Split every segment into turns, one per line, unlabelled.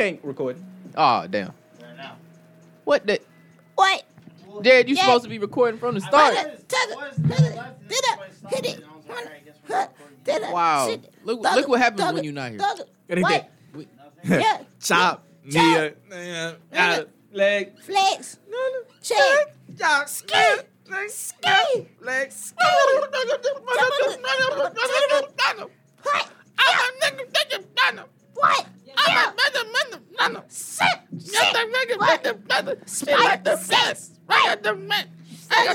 ain't recording.
Oh damn.
now.
What the
What?
Jared, you
Yeah.
supposed to be recording from the start.
Start. Why the- Tug-
Was
tug-
there left and
did
this
it,
place
hit
stopped
it,
and I was
huh,
like, alright, I guess we're not recording.
Did it,
Wow.
shit,
Look-
thug
look
it,
what happens
thug
when
it,
you're not here.
thug it.
Gotta hit
What?
that.
Nothing.
Yeah.
Chop,
Chop.
knee, uh, uh, leg,
Flex. Check.
chop,
Ski.
leg,
Ski.
leg,
What? What? Yeah. Sit. Sit. What? Right. Sit. Right.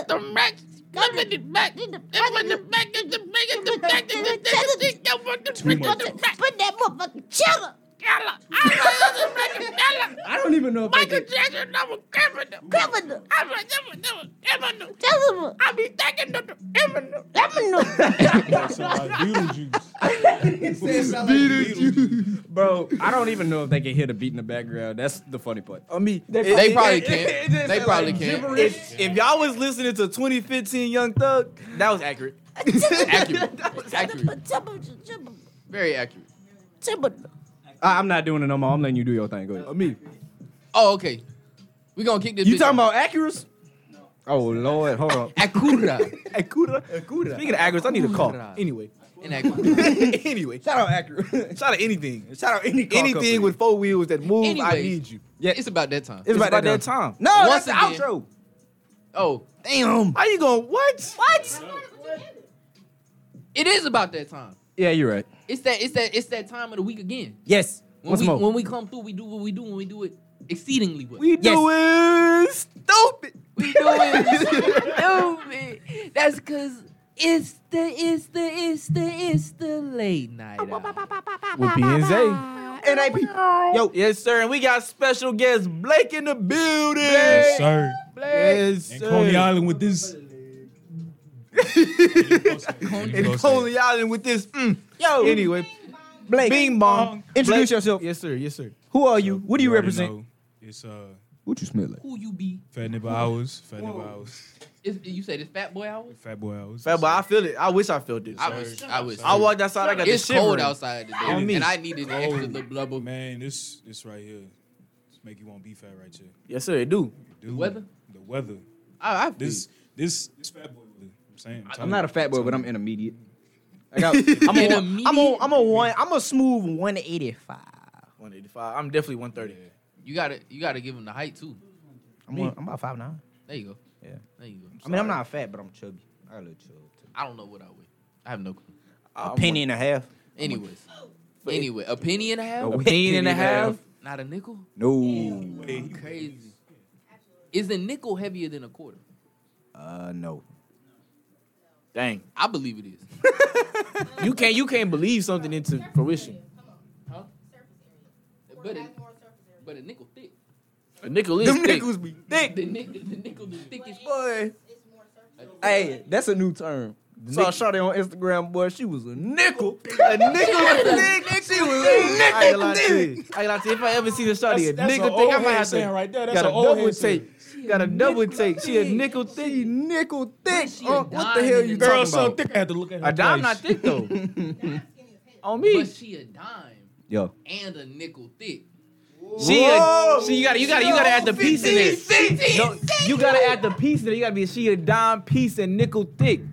Put that motherfucking cheddar.
I don't even know if I can.
Governor. Tell him. I be thinking of the Eminem.
That sound like Beetlejuice.
Bro, I don't even know if they can hear the beat in the background. That's the funny part. I mean,
They probably can't. They probably can't.
If, if y'all was listening to 2015 Young Thug, that was accurate.
Accurate. accurate.
Governor.
Very accurate.
Timber.
I, am not doing it no more. I'm letting you do your thing. Go ahead. Me.
Oh, okay. We gonna keep this.
You
bitch-
talking about accurates? Oh Lord, hold on.
Acura?
Akura. Akura. Speaking of accurates, I need a call.
Acura.
Anyway.
In Acura.
anyway. Shout out accurate. Shout out anything. Shout out any car
Anything
company.
with four wheels that move, I
Anyways.
need you.
Yeah, it's about that time.
It's, about,
about
that
that
time. No,
Once
that's the
again.
outro.
Oh,
Damn.
How you going? What?
What?
it is about that time.
Yeah, you're right.
It's that. It's that. It's that time of the week again.
Yes.
When
Once
we
more.
when we come through, we do what we do, and we do it exceedingly well.
We doing stupid.
We do it stupid. That's cause it's the it's the it's the it's the late night. hour.
With BNZ.
NAP. Yo,
Yes, sir. And we got special guest Blake in the building.
Yes, sir.
Yes,
And Coney
sir.
Island with this.
and Coney Island with this. Mm.
Yo.
Anyway,
Blake.
Bing Bong.
Introduce
Blake.
yourself.
Yes, sir. Yes, sir.
Who are you? What do you
already
represent?
know. It's uh,
What you smell like?
Who you be?
Fat Nipper Hours, Fat Nipper Hours,
It's, you said it's Fat Boy Hours.
Fat Boy Hours.
Fat boy, I feel it. I wish I felt this.
I
I,
was I was.
I walked outside. I got
It's
the
cold
shivering.
outside today,
On me.
and I needed an extra little blubber.
Man, this this right here, this make you want beef fat right here.
Yes, sir. It do.
Dude, the
weather?
The weather.
I, I feel
This this this Fat Boy. weather. I'm saying. I'm,
I'm not a fat boy, but I'm intermediate. I got,
I'm
I'm,
on-
on,
Intermediate?
I'm on. I'm on one. I'm a smooth 185.
185. I'm definitely 130.
you gotta you gotta give him the height too.
I'm, on, I'm about five nine.
There you go.
Yeah.
There you go.
I mean, I'm not fat, but I'm chubby. I got a little chub. too.
I don't know what I weigh. I have no clue.
Uh,
A penny and a half.
Anyways. Anyway, a penny and a half?
wet
penny and a half?
Not a nickel?
No.
Crazy. Is a nickel heavier than a quarter?
Uh, no.
Dang.
I believe it is.
You can't you can't believe something into fruition.
But a, but a nickel thick.
A nickel is thick.
be
The, nic- the nickel is thick as fuck.
boy. Hey, that's a new term. Saw Shawty on Instagram, boy. She was a nickel. A nickel.
She was I ain't gonna lie to you. I ain't gonna lie to you. If I ever see the shorty a
That's, that's an
nickel
old
thick, I might
head
have
saying
to.
right there. That's
Got
an
a
old
double
head saying.
take. Got a double take. She a nickel thick.
nickel thick.
She a
Uh, what the
dime
hell
in
you
the
talking
Girl,
about?
so thick. I had to look at her.
A dime not
twice.
thick though.
But
On me.
she a dime
Yo.
and a nickel thick.
She a, she you gotta you gotta you gotta add the piece in there. No, you gotta add the piece in there. You gotta be she a dime piece and nickel thick.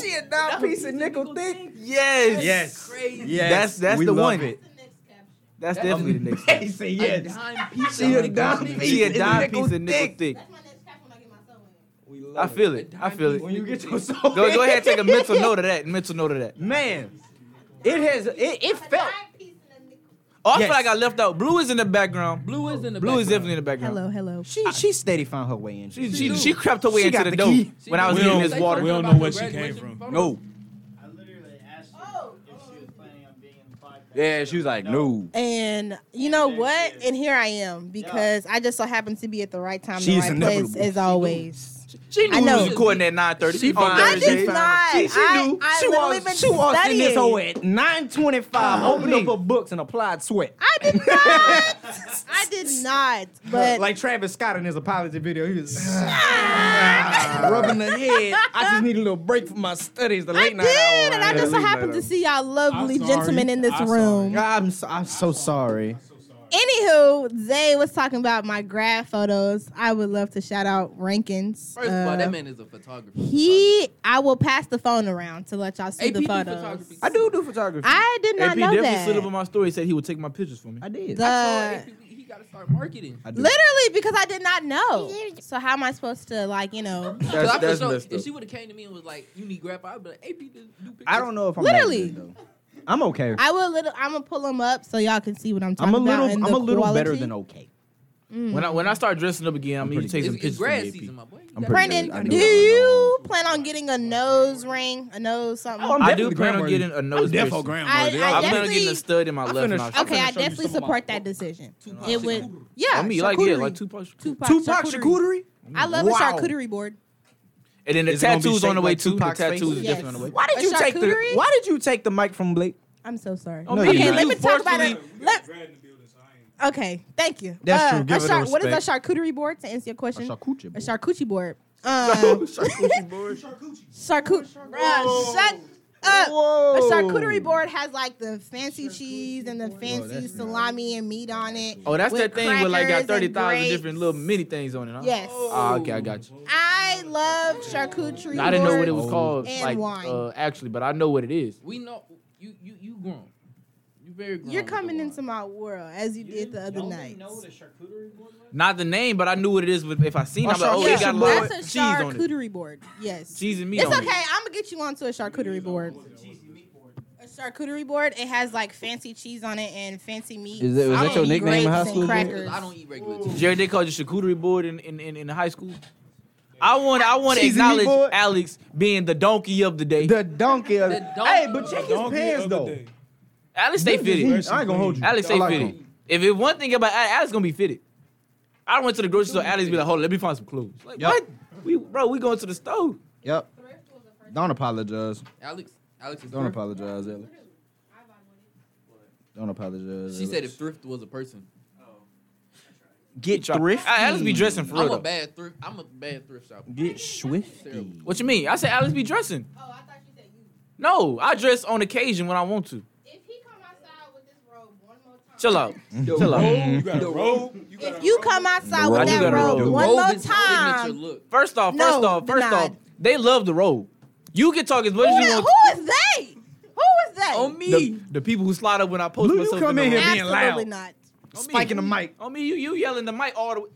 She a dime piece of nickel thick.
Yes.
Yes.
Crazy.
Yes,
That's that's
we
the
love
one.
it.
That's definitely the next one.
say
A dime piece
She
of
a
nickel
dime
thick.
piece.
She a
It's
dime
nickel
piece of nickel
thick.
thick.
my next cap when I get my sub in.
I feel it.
A
I
dime
feel
piece
it.
of
When you get your soul.
Go, go ahead, take a mental note of that. Mental note of that.
Man, it has it, it
A
felt.
dime piece and a nickel.
Oh, I
Yes.
feel like I left out. Blue is in the background.
Blue is in the
Blue
background.
is definitely in the background.
Hello, hello.
She she steady found her way in.
She,
She
she,
do.
she crept her way
She
into
got
the,
the
door
key.
when I was
We
getting
don't-
this
Say
water.
we
something
don't
about
know where she came
graduation
from.
photo.
no.
I literally asked her
Oh.
if she was planning on being in the podcast.
Yeah, she was like no.
And you know what? And here I am because I just so happened to be at the right time,
She's
the right
inevitable.
place as always.
She knew
I
we
know.
was recording at nine thirty.
She
on
found- I
I
did
Thursday.
did not.
She, she knew.
I, I
she
literally
was,
been
she was in this
studying.
hole at 925. Opened up
me.
her books and applied sweat.
I did not. I did not. But
like Travis Scott in his apology video. He was rubbing the head. I just need a little break from my studies. The
I
late
did,
night hour.
and I just so happened to see y'all lovely
I'm sorry.
gentlemen in this
I'm
room.
I'm so, I'm so sorry.
So sorry.
Anywho, Zay was talking about my grad photos. I would love to shout out Rankins.
First of all,
Uh,
that man is a photographer.
He, I will pass the phone around to let y'all see
AP
the
do
photos.
photography.
I do do photography.
I did not
AP
know
definitely
that.
slid up on my story. Said he would take my pictures for me.
I did.
The-
I saw AP, he got to start marketing.
I do.
Literally, because I did not know. So how am I supposed to like you know?
Cause
That's,
I for
that's
sure,
messed
if
up.
she would have came to me and was like, "You need grandpa," I'd be like, "AP, do, do
I don't know if I'm
Literally.
that good, though. I'm okay.
I will little. I'm gonna pull them up so y'all can see what I'm talking
I'm a
about.
little.
and
I'm
the
a little better
quality.
than okay.
When I
Mm-hmm.
when I start dressing up again,
I'm
I'm, gonna
pretty
take
It's,
some
it's
pictures.
grad
for me, AP.
season, my boy. You
I'm
gotta-
pretty
you
good. I
Brandon,
gotta
know
do
what
it.
I
you plan on getting a nose ring, a nose something?
Oh, I'm
I do
definitely
plan on
grandma.
getting a nose
Defo
piercing.
grandma.
I-
they
I
all-
I'm gonna
definitely-
get a stud in my
I
left
finna-
nostril.
okay,
finna
I
show you
definitely
some of my-
support that decision.
Tupac
It would,
Shakur.
yeah,
I mean, like yeah,
charcuterie.
like two punch.
Tupac,
Tupac charcuterie.
I love a
Wow.
charcuterie board.
And then the
It's gonna be
tattoos on
shaped
the way
like
too. The
Tupac's face.
tattoos is
Yes.
definitely on the way.
Why did
A
you take the?
charcuterie?
Why did you take the mic from Blake?
I'm so sorry.
Oh, man,
okay,
you-
let
you
me talk about it.
fortunately-
Let, okay, thank you. Uh,
That's true.
a
Give it a
what is a charcuterie board? To answer your question, a,
charcuterie.
charcuterie board. Um, charcuterie. Bruh, shut up. Uh, A charcuterie board has like the fancy cheese and the fancy salami and meat on it.
Oh, that's
With
that thing with like
crackers
got
and
thirty thousand
grapes.
different little mini things on it. Huh?
Yes.
Ah, okay, I got you.
I love charcuterie.
I didn't know what it
boards.
was called,
And
like
wine.
uh, actually, but I know what it is.
We know you. You you grown. You very grown.
You're
with
coming
the
into
wine.
my world as you did the other
Y'all
night.
didn't know the charcuterie board was?
Not the name, but I knew what it is. with- If I seen, it, I'm like, oh,
Yeah,
it got a lot of
that's
cheese
a
on it,
charcuterie board. Yes.
cheese and meat
It's
on
okay.
it.
I'm gonna get you onto a charcuterie board.
Cheesy meat board.
A charcuterie board. It has like fancy cheese on it and fancy meat.
Is it- was
I
that
don't
your
eat
nickname in
grapes
high
and
school, man?
Crackers.
I don't eat regular tea.
Jerry, they called you charcuterie board in in, in, in high school. I want I want to
Cheese and meat
acknowledge
board?
Alex being the donkey of the day.
The donkey. of-
The donkey.
Hey, but check his
Donkey
pants
of the
though.
day.
Alex stay
He- I
fitted.
ain't gonna hold you.
Alex
I
stay
like
fitted.
him.
If it one thing about Al- Alex gonna be fitted. I went to the grocery store. Alex be like, hold on, let me find some clothes. Like
Yup.
what? We bro, we going to the store.
Yep. Don't apologize.
Alex, Alex is
Don't
thrift.
apologize, Alex. Don't apologize.
She said if
Alex.
thrift was a person,
get thrifty.
I, Alex be dressing for real.
I'm a
though.
bad thrift. I'm a bad thrift shopper.
Get swifty.
Terrible.
What you mean? I said Alex be dressing.
Oh, I thought you said you.
No, I dress on occasion when I want to.
If he come outside with this robe one more time.
Chill out. Chill out.
You got a robe. You got
If
a
you
robe.
come outside
Robe.
with
You
that
gotta
robe
robe.
one
Robe
more
is signature
time.
Look,
First off, first
No,
off, first
denied.
off, they love the robe. You can talk as much
Who
as you
the-
want.
who is they? Who is they?
on me.
The, the people who slide up when I post
Lou, you
myself.
come
in
in
the
here Oh,
robe.
being
Absolutely
loud.
not.
On me.
Spiking the mic.
On me, you you yelling the mic all the way.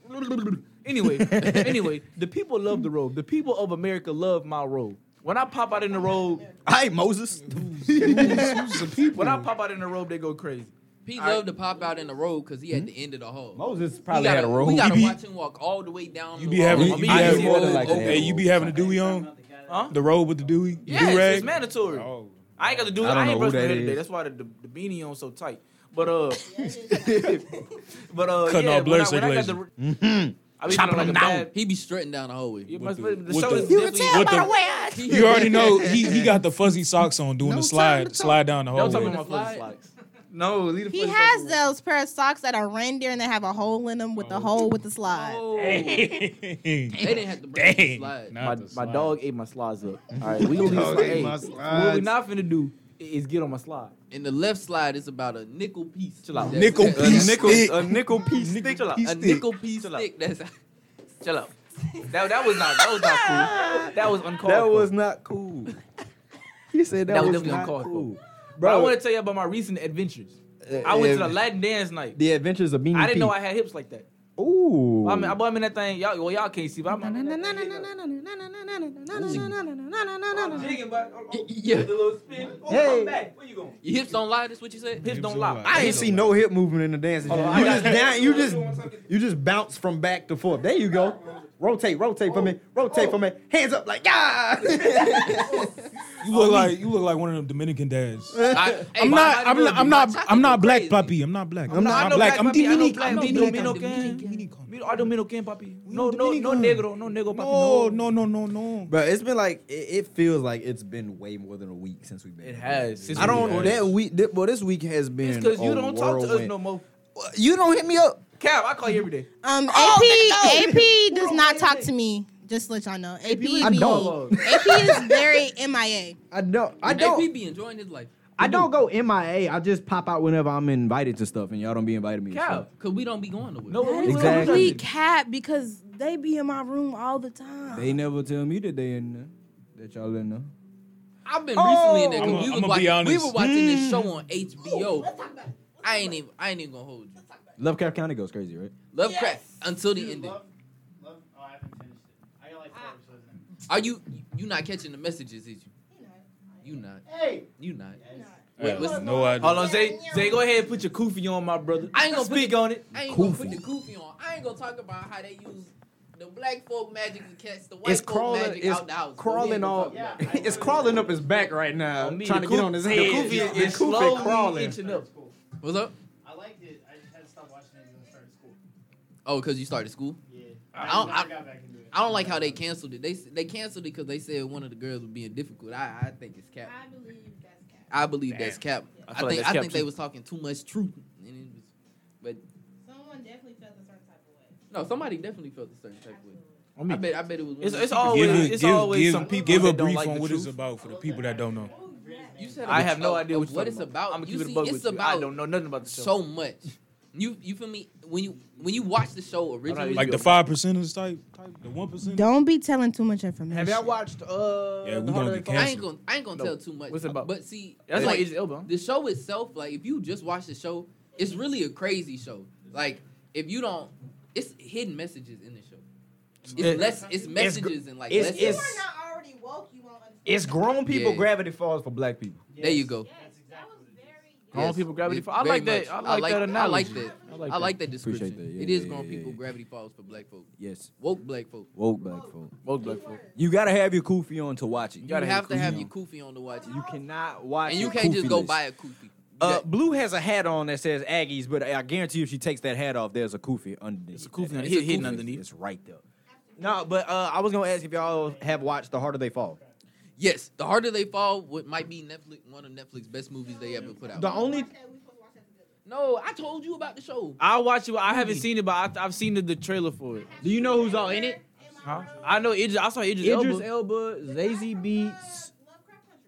Anyway, anyway, the people love the robe. The people of America love my robe. When I pop out in the robe,
Hey, Moses.
when I pop out in the robe, they go crazy.
Pete loved to pop out in the road because he at the end of the hall.
Moses
We
probably
gotta,
had a roll.
we gotta
be-
watch him walk all the way down.
You
the
be
hall.
having,
I
you be
mean, I
having,
see more than
hey,
like that.
you be having a Dewey on
Huh?
the robe with the Dewey, the
Yes,
do-rag?
it's mandatory.
Oh,
I ain't got to do
I
it.
don't
I, ain't
know who
brushed my
that
hair today.
is.
That's why the, the, the beanie on so tight. But uh, but uh,
Cutting off
yeah, when I,
blood
when I got the,
Mm-hmm.
I be feeling like a bad.
He be strutting down the hallway.
You
With
must-
the-
the
with
show
the-
is
You
definitely-
what the- you already know he, he got the fuzzy socks on doing the slide slide down the
Don't talk
hallway.
about my
Slide.
foot slides. No, leave the
He
foot
has
slides alone.
those pair of socks that are reindeer and they have a hole in them with the hole with the slide.
Oh.
They didn't have to break the
Dang,
slide.
not the
My,
slide.
my dog ate my slides up. All right, we gonna
Oh,
leave. Hey, what we not finna do is get on my slide.
And the left slide is about a nickel piece.
Chill out.
That's-
Nickel
that's-
piece.
nickel,
Stick.
a nickel piece.
Nick, chill out.
A
piece. Stick.
nickel piece
Chill out.
stick. That's
Chill out. That, that was not that was not cool. That was uncalled.
That
for.
was not cool. He said that,
That was
was
definitely
not
uncalled for.
cool.
But I want to tell you about my recent adventures. I went to the Latin dance night.
eh, The Adventures of Beanie
I didn't know I
Pete.
had hips like that.
Ooh.
I'm, I'm, I'm in that thing. Y'all, well, y'all can't see, but I'm. I'm
it. Yeah.
hey,
Your hips don't lie. That's what you said.
Hips don't
don't
lie.
lie.
I ain't see no hip movement in the dance. You
I
just
got-
down, you just you just bounce from back to forth. There you go. Rotate, rotate for me, rotate for me. Hands up like yeah.
You look like you look like one of them Dominican dads.
I, hey,
I'm
my
not. I'm
bodybuilder
not. I'm
be
not.
watching
I'm not
me
black,
crazy.
puppy. I'm not black. I'm
I
not
know
black. I'm
papi. I know
Dominican.
black
I'm
papi.
Dominican.
I'm Dominican. I Dominican, papi. No, no, no,
Dominican.
negro, no negro, papi.
No, no, no, no, no.
But it's been like it, it feels like it's been way more than a week since we've been.
It has. Since
I don't.
we've been-
That week. That, well, this week has been.
It's because you
a
don't talk to us
whirlwind.
no more.
You don't hit me up.
Cap, I call you every day.
Um, AP AP does not talk to me. Just to let y'all know, AP
I
be-
don't.
AP is very MIA.
I don't. I
And
don't.
AP be enjoying his life.
I don't go MIA. I just pop out whenever I'm invited to stuff, and y'all don't be invited to me. to
Cow.
stuff.
Cause we don't be going nowhere.
No,
That
we
is
Exactly.
complete cap because they be in my room all the time.
They never tell me that they in there. That y'all in there.
I've been
Oh!
recently in there.
I'ma-
Cause we,
I'ma
was
be
watching, we
honest.
were watching this show on HBO. I ain't even. I ain't even gonna hold you.
Lovecraft County goes crazy, right?
Lovecraft until the ending.
Love, love, oh, I haven't finished it. I got
Ah.
like four episodes in.
Are you? You not catching the messages? Is you? You not.
Hey!
You not.
I
what's-
have no idea.
Hold on, Zay. Zay, go ahead and put your koofy on, my brother.
I ain't gonna put
speak on it.
I ain't gonna put the goofy on. I ain't gonna talk about how they use the black folk magic to catch the white
It's
folk
crawling-
magic
it's
out the house.
crawling all-
Yeah.
It's crawling up his back right now,
On me,
trying
the
to get
koof-
on his
the
head.
koofy is-
The
is
koof
slowly
crawling.
inching up.
Cool.
What's up?
I liked it. I just had to stop watching it because I started school.
Oh, cause you started school.
Yeah.
I don't- I-
never got back into it.
I don't like how they canceled it. They they canceled it because they said one of the girls was being difficult. I, I think it's cap.
believe that's cap.
I believe that's cap. I,
I feel like
think
that's
I
cap
think
too.
they was talking too much truth. And it was, but
Someone definitely felt a certain type of way.
no, somebody definitely felt a certain type of way.
I mean,
I bet I bet it was. one
It's,
of the
it's
people-
always it's always some people
give
that
a
don't
brief
like
on
the
what
truth.
it's about for the people that don't know.
You said
I
of-
have no
of-
idea
of
what, you're
what
talking
it's about.
I'm gonna
you
keep it a
see,
bug
it's
with you.
about
I don't know nothing about the show.
so much. You you feel me? When you when you watch the show originally,
Like the five percenters type, type the one percent.
Don't be telling too much information.
Have y'all watched? Uh,
Yeah, we
The
gonna
Harder
get
They Fall?
canceled.
I ain't gonna I ain't gonna
No.
tell too much.
What's it about?
But see,
That's
like,
like Idris Elba.
the show itself, like if you just watch the show, it's really a crazy show. Like if you don't, it's hidden messages in the show. It's
It-
less. It's messages and like
it's-
lessons.
it's-
If you are not already woke, you won't understand.
It's grown people.
Yeah.
Gravity falls for black people.
there you go.
That's exactly what it is.
Grown
Yes,
people gravity.
it-
Fall. I
very
like that.
much.
I like, that
I
analogy.
like that.
I like
I
that.
like that description.
that. Yeah,
it is
yeah,
grown
yeah,
people.
yeah.
Gravity falls for black folk.
Yes,
Woke black folk.
woke black folk.
Most black folk.
You gotta have your koofy on to watch it.
You,
gotta
have to
your
have
kufi
your
on.
koofy on to watch it.
You cannot watch.
and you
it
can't just go
kufi-less.
buy a koofy. You
Uh,
got-
Blue has a hat on that says Aggies, but I guarantee you, if she takes that hat off, there's a koofy underneath.
It's a kufi
that
under-
hat.
hidden
kufi.
underneath.
It's right there. No, but uh, I was gonna ask if y'all have watched The Harder They Fall.
yes, the harder they fall, what might be Netflix one of Netflix's best movies they ever put out.
The only
no, I told you about the show.
I watch it. I haven't seen it, but I, I've seen the, the trailer for it.
do you know who's all in it?
Huh? I know Idris. I saw Idris,
Idris
Elba.
Elba, Zazie Beats,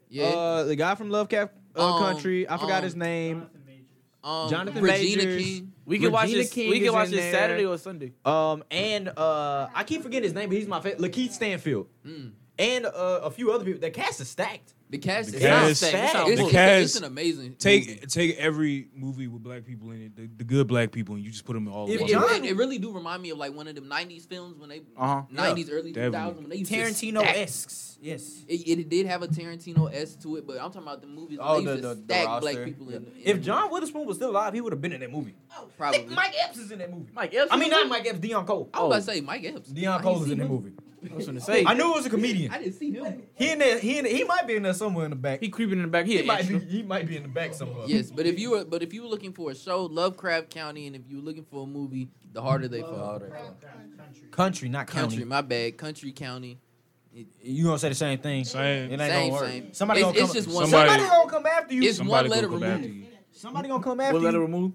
Yeah,
uh, the guy from Lovecraft uh,
Um,
Country. I forgot
um,
his name.
Jonathan Majors.
um,
Jonathan
Regina
Majors.
King.
we can watch
Regina
this.
King
we
is
can watch
in
this
there.
Saturday or Sunday.
Um, and uh, I keep forgetting his name, but he's my favorite. Lakeith Stanfield.
Mm.
And uh, a few other people. The cast is stacked.
The cast
The
is
cast-
it's, it's,
the
it's,
cast-
an amazing movie.
Take take every movie with black people in it, the, the good black people, and you just put them in all.
If
one.
It,
John-
it, it really do remind me of like one of them '90s films when they
Uh
'90s early
Definitely.
2000s when they used to
Tarantino
stack-
esques. Yes.
It, it did have a Tarantino s to it, but I'm talking about the movies. where
Oh,
they
the-
used to
the- the
stack
roster.
black people in. in
If John Witherspoon was still alive, he would have been in that movie.
probably, Oh.
Mike Epps is in that movie.
Mike Epps.
I mean, not Mike Epps, Deion Cole.
I was about to say Mike Epps.
Deion
I
Cole
didn't
is in
see
that
him.
movie.
I was gonna say.
I knew it was a comedian.
I didn't see him.
He in there, he in there, he might be in there somewhere in the back.
He
He,
creeping in the back. He, an
might be,
extra.
he might be in the back somewhere.
Yes, but if you were but if you were looking for a show, Lovecraft County, and if you were looking for a movie, The Harder They Fall.
Country.
Country, not
Country,
county.
my bad. Country County.
You gonna say the same thing? It
Same.
ain't
Same,
gonna work.
same.
Somebody
It's-
gonna come.
it's just one-
somebody,
Somebody-
gonna come after you.
It's
Somebody
one
gonna
letter
come
removed.
after you.
somebody gonna come
What
after
letter
you.
remove?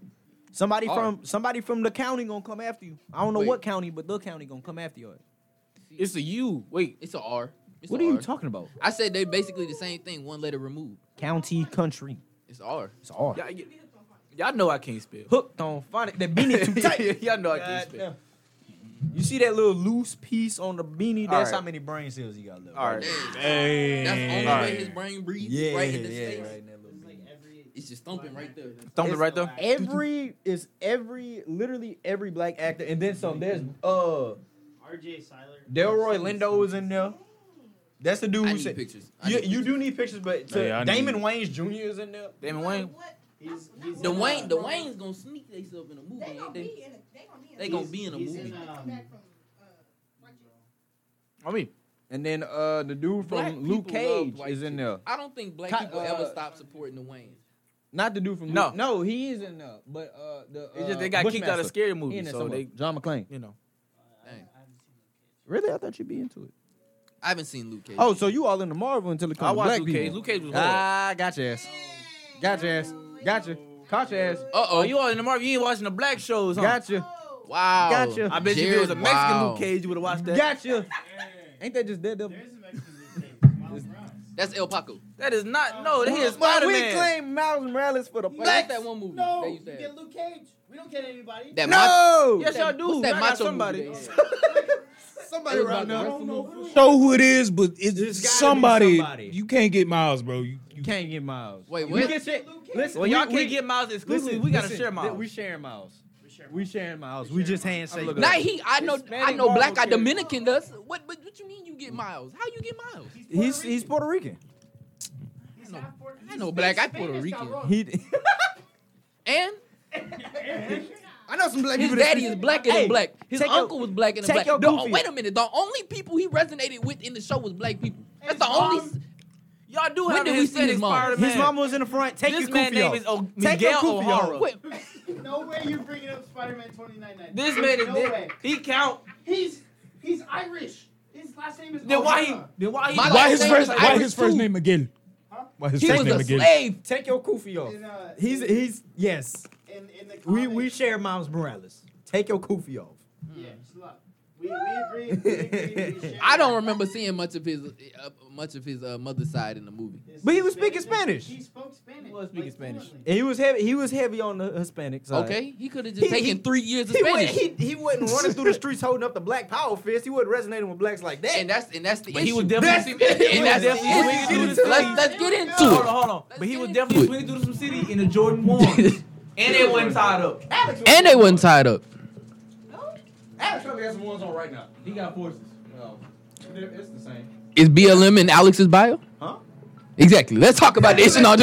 Somebody
Hard.
from somebody from the county gonna come after you. I don't know
Wait.
what county, but the county gonna come after you.
It's a U. Wait.
It's a R. It's
What
a
are you
R.
talking about?
I said they basically the same thing, one letter removed.
County, country.
It's R.
It's all
Y'all, y'all know I can't spell.
hooked on phonics. That beanie too tight.
y'all know I can't spell.
Goddamn. You see that little loose piece on the beanie?
All
That's
right.
how many brain cells you got left.
All right.
Dang,
Hey.
That's the only way his
Alright.
brain breathes
Yeah,
right in the
yeah,
space.
right in that little
Like every.
It's just thumping right there.
Thumbed it
It's
right there.
Every is every literally every black actor, and then some. There's uh
RJ Seiler.
Delroy Lindo is in there. That's the dude
I
who
need
said.
pictures. I
You,
need
you do need pictures, but to,
Yeah, I need-
Damon Wayans Jr. is in there.
Damon Wayne.
He's, he's
The
in,
Wayne,
uh,
the Wayne's gonna sneak themselves in a movie.
They
ain't
gonna
they?
be in a. They gonna be in
They
a.
gonna
he's-
be in a
he's
movie.
um,
back from, uh,
I mean,
And then uh the dude
Black
from Luke
people love
Cage
white
is in
chicks.
there.
I don't think black
Ki-
people
uh,
ever stop supporting the Wayne.
Not the dude from
No.
Luke. no, he is in there. But uh the uh,
it's just they got kicked out of
Bushmaster.
scary
He in
movies,
there
so
somewhere.
they,
John McClane.
you know.
I- I haven't seen
Really, I thought you'd be into it.
I haven't seen Luke Cage.
Oh, so you all into Marvel until it comes
I
to
watched
black
Luke Cage.
people.
Luke Cage was hard.
Ah, gotcha ass. Gotcha ass. Gotcha. Caught your ass.
uh
Oh,
oh,
you all in the Marvel? You ain't watching the black shows, huh?
Gotcha.
wow.
Gotcha.
I bet you if it was a
Jared,
Mexican
wow.
Luke Cage, you would have watched that.
Gotcha.
it.
Ain't that just dead?
There's a Mexican movie. Miles Morales.
That's El Paco.
That is not no. He is
But
Spider
we
Man.
claim Miles Morales for the
Wait, what's
black.
that one movie?
No,
they
you
used to have?
get Luke Cage. We don't get anybody.
That macho-
No,
Yes, y'all do.
What's that
Y'all got
macho
somebody.
movie they had?
Somebody
It was
right
about the
now.
wrestling movie.
Show who it is, but
There's
it's
gotta be
somebody,
somebody.
You can't get Miles, bro. You, you
can't get Miles.
Wait,
We
what?
get shit. Listen,
Well, y'all
we- we-
can't get Miles exclusively.
listen,
we gotta
listen,
share
th-
Miles.
We sharing Miles. We sharing Miles. We just handshake.
looking
Nah, he. I know. I
Hispanic
know. Black
Marvel
eye Dominican does. What? But what you mean you get miles? How you get miles?
He's he's Puerto Rican.
He's half Puerto-
I know
he's
black. I
Spanish,
Puerto
y'all
Rican.
wrong.
He
And
I know some black
his
people.
daddy is blacker than
Hey,
black. His
take
uncle
your-
was blacker than
take
black.
your
The-
goofy-
wait a minute. The only people he resonated with in the show was black people. That's
his
the only.
mom-
y'all do
When
have
did we
a
see
Hispanic
his mom?
Spider
His
Man.
mama was in the front. Take
This
your
man's
goofy
name
off.
is O-
Take your
Miguel
goofy
O'Hara.
Wait,
No way you bringing up Spider-Man 2099.
This man is
no way.
he count.
He's he's Irish. His last name is.
Then why he?
O'Hara.
Then why he?
My
why
last
his
name
first
is
why
Irish
his first
too.
name again?
Huh?
Why his
he
first
was
name
a
again?
slave.
Take your goofy off.
In, uh,
He's he's yes.
in, in the comic.
We we share Miles Morales. Take your goofy off.
Yeah, it's luck. We, we agree. We agree we share
I don't remember seeing much of his uh, much of his uh, mother's side in the movie.
It's
But he was speaking Spanish.
He spoke Spanish.
He was speaking Spanish.
fluently.
And he was heavy. He was heavy on the Hispanic side.
Okay, he could have just
He-
taken
he-
three years of
He,
Spanish,
wasn't, he, he wasn't running through the streets holding up the black power fist. He wasn't resonating with blacks like that.
and that's and that's the
But
issue.
he was definitely.
and that's the
definitely swinging through
issue.
the
Let's,
city.
let's get
Hold on,
into it.
hold on.
Let's
But he
get
was
into
definitely
it.
swinging through some city in the Jordan ones, and they wasn't tied up.
And they wasn't tied up.
Alex probably has some ones on right now.
He got forces.
It's the same.
Is BLM in Alex's bio?
Huh?
Exactly. Let's talk about this and all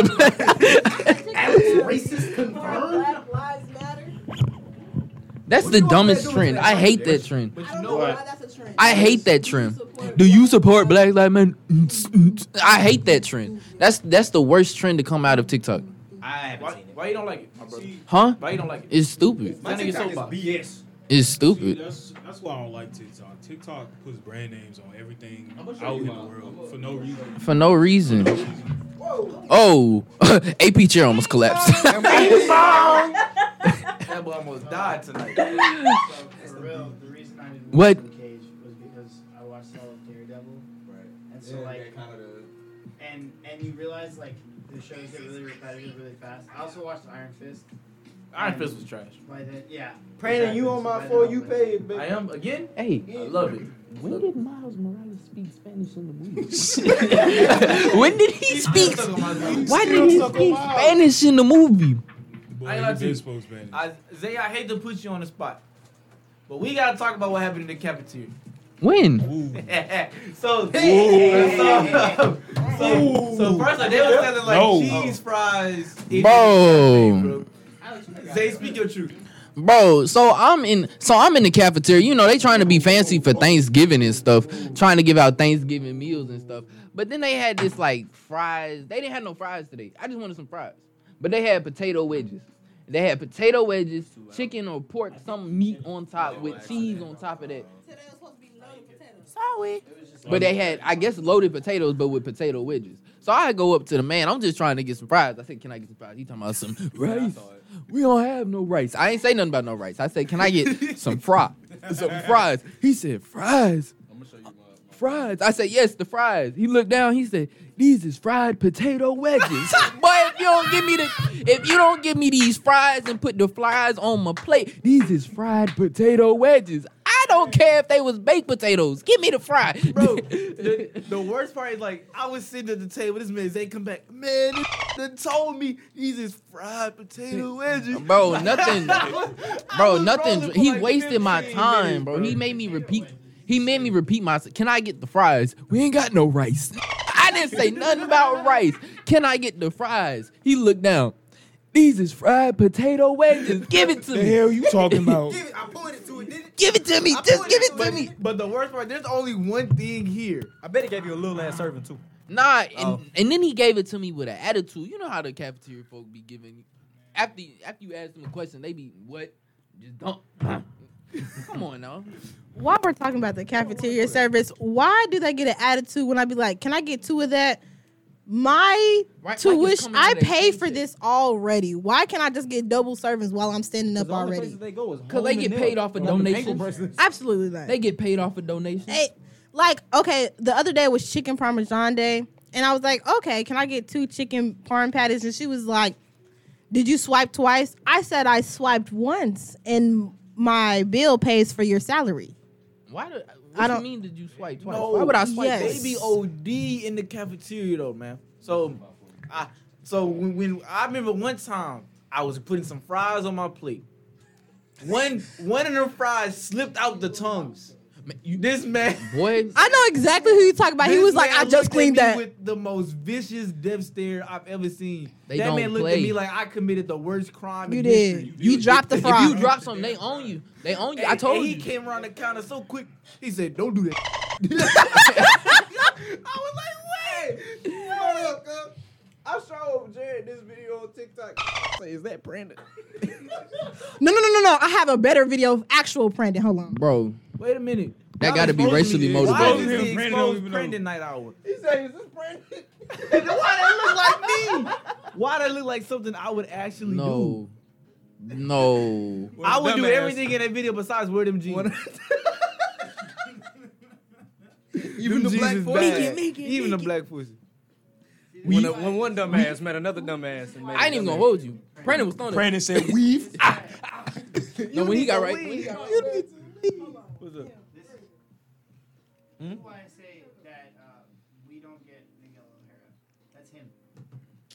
Racist confirmed.
Black lives matter.
That's the dumbest trend. I hate that trend.
But
I
you
don't
know
know
what?
why that's a trend.
I hate that trend. Do you support Black Lives Matter? I hate that trend. That's that's the worst trend to come out of TikTok.
I haven't
Why, why you don't like it, my brother?
Huh?
Why you don't like it?
It's stupid.
My nigga soapbox.
BS.
It's
See,
stupid.
that's that's why I don't like TikTok. TikTok puts brand names on everything out
show you
in the
mine.
world for no reason.
For no reason. Oh, AP chair almost collapsed.
That boy almost died tonight.
So, for real, the reason I didn't
What?
watch Luke Cage was because I watched all of Daredevil. And so, like, and and you realize, like, the shows get really repetitive really fast. I also watched Iron Fist.
Iron Fist was trash.
By then, yeah.
Brandon, you on my four? You paid, baby.
I am again.
Hey,
I love it.
when did Miles Morales speak Spanish in the movie? when did he speak? Why did he speak Spanish in the movie?
Boy,
I
I
ain't like
like been
to-
supposed to be.
I, Zay, I hate to put you on the spot, but we gotta talk about what happened in the cafeteria.
When?
Ooh.
so, so, so, so first off, they were selling like
No.
cheese fries. in-
Bro.
Zay, speak your truth.
Bro, so I'm in so I'm in the cafeteria. You know, they trying to be fancy for Thanksgiving and stuff, trying to give out Thanksgiving meals and stuff. But then they had this like fries. They didn't have no fries today. I just wanted some fries. But they had potato wedges. They had potato wedges, chicken or pork, some meat on top with cheese on top of that.
Today was supposed to be loaded potatoes.
Sorry.
But they had, I guess, loaded potatoes, but with potato wedges. So I go up to the man. I'm just trying to get some fries. I said, "Can I get some fries?" He talking about some rice. We don't have no rice. I ain't say nothing about no rice. I said, "Can I get some fry, some fries?" He said, "Fries." Fries. I said, yes, the fries. He looked down. He said, these is fried potato wedges. Boy, if you don't give me the, if you don't give me these fries and put the flies on my plate, these is fried potato wedges. I don't care if they was baked potatoes. Give me the fry,
Bro, the, the worst part is like I was sitting at the table. This man Zay come back, man. This done told me these is fried potato wedges.
bro, nothing.
I was- I
bro,
was
nothing.
rolling for
He
like
wasted my
15
time,
minutes,
bro. He made me repeat. He made me repeat myself. Can I get the fries? We ain't got no rice. I didn't say nothing about rice. Can I get the fries? He looked down. These is fried potato wedges. Give it to
The
me.
hell you talking about?
I pointed to it, didn't
Give it to me. Just give it to
But,
me.
but the worst part, there's only one thing here.
I bet he gave you a little ass serving too.
Nah, and,
Oh.
and then he gave it to me with an attitude. You know how the cafeteria folk be giving you after you- after you ask them a question, they be what? Just don't. Come on now.
While we're talking about the cafeteria service, why do they get an attitude when I be like, "Can I get two of that?" My
Right, like it's
tuition,
coming out
I
of their
pay for
paycheck.
this already. Why can't I just get double servings while I'm standing up
The only places
already?
they go is
Cause they
home
get
and
paid
them.
off of
Like the ankle
donations.
bracelets.
Absolutely not.
They get paid off a donation.
Hey, like okay, the other day was chicken parmesan day, And I was like, okay, can I get two chicken parm patties? And she was like, did you swipe twice? I said I swiped once, and my bill pays for your salary.
Why do
I
I
don't-
don't mean did you swipe twice?
No.
Why would I swipe?
Yes.
twice?
They be OD in the cafeteria though, man. So, I so when, when I remember one time I was putting some fries on my plate. One one of them fries slipped out the tongues. this man.
Boy,
I know exactly who you talk about. He
this
was like,
man
I
looked
just
at
cleaned
me
that.
With the most vicious death stare I've ever seen.
They
that
don't
man looked at
play.
me like I committed the worst crime.
you
in
did.
history.
You, dropped the fry.
if you drop something, they own you. They own you. I
And-
told
and
you.
He came around the counter so quick. He said, "Don't do that." I was like, "Wait, hold up, cuz." I showed Jared this video on TikTok.
Say, is that Brandon?
no, no, no, no, no. I have a better video of actual Brandon. Hold on.
Bro,
Wait a minute.
That
Y'all
gotta be
exposed
racially
me. Why
motivated.
is this the
Brandon don't
exposed
even know.
Brandon night hour?
He said, is this Brandon?
And why that look like me? Why that look like something I would actually
no. No.
do? I would do everything in that video besides wear them jeans.
Even the black
Jesus
forces.
bad. Even the black pussy.
When, a- when one dumbass met another dumbass, and met
I ain't even gonna hold you. Brandon was throwing
Brandon said weave.
it. No, when he got right. when he got-
Hmm?
That's why I say that uh, we don't get the yellow hair. That's him.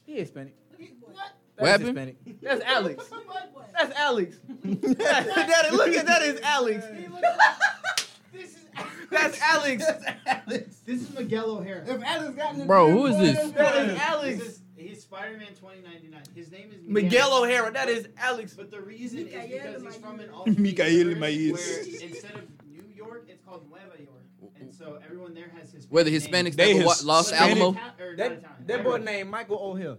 He Hispanic.
What
That's
happened?
Hispanic. That's Alex. That's Alex. that is, look at that is Alex.
This is
That's Alex.
this is Miguel O'Hara.
Bro, who is this?
That is
This
Alex.
is he's Spider-Man 2099. His name is
Miguel O'Hara. That is Alex.
But the reason is because he's from an
Miguel
alternate where
Maíz.
instead of New York, it's called Nueva York, and so everyone there has Hispanic.
Where the
names.
Hispanics
They
never wa-
Hispanic-
lost
But
Alamo.
Ita- or not
That,
Italian.
that boy named Michael O'Hill.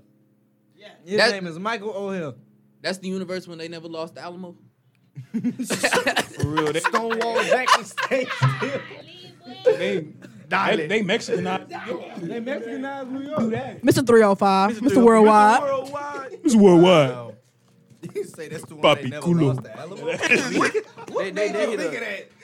Yeah.
His
That-
name is Michael O'Hill.
That's the universe when they never lost the Alamo.
For real, they,
Stonewall Jackson State.
they, they, they Mexicanized.
They Mexicanized New York. Do that.
Mr. 305, Mr. oh
oh
Worldwide.
Worldwide.
It's worldwide.
You say that's the one
they Papi never culo. lost to
Alamo.
They, they, they, hit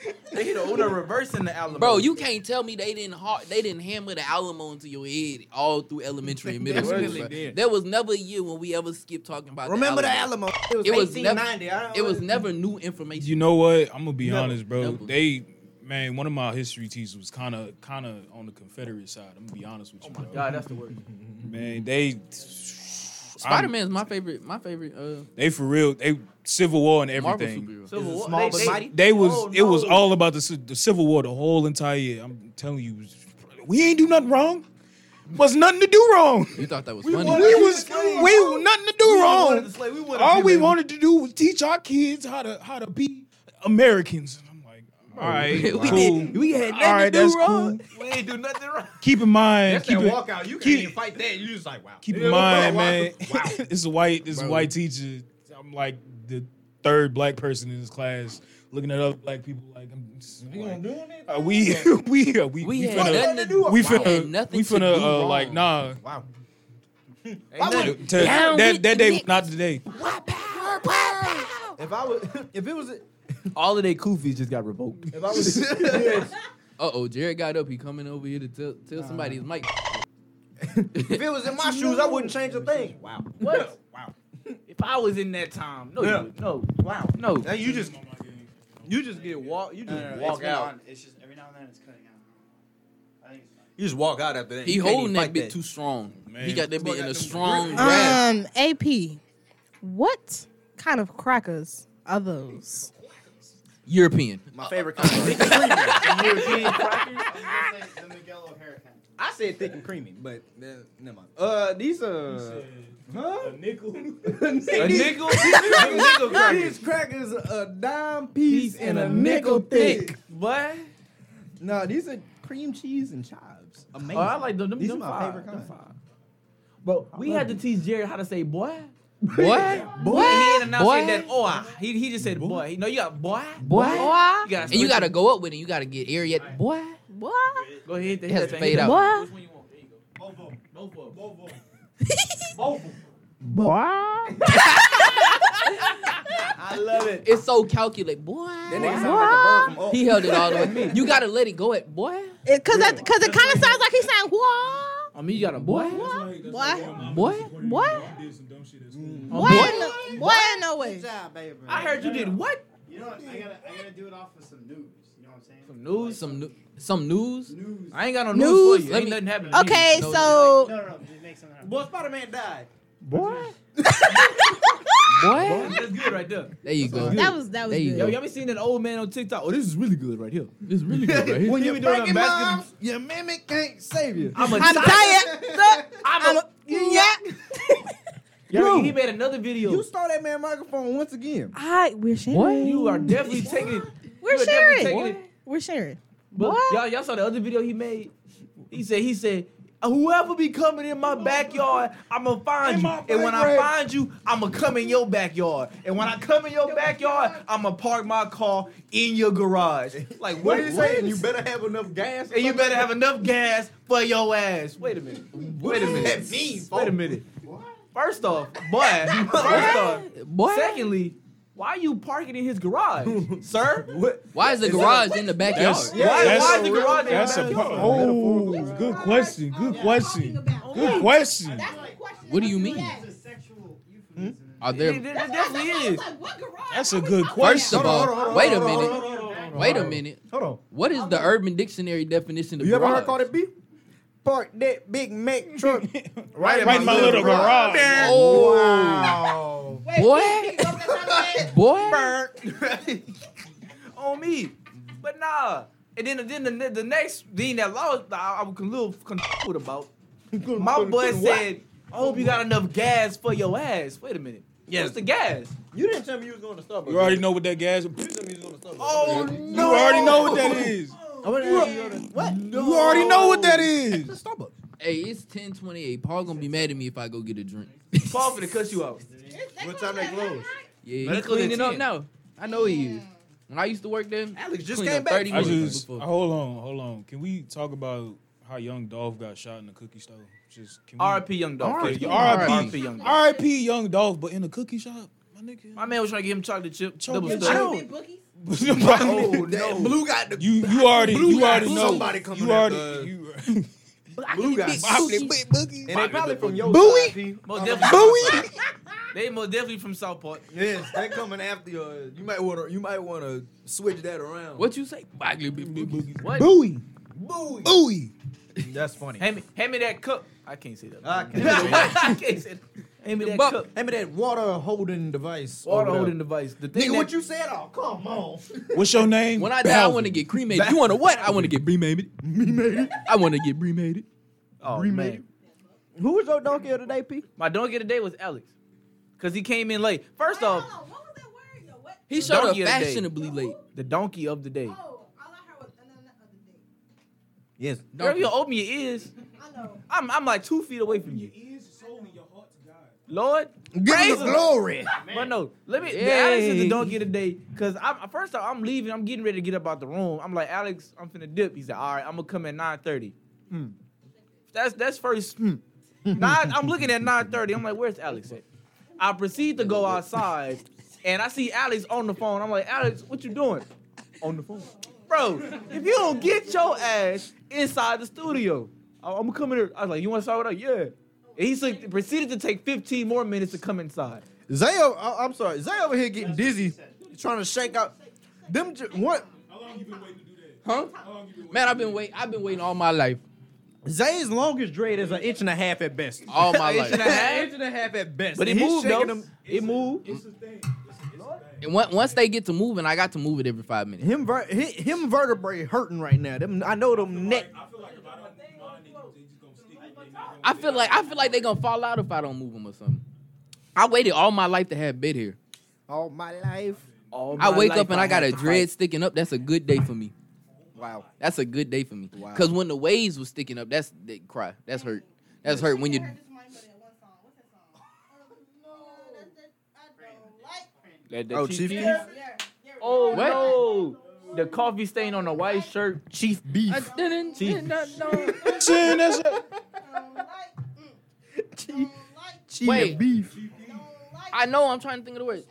a, they hit a Una reverse in the Alamo.
Bro, you can't tell me they didn't ha- they didn't hammer the Alamo into your head all through elementary and middle
They
school.
really
bro.
did.
There was never a year when we ever skipped talking about.
Remember
the
the
Alamo.
Alamo?
It was never-
1890. I don't-
It was never new information.
You know what? I'm gonna be honest, bro.
Double.
They man, one of my history teachers was kind of kind of on the Confederate side. I'm gonna be honest with you, bro.
Oh God, that's the word.
Man, they
Spider Man's my favorite. My favorite. Uh,
They for real. They Civil War and
Marvel
everything.
superhero.
Civil War.
small
They-
but
they-
mighty?
They was
Oh,
it was
no.
all about the, ci- the Civil War the whole entire year. I'm telling you, we ain't do nothing wrong. Was nothing to do wrong.
You thought that was
We
funny.
was we nothing to do
wanted
wrong.
to slay- we wanted
All
to
we
be-
wanted to do was teach our kids how to how to be Americans. And I'm like, all right,
we
cool.
did- we had nothing to do wrong.
Cool.
We ain't do nothing wrong.
Keep in mind,
That's that
keep in,
walkout. You
keep
can't
it-
even fight that. You just like, wow.
keep
Yeah,
in mind,
wow.
man.
Wow.
it's a white this is a
Bro.
white teacher. I'm like the third black person in this class, looking at other black people like, I'm just,
You
like,
gonna do anything?
are we we are we
We
we
had
finna
nothing to do.
we
wrong.
finna
Had nothing
we
to do
finna uh,
wrong.
like nah.
Wow.
Ain't nothing.
To- that that day was not the day.
If I was, if it was,
All of their koofies just got revoked.
if I was, if
Uh oh, Jared got up. He coming over here to tell tell somebody his mic.
it was in my shoes, I wouldn't change a thing. Wow.
What?
Wow.
If I was in that time, no,
Yeah.
you would. no,
Wow.
no.
Now you just,
You just get walk. You just
no, no,
walk
it's
out.
On. It's just every now and then it's cutting out. I think it's fine.
you just walk out after that.
He
You can't
holding
even
that
fight
bit too strong.
Man.
He got that
Boy,
bit in
got
a
them
strong
grip. Uh-huh.
grasp.
Um, AP, what kind of crackers are those?
European.
My favorite kind. Uh, Thick and creamy. European crackers.
I'm gonna say the Miguel O'Hara kind.
I said thick and creamy, but uh, never mind. Uh, these are. Huh?
nickel.
A
These-
nickel, a nickel crackers.
These crackers a dime piece and a nickel thick.
What?
No, these are cream cheese and chives. Amazing.
Oh, I like them. them
These
them
are my
fire,
favorite
them
kind.
fire. Bro, we had to teach Jared how to say boy.
What?
Boy, and he ain't
Boy.
announcing that. Oh, ah. he he just said boy. No, you got boy. You gotta
And you gotta
switch
go up with it. You gotta get air yet. What?
What?
it. Go ahead.
It has to fade out.
What?
Which one you want? There you go. Both of them. Both of them. Both of them.
I love it.
It's so calculate, boy.
That nigga sound like a bird from up.
Oh. He held it all the way. You gotta let it go at boy.
It, Cause, that, Cause it kind of sounds like he's saying what?
I mean, you got a boy.
What?
That's
What?
why my mom
What?
supported me.
What?
I did some dumb shit at school.
What?
What?
in the- What in the way?
Good job, baby.
I heard you did what?
You know what? I gotta, I gotta do it off of some news. You know what I'm saying?
Some news.
Some new, some news.
News.
I ain't got no news,
News?
for you. Ain't nothing happening. to me.
Okay,
No-
no,
so
no, no. Just make something happen.
boy, Spider Man died.
Boy.
Boy,
That's good right there.
there you go.
that was that was
There you
Yo,
good.
y'all ever seen that old man on TikTok? Oh, this is really good right here.
It's really good, right?
When
He
you're
be doing
breaking
that basket-
moms, your mimic can't save you.
I'm a
I'm tired. so-
I'm a.
Yeah.
Yo, he made another video.
You stole that man microphone once again.
I we're sharing.
What?
You are definitely taking it.
We're
you are definitely
sharing.
taking it.
We're sharing.
But
What?
y'all, y'all saw the other video he made. He said, he said, whoever be coming in my backyard, I'ma find you. And when I find you, I'ma come in your backyard. And when I come in your backyard, I'ma park my car in your garage. Like what? what?
You better have enough gas.
And you better have enough gas for your ass. Wait a minute. Wait a minute. Wait a minute. First off, boy. First off.
Boy,
Secondly, why are you parking in his garage, sir?
why is the garage in the backyard?
That's,
Yeah, why
that's,
is the garage in
That's
the
a
backyard?
oh, good question. Good question. Good question.
What do you mean?
It's a sexual euphemism.
Are
It,
there?
it- it definitely is.
That's a good
First
question.
of all, wait a minute.
Back-
Wait a minute.
Hold on.
What is the Urban Dictionary definition of
You ever
garage?
heard Cardi B? Park that Big Mac truck
Right in my little garage.
Oh.
Boy, boy.
Burn. on me. But nah. And then, then the, the next thing that law I, I was a little confused about. My boy said, I hope you got enough gas for your ass. Wait a minute. Yes. What's the gas?
You didn't tell me you was going to Starbucks.
You already know what that gas. You
You didn't tell me you was going to Starbucks.
Oh no.
already know what that is.
I went What?
You already know what that is.
Starbucks.
Hey, it's ten twenty eight. Paul gonna be mad at me if I go get a drink.
Paul for to cut you out.
What time they close?
Yeah, he's
Let's close at
cleaning up
10.
now. I know he is. When I used to work there,
Alex just
cleaned
came
up
back.
30
I
minutes
just
before.
hold on, hold on. Can we talk about how young Dolph got shot in the cookie store? Just can we,
R.I.P. Young Dolph.
R.I.P.
R.I.P. Young Dolph.
R.I.P. Young Dolph, but in a cookie shop, my nigga.
My man was trying to give him chocolate chip.
Chocolate
double
chip.
stuff.
I don't- you
no. Blue got the.
you already you already
Oh, Blue
know
somebody coming
you
at
already
the-
you,
Blue got.
boogie.
And they probably from your
Bowie?
side, P.
Most definitely.
Bowie.
They most definitely from Southport.
Yes, they coming after you. Uh, You might want to. You might want to switch that around.
What you say? Bogley, big boogie.
What?
Bowie.
Bowie.
Bowie.
That's funny.
Hand me, hand me that cup. I can't say that.
I can't
I can't say that. Hand me that
Buck.
cup.
Hand me that water holding device.
Water
over
holding
there.
device. The thing
Nigga,
that,
what you said? Oh, come on.
What's your name?
When I die, I want to get cremated. You want to what? I want to get cremated. Cremated. I want to get cremated.
oh, man.
Who was your donkey of the day, P?
My donkey today was Alex. Cause he came in late. First off,
He showed up
Donkey of the day.
fashionably late.
the donkey of the day.
Yes.
Girl, you open your ears. I'm I'm like two feet away from you. Lord, praise him.
glory.
But no, let me.
Yay.
Alex is the donkey today because I'm first off, I'm leaving. I'm getting ready to get up out the room. I'm like, Alex, I'm finna dip. He said, All right, I'm gonna come at 9:30. Mm. That's that's first. Hmm. Nine, I'm looking at 9:30. I'm like, Where's Alex at? I proceed to go outside, and I see Alex on the phone. I'm like, Alex, what you doing? On the phone, bro. If you don't get your ass inside the studio, I- I'm coming here. I was like, You want to start with us? Yeah. And he said, proceeded to take 15 more minutes to come inside.
Zay, o- I- I'm sorry. Zay over here getting dizzy, trying to shake out them. Ju- what?
How long you been waiting to do that?
Huh?
How long you been waiting?
Man, I've been wait. I've been waiting all my life.
Zay's longest dread is an inch and a half at best.
All my
An inch and a
life.
half, inch and a half at best.
But it
And he's
moved though.
shaking Him,
it moved.
It's a thing. It's a, it's a thing.
And on- once they get to moving, I got to move it every five minutes.
him, ver- hi- him vertebrae hurting right now. Them, I know them neck.
Like, I feel like if I don't mind it, they just gonna stick with me.
I feel like I feel like they gonna fall out if I don't move them or something. I waited all my life to have bed here.
All my life.
I wake up and I got a dread sticking up. That's a good day for me. Wow, that's a good day for me.
Wow.
Cause when the waves was sticking up, that's they cry. That's hurt. That's hurt when you.
That, that
Oh, Chief Keef.
Oh
What?
no! The coffee stain on the white shirt.
Chief Beef.
Saying that's a-
Chief, Chief
Wait.
Beef.
I know. I'm trying to think of the words.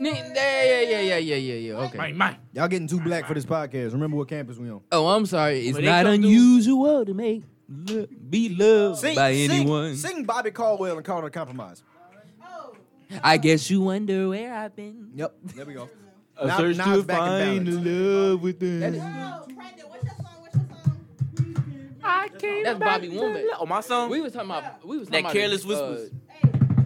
Yeah, yeah, yeah, yeah, yeah, yeah, yeah. Okay.
Y'all getting too black for this podcast. Remember what campus we on.
Oh, I'm sorry. It's
When they
not
come through-
unusual to make lo- be loved
Sing,
by
sing-
anyone.
Sing Bobby Caldwell and call it a compromise.
I guess you wonder where I've been.
Yep. There we go.
A
Now-
search
now
to
it's back in
find
balance.
love within.
That is-
Brandon, what's your song? What's your song?
I came
That's
back
Bobby
to
Womack.
lo- Oh, my song.
We was talking about we was
That
talking about
Careless
uh,
Whispers.
Hey, if y'all ever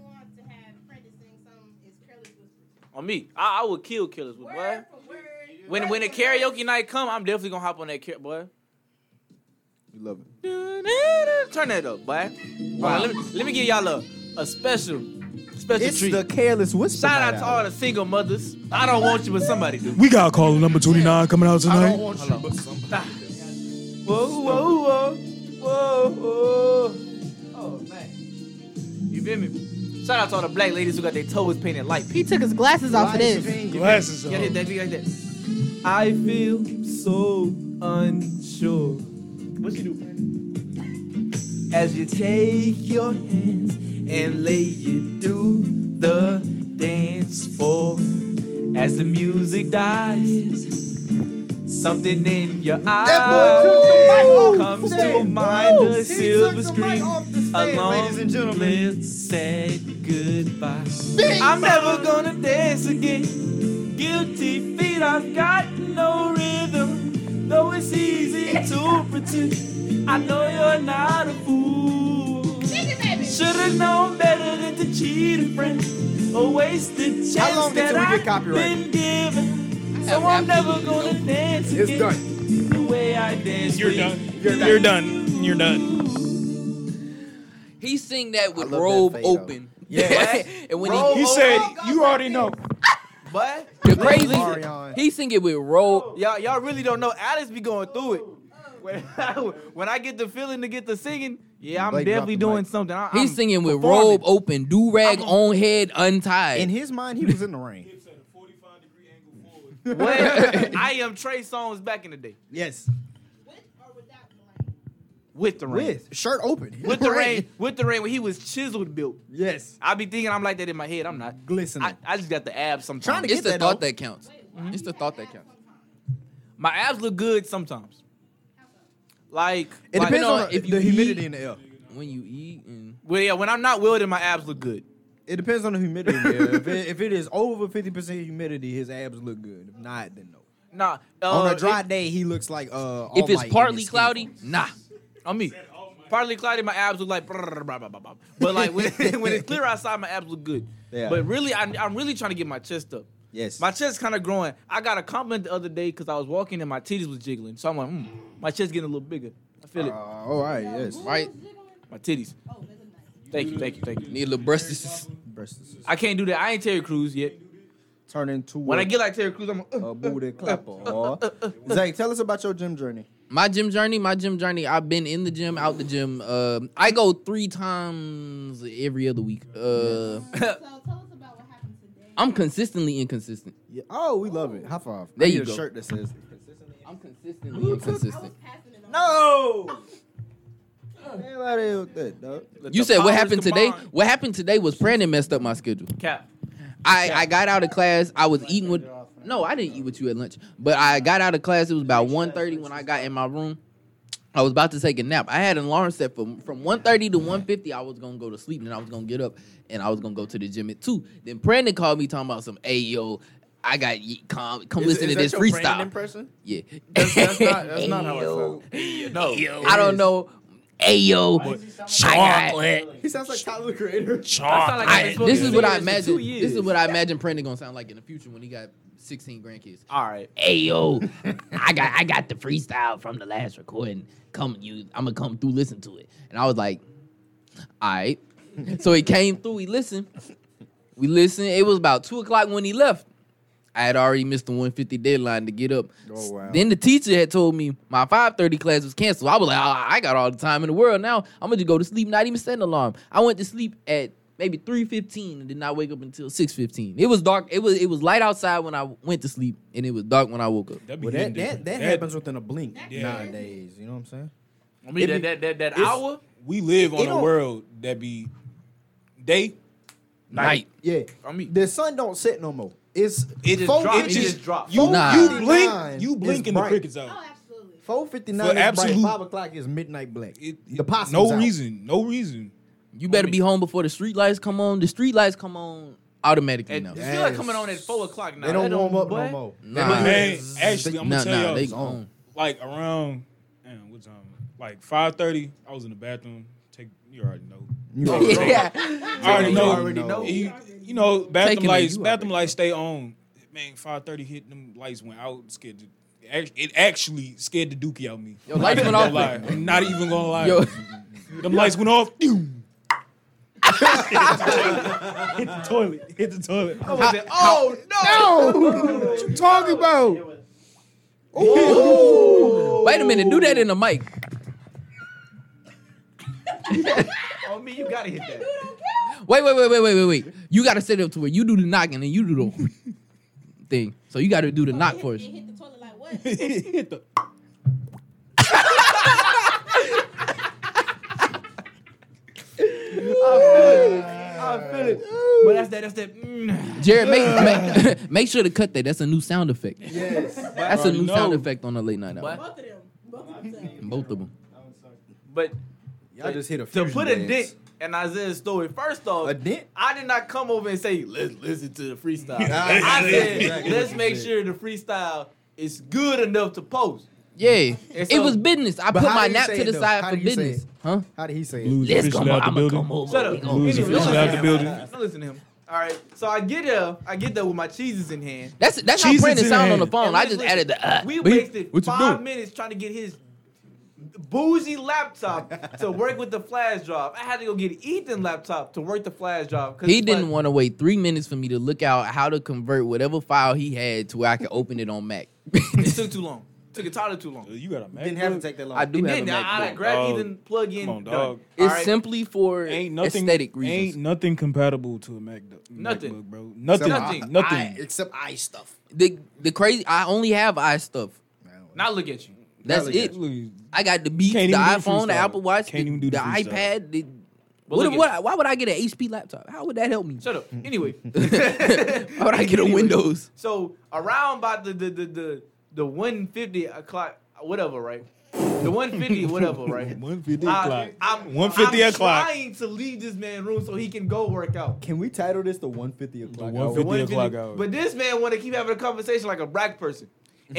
want to have Brandon sing something, it's Careless Whispers.
Uh, on me. I, I would kill killers with
Word
what?
for word.
When
word
when the
for word.
karaoke night come, I'm definitely gonna hop on that car- boy.
You love it.
Turn that up, boy. Wow. let, me, let me give y'all a, a special special
It's
treat.
the careless whisper.
Shout out
night
to all the single mothers. I don't want you, but somebody do.
We got call number 29 coming out
I don't
tonight.
want you, but somebody.
Whoa, whoa, whoa, whoa, whoa. Oh man. You feel me? Shout out to all the black ladies who got their toes painted light pink.
He took his glasses off of this.
Glasses
Yeah,
on.
that be like that. I feel so unsure. What you do? As you take your hands and lay it through the dance floor, as the music dies, something in your eyes comes to mind. The silver screen a long
and gentlemen.
lived sad goodbye. I'm never gonna dance again. Guilty feet, I've got no rhythm. Though it's easy to pretend, I know you're not a fool. Should've known better than to cheat a friend or waste the chance
How long
that
until we get
I've
copyrighted?
been given. So I'm never gonna dance again.
It's done.
The way I dance
You're
with
done.
you.
You're done. You're done.
He sing that with
love that
robe
fade, though.
open.
Yeah.
and when
Oh,
Robe-
he
He said, you already know.
But
the crazy
Marion.
he sing it with robe.
Y'all, y'all really don't know. Alex be going through it. When, when I get the feeling to get the singing, yeah, I'm
Blake dropped
definitely
the
doing
mic.
something. I,
He
I'm
singing with
performing.
robe open, do rag on head untied.
In his mind, he was in the rain.
Hips at a 45 degree angle forward.
oh.
What? I am Trey Songz back in the day
yes.
With or without blame?
with the rain.
With shirt open.
With the rain, with the rain, when he was chiseled built.
Yes.
I be thinking I'm like that in my head. I'm not.
Glistening.
I, I just got the abs sometimes.
Trying to
it's
get
the
that
thought
off.
that counts. It's the thought that counts.
my abs look good sometimes. Like
it
like-
depends
know,
on the,
if you
the humidity
eat-
in the air.
When you eat and
Well, yeah, when I'm not wielding, my abs look good.
It depends on the humidity. in the air. if, it, if it is over fifty percent humidity, his abs look good. If not, then no.
Nah, uh,
on a dry
it-
day, he looks like uh.
if
Almighty in
it's
his
partly
skin.
cloudy, nah.
on me. Partly cloudy, my abs look like. brr, brr, brr, brr, brr, brr. But like when, when it's clear outside, my abs look good.
Yeah.
But really, I, I'm really trying to get my chest up.
Yes.
My chest kind of growing. I got a compliment the other day because I was walking and my titties was jiggling. So I'm like, mm, my chest getting a little bigger. I feel
Uh,
it.
all right. Yes.
Right?
My titties. Thank you, thank you, thank you.
Need a little breast.
Breast is
I can't do that. I ain't Terry Crews yet.
turn into
When
a,
I get like Terry Crews, I'm like, uh,
a booty clapper. or- Zach, tell us about your gym journey.
My gym journey, my gym journey. I've been in the gym, out the gym. Um, I go three times every other week. Uh,
So tell us about what happened today.
I'm consistently inconsistent.
Yeah. Oh, we love it. High five.
There
I
you
need
go.
A shirt that says.
I'm consistently inconsistent.
Passing it on.
No. Everybody with that, dog.
let
You
the
said what
powers
happened today?
combine.
What happened today was Brandon messed up my schedule.
Cap.
I, I got out of class. I was eating with no, I didn't eat with you at lunch. But I got out of class. It was about 1.30 when I got in my room. I was about to take a nap. I had an alarm set for from 1.30 to 1.50. I was gonna go to sleep and then I was gonna get up and I was gonna go to the gym at two. Then Brandon called me talking about some hey yo, I got ye- come come listen to this freestyle.
impression?
Yeah.
That's, that's not. That's not how it
Ayo.
sounds.
No.
I don't know. Hey yo, I got-
He sounds like Tyler the Creator.
I sound like I've been
I-
smoking
this is what I
cigarettes for
imagine.
two years.
This is what I imagine Brandon gonna sound like in the future when he got 16 grandkids.
All right.
Hey yo, I got I got the freestyle from the last recording. Come you, I'm gonna come through listen to it. And I was like, all right. So he came through. We listened. We listened. It was about two o'clock when he left. I had already missed the 150 deadline to get up.
Oh, wow.
Then the teacher had told me my 5:30 class was canceled. I was like, "Ah, I got all the time in the world now. I'm gonna just go to sleep, not even set an alarm. I went to sleep at maybe 3:15 and did not wake up until 6:15. It was dark. It was it was light outside when I went to sleep, and it was dark when I woke up.
That'd be
Well, that,
hitting
that,
different.
that happens within a blink
Yeah.
nowadays. You know what I'm saying?
I mean,
It
that,
be-
that, that, that
it's-
hour.
We live
It
on a
don't-
world that be day.
Night.
Yeah.
I mean,
The sun don't set no more. It's
It just
four
drops. It
inches.
just drops.
You,
Nah.
you
Forty-nine
blink. You
is
blink and the
bright.
crickets out.
Oh, absolutely.
Four fifty
For
nine is bright.
absolute-
Five o'clock is midnight black.
It-
The possum's
No
out.
reason. No reason.
You better be home before the street lights come on. The street lights come on automatically
And
now.
it's still like coming on at four o'clock now.
They don't
That
warm up no
what?
more.
Nah,
Man, actually, I'm
nah,
gonna tell
nah,
y'all.
they
something.
gone.
like around damn, what time? Like five thirty, I was in the bathroom. Take you already know.
You are right.
yeah,
I already
You
know.
already know.
You, you know, bathroom
Taking it,
lights.
you
Bathroom
already
lights stay on. Man, five thirty hit. Them lights went out. Scared. The, it act- it actually scared the dookie out of me.
Yo, lights
I'm
went
not
off.
gonna lie. I'm not even gonna lie.
yo,
Them lights went off. hit the toilet. Hit the toilet.
Oh no!
What you talking about?
wait a minute, do that in the mic.
On Oh, me, you gotta hit that.
Wait, wait, wait, wait, wait, wait, wait. You gotta set it up to where you do the knocking and you do the thing. So you gotta do the knock first.
hit the toilet like what?
hit the.
I feel it. But that's that. That's that. Mm.
Jared, make, make, make sure to cut that. That's a new sound effect.
Yes.
That's a new
No.
sound effect on the late night hour.
But,
Both of them. Both of them.
Both of them.
but
Y'all just hit a
to
fusion
put a
dance.
dent in Isaiah's story, first off,
A dent?
I did not come over and say let's listen to the freestyle.
Nah,
I said
exactly
let's
what
make
you said.
sure the freestyle is good enough to post.
Yeah,
And
Mm. it
so-
was business. I
But
put
how
my
do you
nap
say
to
it
the
though?
side
How
for
do you say
business.
it?
Huh?
How did he say it?
Blues
Let's
officially
go.
out the
I'ma
building.
come over.
Shut up.
We gonna-
Blues
Anyway,
officially
don't
out
listen
the
to him.
building.
Don't listen to him. All right, so I get there. I get there with my cheeses in hand.
That's that's
Jesus
how Brandon
in
sound on
hand.
the phone.
And
I
let's
just
listen,
added the. Uh,
we
but he-
wasted
what you
five
doing?
minutes trying to get his boozy laptop to work with the flash drive. I had to go get Ethan's laptop to work the flash drive. 'cause
He
it's
didn't
like-
want to wait three minutes for me to look out how to convert whatever file he had to where I could open it on Mac.
It took too long. Took a toddler too long.
You got a man.
Didn't have to take that long.
I do
And
have a
then I, I
Mac.
grabbed
dog.
Ethan, plug in.
Come on,
done.
dog.
All
It's
right?
simply for
ain't nothing
aesthetic reasons.
Ain't nothing compatible to a MacBook,
Nothing.
MacBook bro. Nothing,
Nothing.
nothing,
I, except eye stuff.
the the crazy. I only have i stuff.
Now look at you.
That's
Hell yeah.
it. I got the Beats,
Can't
the
even do
iPhone, the
freestyle.
Apple Watch,
Can't
the,
even do
the
the freestyle.
iPad. The,
But
what,
look at-
what, why would I get an HP laptop? How would that help me?
Shut up. Anyway.
Why would I get a Windows?
So around about the the the the, the one fifty o'clock, whatever, right? The one fifty, whatever, right?
One fifty
I,
o'clock.
I'm
150
I'm
o'clock.
Trying to leave this man room so he can go work out.
Can we title this the 150 o'clock? hour?
150
150
o'clock hour.
But this man want to keep having a conversation like a black person, and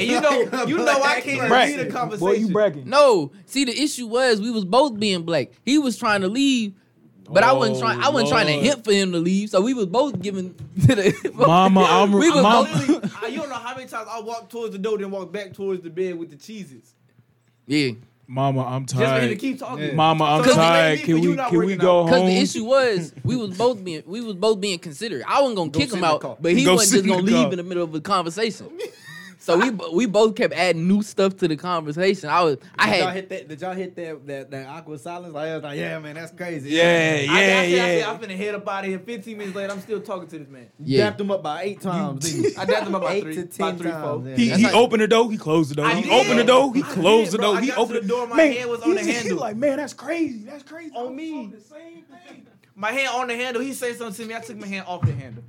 you know
Like a
you know I
black
can't
person.
lead a conversation.
Boy, you bragging.
No. See, the issue was we was both being black. He was trying to leave, but I wasn't
Oh,
trying. I wasn't trying to
Lord.
hint for him to leave. So we was both giving. To the,
Mama, I'm-
we was
Mama-
both-
Literally, I, you don't know how many times I walked towards the door, then walked back towards the bed with the cheeses.
yeah.
Mama, I'm
Just for him
tired.
to keep talking.
Mama, I'm
So it's
tired.
lazy for
Can
you
we
not
can we
working
go
out.
Cause
home?
Oh.
the issue was we was both being we was both being considerate. I wasn't gonna
Go
kick
sit
him
in the
out,
car.
but he
Go sit
wasn't
in
just gonna
the
leave
car.
in the middle of a conversation. So we bo- we both kept adding new stuff to the conversation. I was I
Did y'all
had
hit that? Did y'all hit that that, that aqua silence? Like, I was like, yeah, man, that's crazy.
yeah,
I, I
yeah,
said, I
yeah.
said, I'm finna head up out of here. 15 minutes later, I'm still talking to this man.
You
yeah.
dapped him up by eight times. didn't you?
I dapped him up by
eight
three-
to
by
ten
three, four.
times. yeah.
He
That's
he
like-
opened the door. He closed the door.
I
He
did.
opened the door. He
I
closed
did,
the
bro.
door.
I
He
got to
opened
the door, my
Man,
hand was on the
he- he
handle.
like, man, that's crazy. That's crazy.
On me. My hand on the handle. He said something to me. I took my hand off the handle.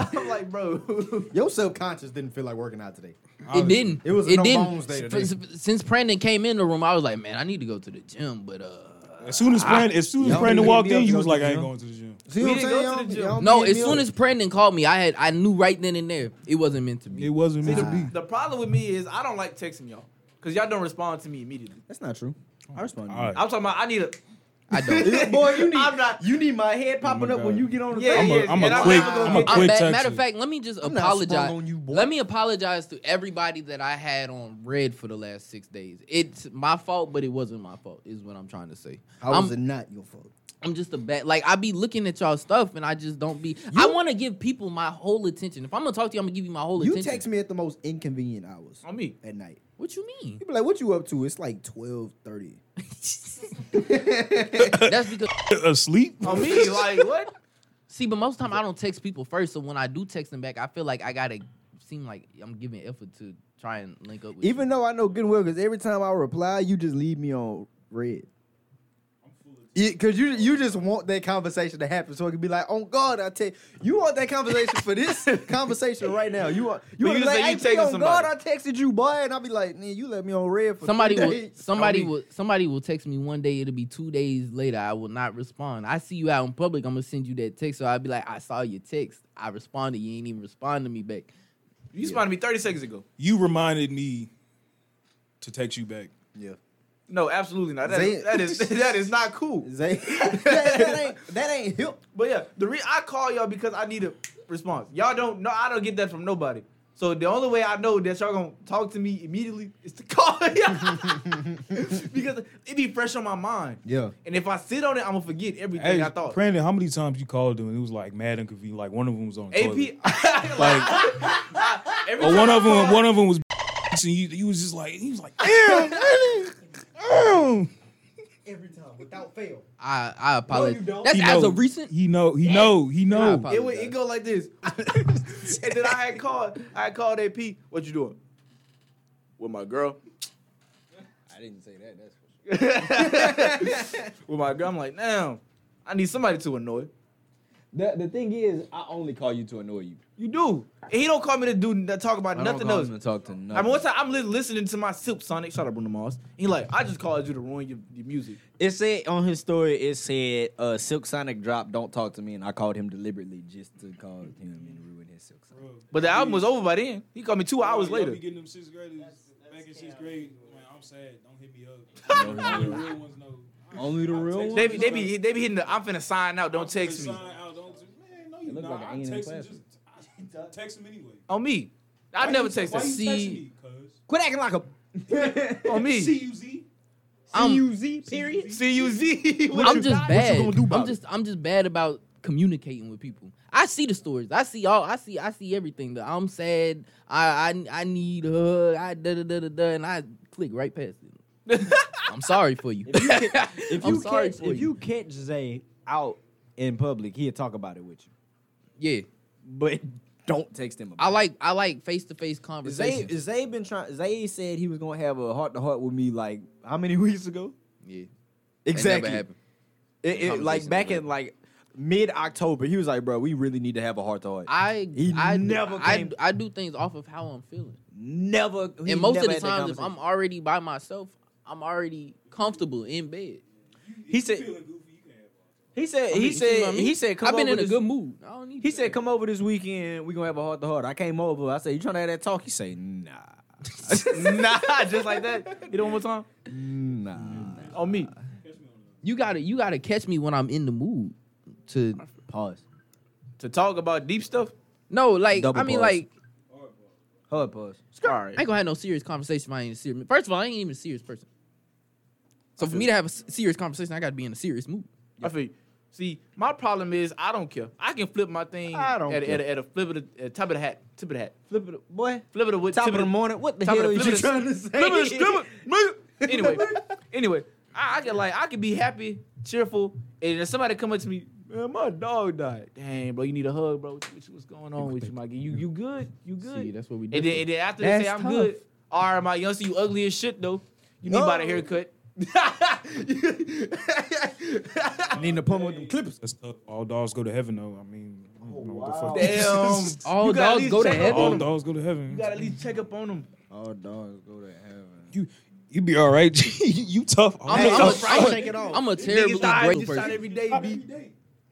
I'm like, bro.
Your subconscious didn't feel like working out today.
It didn't.
It was a
It
no
didn't.
bones day
S-
today.
s- Since Brandon came in the room, I was like, man, I need to go to the gym. But uh,
As soon as Brandon, as soon as
Y'all
Brandon
didn't
walked
hit me
in,
up
you
to
was
go
like,
to
I
the
ain't
gym.
going to the gym.
See
We didn't go to the gym.
no, as soon as Brandon called me, I had I knew right then and there it wasn't meant to
It
be.
wasn't meant to be.
the problem with me is I don't like texting y'all. Because y'all don't respond to me immediately.
that's not true. I respond.
All right.
I'm talking about I need a.
I don't.
Boy, you need
I'm not-
you need my head popping
my
up when
God.
you get on the
Yeah,
thing.
I'm
yeah.
a, I'm
and
a
I'm
quick,
not gonna
I'm a
get-
I'm
quick
bad.
texter.
Matter of fact, let me just
I'm not
apologize.
sprung on you, boy.
let me apologize to everybody that I had on red for the last six days. It's my fault, but it wasn't my fault. Is what I'm trying to say.
How is
I'm,
it not your fault?
I'm just a bad. Like I be looking at y'all stuff, and I just don't be. I want to give people my whole attention. If I'm gonna talk to you, I'm gonna give you my whole
You
attention.
text me at the most inconvenient hours
On me.
at night.
What you mean?
You be like, "What you up to?" It's like twelve thirty.
That's because
asleep.
On me. Like, what?
see, but most time I don't text people first. So when I do text them back, I feel like I gotta seem like I'm giving effort to try and link up with. you.
Even though I know good and well, because every time I reply, you just leave me on red. Because you you just want that conversation to happen so it can be like, oh God, I take you want that conversation for this conversation right now. You want you
But
want
you
to be
just
like,
say
hey,
you
P,
texted
oh God,
somebody.
I texted you, boy, and I'll be like, man, you let me on red for
Somebody
three
will
days."
somebody
Oh,
will somebody will text me one day, it'll be two days later. I will not respond. I see you out in public, I'm gonna send you that text. So I'll be like, I saw your text. I responded, you ain't even respond to me back.
You responded to me 30 seconds ago.
You reminded me to text you back.
No, absolutely not. That
Zay-
is, that is that is not cool.
Zay- that, that ain't that ain't help.
But yeah, the re- I call y'all because I need a response. Y'all don't know. I don't get that from nobody. So the only way I know that y'all gonna talk to me immediately is to call y'all because it be fresh on my mind.
Yeah.
And if I sit on it, I'm gonna forget everything
Hey,
I thought.
Brandon, how many times you called him and it was like mad inconvenient? Like one of them was on the
AP,
toilet.
like every
Or
time
one
I
of them,
call-
one of them was, and you, you was just like, he was like, damn, damn.
Every time, without fail.
I I apologize.
don't.
That's
He
as
know.
of recent.
He know, he know, he
I
know.
apologize.
It would it go like this. and then I had called I had called AP. What you doing? With my girl.
I didn't say that. That's for
With my girl. I'm like, damn, I need somebody to annoy.
The, the thing is, I only call you to annoy you.
You do. And he don't call me to do to talk about
I don't
nothing
call
else.
him to talk to
I mean,
nothing.
one time I'm li- listening to my Silk Sonic. Shout out Bruno Mars. And he like, I just called you to ruin your, your music.
It said on his story, it said uh, Silk Sonic drop, don't talk to me, and I called him deliberately just to call him and ruin his Silk Sonic.
But the album was over by then. He called me two hours later.
getting them sixth graders back in sixth grade. I'm sad. Don't hit me
Don't hit me
up. real ones know.
Only the real one.
They be, they be they be hitting the I'm finna sign out. Don't text me
It looked like an alien classroom.
Text him anyway.
on me. I never text
Why you
him
See-
texting me, cuz?
Quit acting like a.
on me.
C-U-Z?
I'm,
Period. C U Z.
I'm just bad.
gonna do about
I'm just I'm just bad about communicating with people. I see the stories. I see all. I see I see everything. The I'm sad. I I I need a hug. I da da da da da, and I click right past it. I'm sorry for you.
If you, ca- if
I'm
you
sorry
catch,
for
if
you.
you catch Zay out in public, he'll talk about it with you.
Yeah,
But don't text him. About
I like I like face to
it.
face
Zay,
conversations.
Zay been trying. Zay said he was gonna have a heart to heart with me like how many weeks ago?
Yeah, That
Exactly.
never happened.
It, it, like
Conversation
back
over.
in like mid October, he was like, "Bro, we really need to have a heart to heart."
I
He
I
never
I,
came-
I do things off of how I'm feeling.
Never. he
and most of
never
the
had that
times, if
conversation.
I'm already by myself, I'm already comfortable in bed.
he said, he said,
I mean,
he
you see what I
said,
mean?
he said, come
I've been
over
in a
this-
good mood. I don't need.
He
to-
said, "Come over this weekend. We gonna have a heart to heart." I came over. I said, "You trying to have that talk?" He say, "Nah,
nah, just like that. You know one more time
nah."
on me.
"You gotta, you gotta catch me when I'm in the mood." To
Pause.
to talk about deep stuff.
no, like
Double
I mean,
pause.
like
Hard pause.
All right.
I ain't gonna have no serious conversation. If I ain't a serious. First of all, I ain't even a serious person. So for me to have a s- serious conversation, I gotta be in a serious mood.
I feel you. See, my problem is I don't care. I can flip my thing
I don't
at, a, at,
care.
a, at a flip of the at top of the hat, tip of the hat,
Flip it, up, boy.
flip of the wood,
Top
tip
of the morning. What the
top of
hell
the
is you
flip
trying
of
to
the-
say?
flip of the stripper, nigga. Anyway, anyway, I, I can like I can be happy, cheerful, and if somebody come up to me, man, my dog died. Dang, bro, you need a hug, bro. What you- What's going on with you, Mikey? You you good? You good?
See, that's what we
and, then,
do.
and then after they say
That's
I'm
tough.
good, all right, my youngster, you ugly as shit though. You need about a haircut.
Need to pummel them clippers.
That's tough. All dogs go to heaven, though. I mean, I don't know
Oh,
what the fuck.
Damn.
All
You gotta at
dogs
least
go to
check up
heaven.
All
on 'em.
dogs go to heaven.
You gotta at least check up on them.
All dogs go to heaven.
You you be all right. you tough.
I'm a,
Hey,
I'm,
I-
a, I'm, a, I'm a terribly
Niggas die
great
just out
person.
every day, B.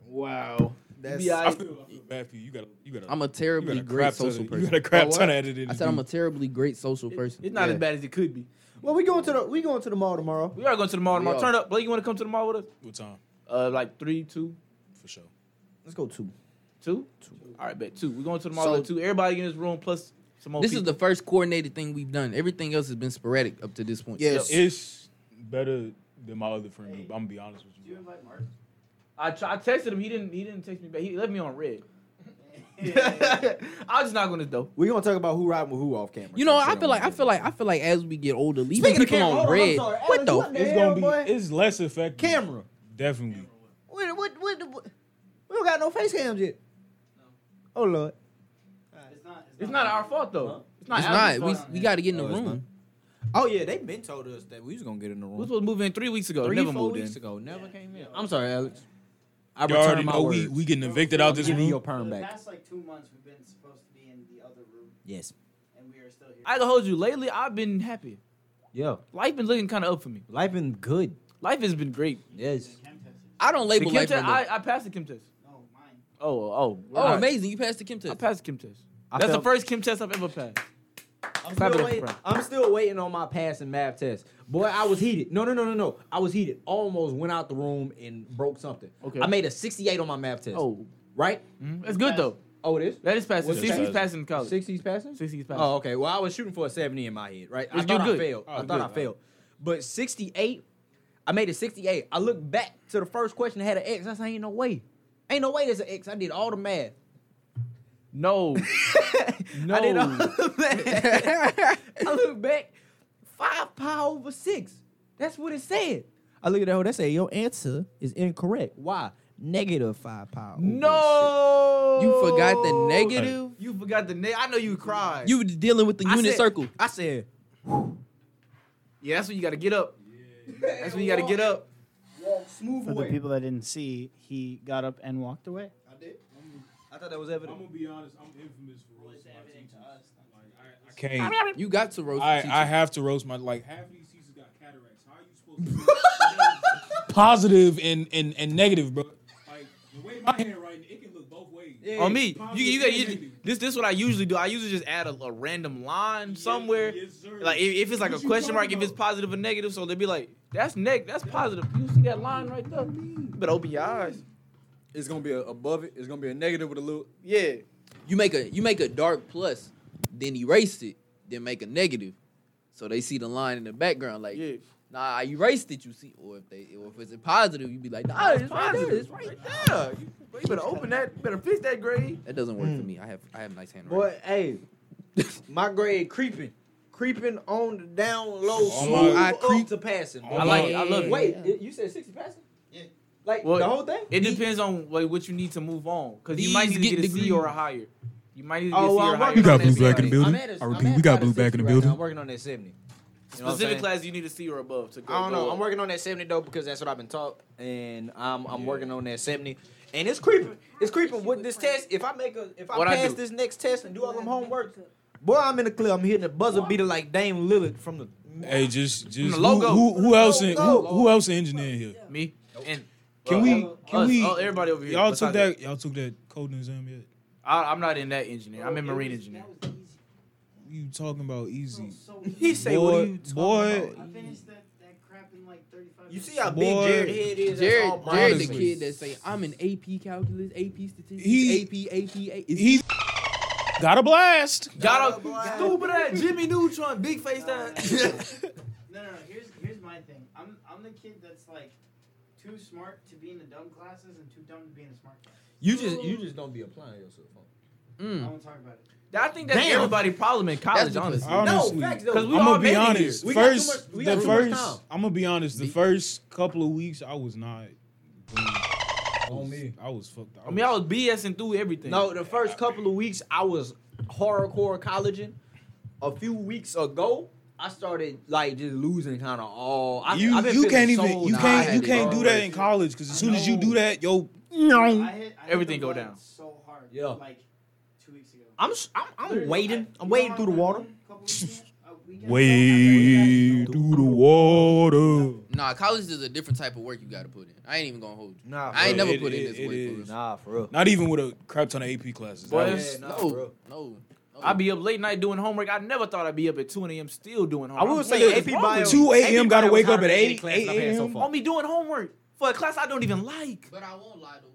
Wow. That's
Be all
I
right.
feel, I feel bad for you. You got you got
I'm a terribly great social
You got
person.
a crap
Oh, what?
ton of editing.
I
to
said I'm
do.
a terribly great social
It's
person.
not
Yeah.
as bad as it could be.
Well, we going to the we going to the mall tomorrow.
We are going to the mall
We
tomorrow.
are.
Turn up, Blake. You want to come to the mall with us?
What time?
Uh, like three, two,
For sure.
Let's go two.
two. All right, bet two. We're going to the mall
So-
at two. Everybody in this room plus some more.
This is
people.
the first coordinated thing we've done. Everything else has been sporadic up to this point.
Yes.
It's better than my other friend group. I'm gonna be honest with you.
I, tr- I texted him. He didn't. He didn't text me back. He left me on red. I was just not gonna though.
We're gonna talk about who riding with who off camera.
You know, I feel like I feel like I feel like as we get older, leaving
Speaking of
people
camera,
on
hold on, I'm
red.
sorry.
what
Alex,
the?
what the
It's
hell,
gonna be.
boy?
It's less effective.
Camera.
Definitely.
What, what, what, what- we don't got no face cams yet. Oh lord.
It's not.
It's not our fault though. It's not.
It's
our
not. We,
fault.
we got to get in the room.
Oh yeah, they been told us that
We was gonna get in the
we was
room.
supposed to move in three weeks ago.
Three,
never
four
moved
weeks
in.
ago. Never came in. I'm sorry, Alex. I
You
returned
already
my
know we,
words.
we getting evicted out this
Give me your
room.
For
perm
the
back.
past like two months, we've been supposed to be in the other room,
Yes.
and we are still here.
I can hold you. Lately, I've been happy.
Yeah.
Life been looking kind of up for me.
Life been good.
Life has been great.
Yes.
Chem tested.
I don't label
The
like
chem test, I, I passed the chem test.
No, mine.
Oh, oh,
Oh,
alright.
amazing! You passed the chem test.
I passed the chem test.
I
That's
failed-
the first chem test I've ever passed.
I'm
Clap it
still,
up,
wait-
bro.
I'm still waiting on my pass and math test. Boy, I was heated. No, no, no, no, no. I was heated. Almost went out the room and broke something.
Okay.
I made a 68 on my math test.
Oh,
Right?
mhm. that's good though.
Oh, it is?
That is passing.
What's
Six,
that?
he's passing in college. Six,
E-
60s passing?
he's passing.
Oh, okay. Well, I was shooting for a 70 in my head, right? I
Let's do
thought I
good.
failed. I
Oh,
thought
good.
I failed. But 68, I made a 68. I looked back to the first question that had an X. I said, ain't no way. Ain't no way there's an X. I did all the math.
No,
I did all
no.
the math. I look back, five pi over six. That's what it said. I look at that whole, they say, your answer is incorrect. Why? Negative five pi over
No,
You forgot the negative.
You forgot the negative. I know you cried.
You were dealing with the
I
unit
said-
circle.
six. I said,
Yeah, that's when you got to get up. That's when you got to get up.
For the people that didn't see, he got up and walked away.
I thought that was
I'm
evident.
gonna be honest. I'm infamous for roasting my teachers. Like I, I
Can't.
You got to roast. the teacher.
I, I have to roast my like
half of these teachers got cataracts. How are you supposed to?
positive and and and negative, bro.
like the way my handwriting, it can look both ways. Yeah.
On me, you, you, got- you,
Positive.
this this what I usually do. I usually just add a, a random line somewhere.
yes, sir.
Like if, if it's like
What
a
you
question mark,
talking
if it's
about?
positive or negative, so they'd be like, "That's neg, that's positive." You see that line right there? But open your eyes.
It's going to be a, above it. It's going to be a negative with a little.
Yeah.
you make a you make a dark plus, then erase it, then make a negative, so they see the line in the background. Like,
Yeah.
nah, I erased it. You see, or if they or if it's a positive, you be like, nah,
Oh,
it's positive.
It's right there. You, you better open that. You better fix that grade.
That doesn't work for me. I have I have nice handwriting.
Boy, hey,
My grade creeping. Creeping on the down low.
Oh
smooth
my-
up to passing. bro.
Oh I
like it. I love it.
Wait, it- you said 60 passing?
Yeah.
Like
Well,
the whole thing?
It depends on like, what you need to move on, because you might
These
need to get,
get
a C
degrees.
or a higher. You might need to get
Oh,
a C
well,
or
I'm
higher.
working
got
on
Blue
that
back
70.
in the building.
I'm at a-
I
I'm
repeat,
at
we got
about a
Blue back in the
60 right now.
building.
I'm working on that 70. You know what I'm
Specific
saying?
class, you need a C or above to go.
I don't
go
know.
up.
I'm working on that 70 though because that's what I've been taught, and I'm I'm working on that 70. And it's creeping. It's creeping with this test. If I make a, if I
What I
pass
do?
this next test and do all them homework, boy, I'm in the clear. I'm hitting the buzzer beater like Dame Lillard from the.
Hey, just just
the
who,
logo.
who who else in who,
Logo.
who else in engineering here?
Me and
Can we can
us,
we
oh, everybody over here.
y'all took
besides
that y'all took that coding exam yet?
I, I'm not in that engineer. I'm in marine engineer.
What You talking about easy?
So
He say, "What are
Boy-
you talking
boy.
about?"
I finished that, that crap in like 35
You see how
Boy.
big Jared head is?
Jared,
that's all
Jared, the
honestly.
kid that say I'm an AP calculus, AP statistics,
He-
AP, AP, AP. Is
He got a blast.
Got a stupid ass Jimmy Neutron, big face that.
No, no, no. Here's here's my thing. I'm I'm the kid that's like too smart to be in the dumb classes and too dumb to be in the smart class.
You just you just don't be applying yourself.
I
Mm.
won't talk about it.
I think that's
Damn.
everybody problem in college,
That's the
honestly.
pussy. Honestly.
no, facts though.
'Cause we
I'm
all
gonna be
made it here.
honest.
We got too
First,
much- we got
the
too much
first,
time.
I'm gonna be honest. The
Be-
first couple of weeks, I was not. I
On
was,
me.
I was fucked. up.
I mean, I was BSing through everything.
No, the first couple of weeks I was hardcore collagen. A few weeks ago, I started like just losing kind of all. I,
you
I've been
you
feeling
can't
so
even you
down.
can't
I
you
had it
can't do that
already.
in college because as soon as you
know.
do that, yo,
I hit, I hit
Everything
the
go
button
down.
So hard.
Yeah.
Like two weeks ago.
I'm s- I'm, I'm
Literally,
waiting.
I-
I'm
you
wading
know
through the
what
water.
happened a couple weekends- a weekend ago?
way through the water.
Nah, college is a different type of work you got to put in. I ain't even gonna hold you.
Nah,
I ain't
bro,
never
it-
put in
it-
this
it
work. for
is.
real.
Nah, for real.
Not even with a crap ton of AP classes.
Boy,
That was-
it's-
Yeah, nah, for
No,
real.
no, no.
I be up late night doing homework. I never thought I'd be up at 2 a.m. still doing
I
homework.
will
I'm
say
like,
AP
what's wrong
bio.
with you?
2 a.m. gotta wake up at 8 a.m.
On me doing homework for a class I don't even like.
But I won't lie though.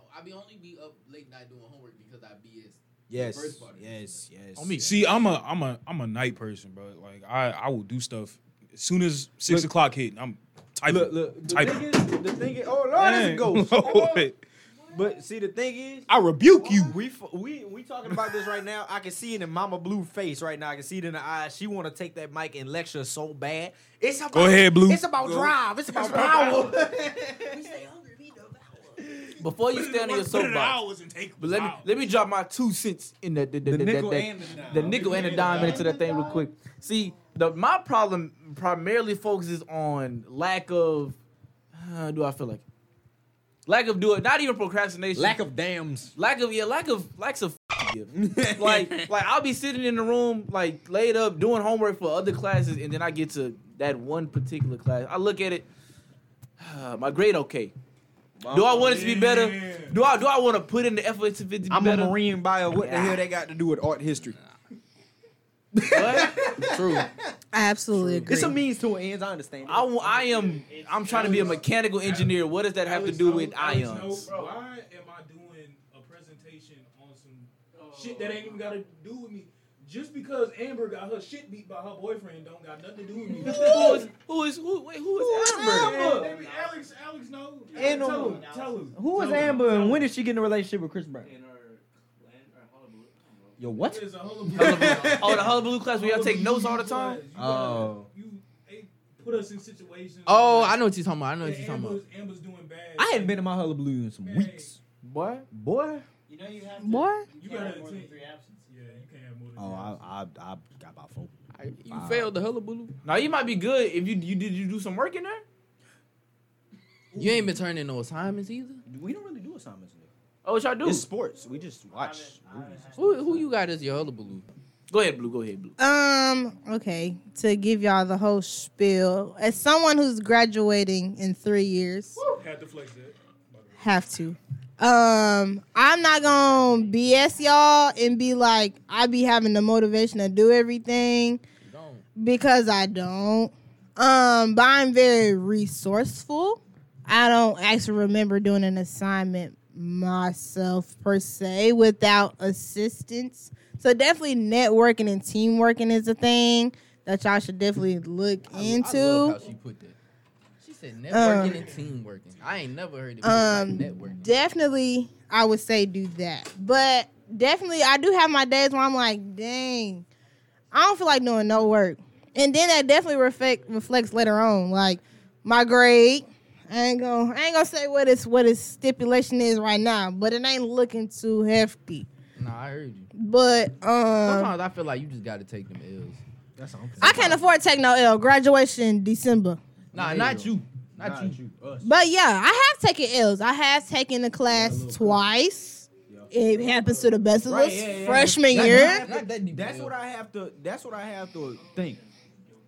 Oh, I be only be up late night doing homework because I BS.
Yes,
First part.
yes, yes.
On me.
See, I'm a I'm a I'm a night person, bro. Like I I will do stuff as soon as six o'clock hit. I'm typing.
Look, look. The
Type
thing
it.
is, the thing is, oh lord, it's a
Dang.
ghost.
Lord.
But see, the thing is,
I rebuke you.
We f- we we talking about this right now. I can see it in Mama Blue face right now. I can see it in the eyes. She want to take that mic and lecture so bad. It's about
Go ahead, Blue.
It's about
Go.
drive. It's about power.
We stay hungry, we devour.
before you stand on your
Work for the
soapbox,
hours and take
but let me
hours.
let me drop my two cents in that the, the, the,
nickel
that-
and the dime.
the nickel and the dime into that thing real quick. See, the my problem primarily focuses on lack of. How do I feel like? Lack of do it, not even procrastination.
Lack of dams.
lack of yeah, lack of lacks of give. like like I'll be sitting in the room like laid up doing homework for other classes, and then I get to that one particular class. I look at it, my grade okay. do I want it to be better? Do I do I want to put in the effort to be
I'm
better?
a marine bio. What the hell they got to do with art history?
True.
I absolutely agree.
It's a means to an end. I understand.
I, wa- I am I'm trying to be a mechanical engineer. What does that have to do with ions?
Bro, why am I doing a presentation on some shit that ain't even got to do with me? Just because Amber got her shit beat by her boyfriend don't got nothing to do with me.
Who is who is who? Wait, who is Amber?
Amber. Alex, Alex, no.
And
tell
no.
him, tell him.
Who was
Tell him,
Amber
tell
and
him.
when did she get in a relationship with Chris Brown?
In her clan, or Hullabaloo. I don't know.
Yo, what?
There's a hullabaloo.
Oh, the hullabaloo class where y'all take notes all the time.
You gotta-
Oh.
You they put us in situations.
Oh,
where-
I know what you're talking about. I know
Yeah,
what you're talking about.
Amber's, Amber's doing bad.
I hadn't been in my hullabaloo in some
Man.
weeks.
Boy,
Boy.
You know you have to.
What?
You
You gotta
can't have more than
take-
three absences.
Yeah, you can't have more than
Oh,
that.
I, I, I got about four.
You
Wow.
failed the hullabaloo.
now you might be good if you you did you do some work in there.
You ain't been turning no assignments either.
We don't really do assignments. in there.
Oh, what y'all do?
It's sports. We just watch
I haven't
movies.
had-
Who who you got as your hullabaloo?
Go ahead, Blue. Go ahead, Blue.
Um, okay, to give y'all the whole spiel, as someone who's graduating in three years,
Had to flex it.
have to. Um, I'm not gonna BS y'all and be like, I be having the motivation to do everything
Don't.
because I don't. Um, but I'm very resourceful. I don't actually remember doing an assignment myself per se without assistance. So definitely networking and team working is a thing that y'all should definitely look
I- I
into.
love how she put that. She said networking and team working. I ain't never heard it be like
um,
networking.
definitely I would say do that. But definitely I do have my days where I'm like, dang, I don't feel like doing no work. And then that definitely reflect reflects later on. Like my grade, I ain't gonna I ain't gonna say what it's what its stipulation is right now, but it ain't looking too hefty.
nah, I heard you.
But um
Sometimes I feel like you just got to take them L's.
That's what I'm
I can't afford to take no L. Graduation December.
Nah,
Yeah.
not you. Not you.
Us.
But yeah, I have taken L's. I have taken the class twice. It happens to the best of
Right,
us
yeah, yeah, yeah.
freshman
Not-
year.
not- not that deep. That's what I have to. That's what I have to think.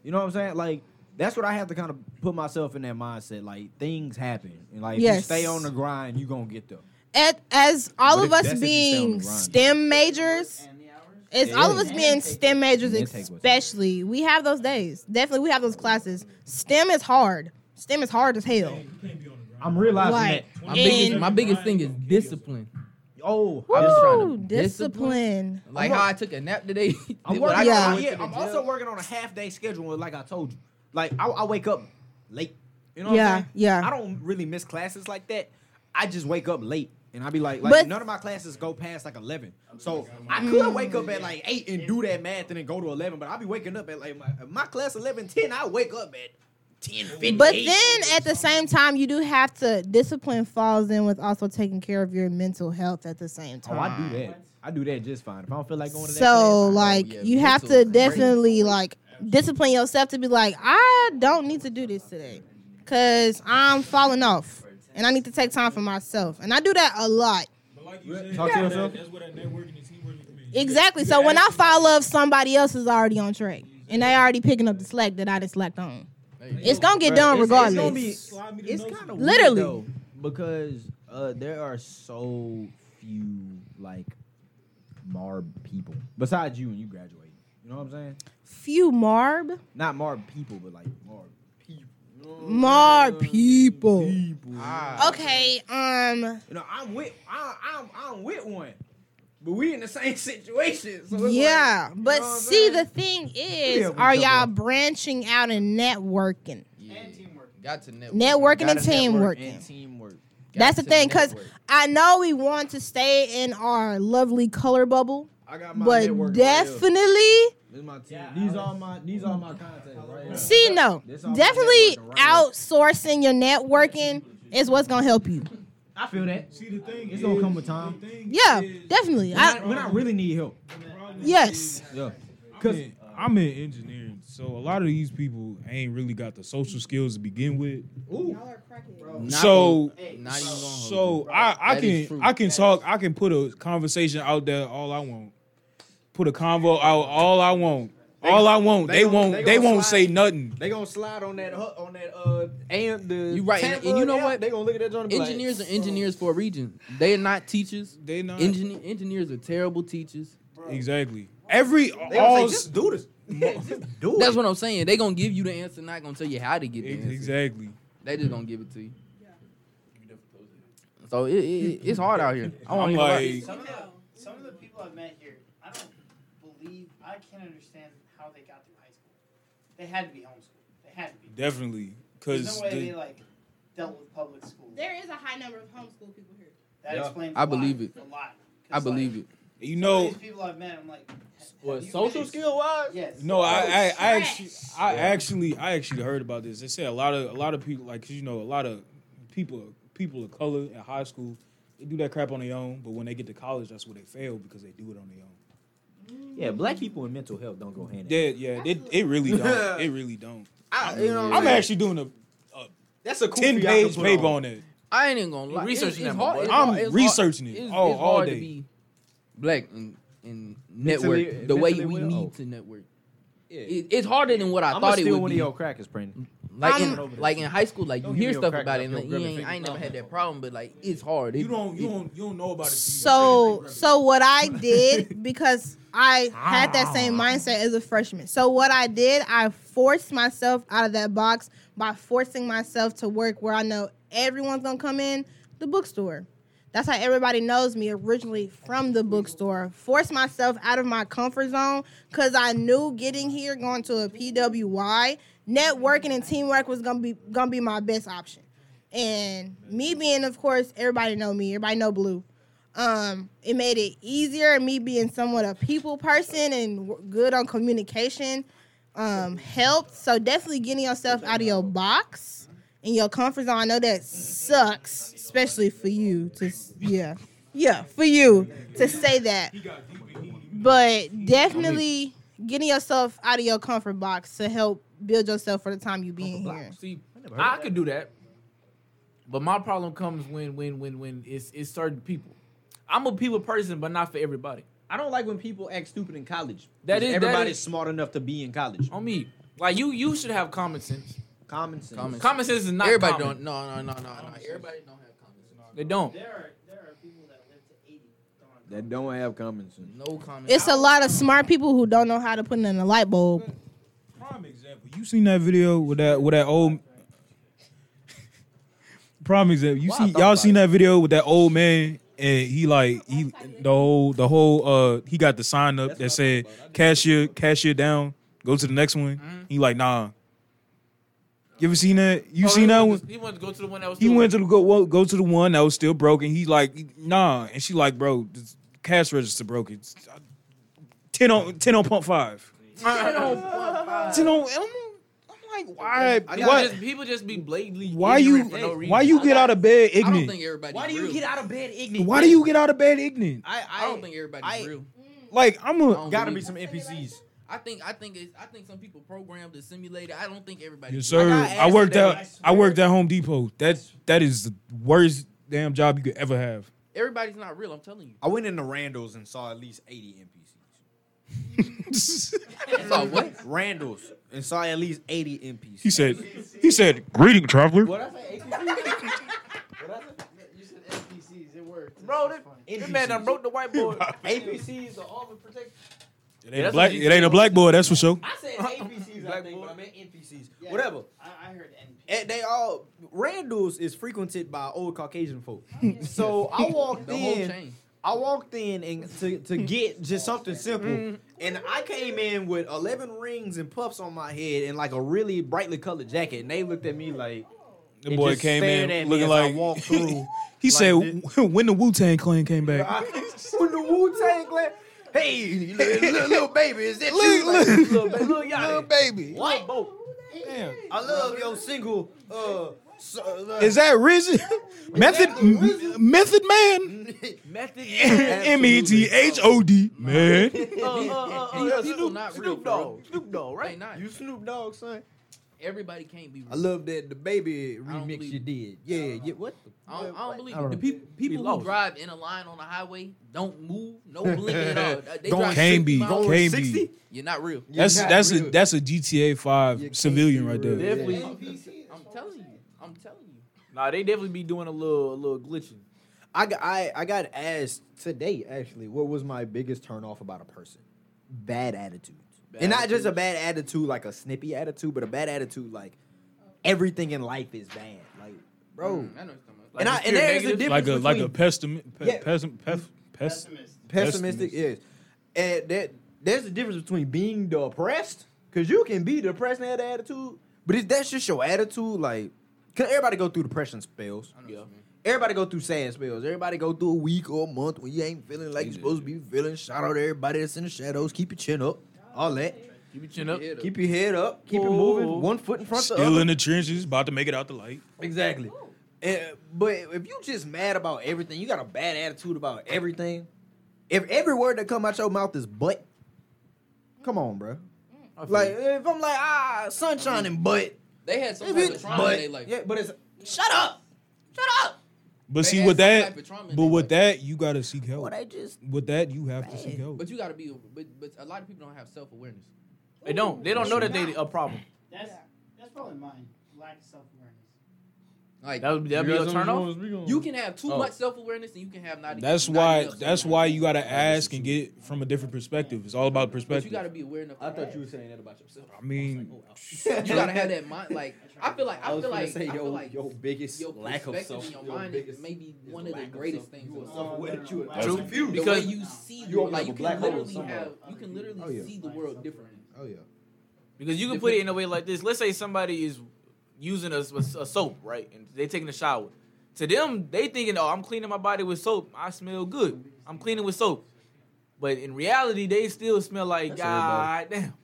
You know what I'm saying? Like that's what I have to kind of put myself in that mindset. Like things happen, and like if you
Yes.
stay on the grind, you gonna get there.
at, as all
But
of
if-
us
that's if you stay on the
being
grind.
STEM majors,
And the hours.
as
It
all of
is.
us being STEM majors,
And take what's-
especially, we have those days. Definitely, we have those classes. STEM is hard. STEM is hard as hell.
I'm realizing
Like,
My biggest,
and
my biggest thing is discipline.
that. Oh,
I'm just trying to
Woo, discipline.
Like how I took a nap today.
I'm
Did what I
working.
Yeah.
Yeah,
did.
yeah. I'm also working on a half day schedule. Like I told you, like I, I wake up late. You know what
Yeah,
I'm saying?
yeah.
I don't really miss classes like that. I just wake up late. And I be like, like
But-
none of my classes go past like eleven, so I could wake up at like eight and do that math and then go to eleven. But I be waking up at like my, my class 11, 10, I wake up at ten fifty.
But then at the same time, you do have to discipline falls in with also taking care of your mental health at the same
oh,
time.
I do that. I do that just fine. If I don't feel like going to that
So
class,
like
yeah,
you have
mental
to
is
definitely like discipline yourself to be like I don't need to do this today cuz I'm falling off and I need to take time for myself. And I do that a lot.
But like you said,
Talk to
that's
yourself.
that- That's what that networking and teamwork comes in.
Exactly. So when I fall off somebody else is already on track and they already picking up the slack that I just slacked on. It's going to get done
Bruh, it's- it's
regardless.
gonna be-
Slide me the
it's
notes
kind of
in.
Literally.
weird, though, because uh, there are so few like marb people besides you when you graduate. You know what I'm saying?
Few marb
Not marb people, but like marb people. Uh,
marb people.
People. Ah.
Okay, um
You know, I'm with I, I'm I'm with one, but we in the same situation. So it's like-
yeah, but
know what I'm
see the
saying?
thing
Yeah,
is,
we
are
cover
y'all
up.
branching out and networking?
Yeah.
And teamwork.
Got to network.
Networking
Gotta
and team
network
working.
and teamwork.
Got
That's the
to
thing, because
network.
I know we want to stay in our lovely color bubble,
I got my network
but
right here.
definitely,
This my team.
Yeah,
these
Alex.
are my these are my contacts right here.
see, no,
This all my
definitely
networking right here.
outsourcing your networking is what's gonna help you.
I feel that.
See, the thing
It's gonna
is-
come with time.
The thing
Yeah,
is-
definitely.
When
I
I, when I really need help.
the problem
yes.
Yeah.
Cause I'm in, uh, I'm in engineering, so a lot of these people ain't really got the social skills to begin with.
Not
So-
even- not even gonna hold
So
you.
I, I
That is
can
true.
I can talk I can put a conversation out there all I want. Put a convo out all I want. all I want. They,
they gon-
won't
they
they,
gon'
won't
slide.
say nothing.
They gonna slide on that hu- on that uh and the
You right, and-
Tampa
and you know
app,
what?
They gonna look at that joint and be like,
engineers are engineers for a reason. They are not teachers.
They not
Engineer, engineers are terrible teachers.
exactly. Every
They gonna
all
say, just do this. just do it.
That's what I'm saying. They gonna give you the answer, not gonna tell you how to get the answer.
exactly.
They just gonna give it to you. So it, it, it's hard out here. I
I'm
want
like
Some of, the, some of the people I've met here, I don't believe, I can't understand how they got through high school. They had to be homeschooled. They had to be.
definitely
There's
because
no way they like dealt with public school.
is a high number of homeschool people here.
That
Yeah.
explains.
I
a lot,
believe it.
A lot.
I believe it.
you
No.
know
These people I've met, I'm like. have
What
you
social
been-
skill wise?
Yes.
No, I, I, I
trash.
actually, I actually, I actually heard about this. They said a lot of, a lot of people, like 'cause you know, a lot of people, people of color in high school, they do that crap on their own. But when they get to college, that's where they fail because they do it on their own.
Yeah, black people and mental health don't go hand in hand.
Yeah, yeah, they, it really don't. It really don't.
I- you know what
I'm
saying?
actually doing a
That's a cool
ten
fee I can
page
put
paper on it.
I ain't even gonna lie.
researching
It's-
that,
it's
my
hard-
boy.
it's
I'm
hard- it's
researching it
it's-
all-
it's
all
hard
day.
To be black and and
Mentally-
network the way
mentally
we
well.
need to network.
Yeah.
It, it's harder than what
I'm
I
gonna
thought it
steal
would
one
be.
of your crackers, Brandon.
Like
I'm-
in, like in high school, like you
Don't
hear
give me a
stuff
crack up
about it, and
your
like, you
grubby
ain't,
finger.
I ain't never had that problem, but like it's hard. It-
You don't, you
it-
don't, you don't know about it.
So so what I did because I had that same mindset as a freshman. So what I did, I forced myself out of that box by forcing myself to work where I know everyone's gonna come in the bookstore. That's how everybody knows me originally from the bookstore. Forced myself out of my comfort zone because I knew getting here, going to a PWY, networking and teamwork was gonna be gonna be my best option. And me being, of course, everybody know me. Everybody know Blue um, it made it easier. Me being somewhat a people person and w- good on communication um, helped. So definitely getting yourself out of your box and your comfort zone. I know that sucks, especially for you. To s- yeah, yeah, for you to say that, but definitely getting yourself out of your comfort box to help build yourself for the time you being here.
See,
heard
I could do that, but my problem comes when when when when it's it's certain people. I'm a people person, but not for everybody.
I don't like when people act stupid in college.
That
'Cause
is- that
everybody's
is-
smart enough to be in college.
On me, like you, you should have common sense.
Common sense.
Common
Common sense is not
everybody
common.
don't. No, no, no, no, no. Everybody don't have common sense.
They don't.
There are there are people that live to 80. don't-
That don't have common sense.
No comment.
It's a lot of smart people who don't know how to put in a light bulb.
Prime example. You seen that video with that with that old. Prime example. You
Why I
see
thought
y'all
about
seen
it.
that video with that old man and he like he the whole the whole uh he got the sign up that said cashier cashier down go to the next one. He like nah. You ever seen that? You
Oh, he
seen that
wanted
one?
to- He wanted to go to the one that was.
He
doing
went
it.
to the go well, go to the one that was still broken. He like nah, and she like bro, this cash register broken. It's, uh, Ten on ten on pump five. Ten on. I'm, I'm like why?
People
what?
Just, people just be blatantly.
Why you
ignorant for no reason.
why you get out of bed
I don't
ignorant?
think everybody.
Why do you
real.
get out of bed ignorant?
Why do you get out of bed ignorant?
I,
I don't think everybody's
I-
real.
Like I'm
I
a
don't
gotta be
believe-
some NPCs.
I think I think it's I think some people programmed and simulated. I don't think everybody.
yes,
is
sir.
I got
I worked
asked
out.
today,
I worked at Home Depot. That's that is the worst damn job you could ever have.
real. Everybody's not real. I'm telling you.
I went into Randall's and saw at least 80 NPCs.
So what?
Randall's and saw at least 80 NPCs.
he said. He said, "Greeting, traveler."
What I say? APCs?
You said NPCs. It worked.
Bro,
That's
that,
funny.
that man done broke the whiteboard.
APCs are all the protection.
It ain't a
that's
black.
what
It
you
ain't a
said.
black boy. That's for sure.
I said APCs, I think, but I meant NPCs.
Yeah.
Whatever.
I, I heard NPCs.
And they all Randall's is frequented by old Caucasian folk. so I walked
Oh, The whole
in.
chain.
I walked in and to, to get just something
Mm-hmm.
simple, and I came in with eleven rings and puffs on my head and like a really brightly colored jacket, and they looked at me like
The
and
boy
just
came
stared at
in
me
looking
as I
like.
walked through.
he
like Ah,
said,
this.
"When the Wu Tang Clan came back."
when the Wu Tang Clan. Hey, little, little, little baby, is that you? Like, little, ba- little, yachty.
baby.
What?
I love your single uh
Is that Rizzy? Method M- Method Man.
Method.
M E T H O D man.
uh, uh, uh, uh,
These people
Snoop,
not real,
Snoop Dogg. Snoop Dogg,
They
right?
not.
You Snoop Dogg, son.
Everybody can't be. Real.
I love that the baby
don't
remix
believe
you
it.
did. Yeah, yeah. What? The,
I don't, I don't believe
I don't
it. the
know.
people people who
lost.
drive in a line on the highway don't move, no blinking at all. They- They drive
Can't
60
be.
miles.
Going
Can't
60?
be.
You're not real.
That's
not
that's a
real.
that's a GTA Five
You can't
civilian
be
right
real.
there.
Definitely.
I'm telling you. I'm telling you.
Nah, they definitely be doing a little, a little glitching.
I got I, I got asked today actually what was my biggest turnoff about a person? Bad attitude. and not just a bad attitude like a snippy attitude, but a bad attitude like everything in life is bad. Like, bro.
I know what you're talking about.
and I, and there's a difference
Like a like a
between
pessim pe-
Yeah.
pessim pef, pes,
Pessimist.
pessimistic is and that there's a difference between being depressed because you can be depressed and have that attitude, but if that's just your attitude, like, cause everybody go through depression spells.
Yeah.
Everybody go through sad spells. Everybody go through a week or a month when you ain't feeling like you're supposed to be feeling. Shout out to everybody that's in the shadows. Keep your chin up. All that.
Keep your chin up.
Keep your head up. Keep it moving. One foot in front of the
still
other.
in the trenches, about to make it out the light.
Exactly.
Oh.
Eh, but if you just mad about everything, you got a bad attitude about everything. If every word that come out your mouth is but, come on, bro. Like if I'm like ah sunshine and but,
They had some
if
type of
it's
trauma.
but
They like.
yeah, but it's shut up, shut up.
But
They
see
had
with
some
that,
type of trauma in
but
their
with
life.
that you gotta seek help.
But I just
With that you have to seek
Man.
help.
But you gotta be. But but a lot of people don't have self awareness.
They don't. They don't know that they a problem.
That's that's probably mine. Lack of self awareness.
Like
That would that be a turnoff.
you can have too
Oh.
much self awareness and you can have not.
That's
not
why.
enough
That's
self-awareness.
why you gotta ask and get it from a different perspective. It's all about
But you
perspective.
gotta be aware enough. I thought you.
saying that about yourself.
I mean,
You gotta have that mind. Like I feel like
I
I
was
feel
gonna
like
say
I
your
feel like
your biggest
your
lack of
perspective
self.
in your
your
mind is
biggest
maybe
is
one
the
of the
lack of
greatest
self.
things.
You
in
are
life.
self-aware that you are
True.
self aware.
The way
Because-
you see the
You open
world, like
up
you
a
can
black hole
literally
somewhere.
have you can literally
Oh, yeah.
see the world differently.
Oh yeah.
Because you can put it in a way like this. Let's say somebody is using a, a- a soap, right? And they taking a shower. To them, they thinking, oh, I'm cleaning my body with soap. I smell good. I'm cleaning with soap. But in reality, they still smell like God damn.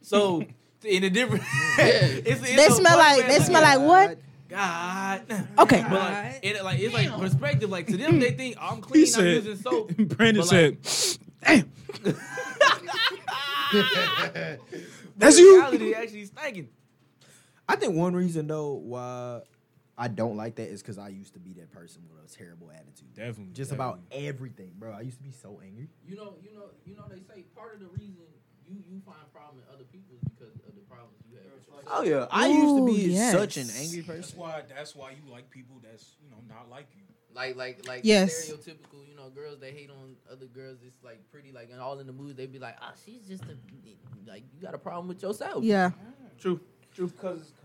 So in a different, it's, it's
They
a
smell like
fucking-
they smell like what?
God damn.
Okay.
But like, it, like it's like perspective. Like to them, they think I'm
he
clean. I'm using
said.
soap.
Brandon
But,
said,
like-
"Damn,
That's
you.
Reality actually stinking.
I think one reason though why I don't like that is because I used to be that person with a terrible attitude.
definitely."
Just about everything, bro. I used to be so angry.
You know, you know, you know. They say part of the reason you you find problems in other people is because of the problems you have. with yourself.
Oh yeah, I used to
Ooh,
be
yes.
such an angry person.
why. That's why you like people that's you know not like you.
Like like like
Yes.
stereotypical, you know, girls they hate on other girls. It's like pretty, like and all in the mood. They be like, ah, she's just a like you got a problem with yourself.
Yeah.
True.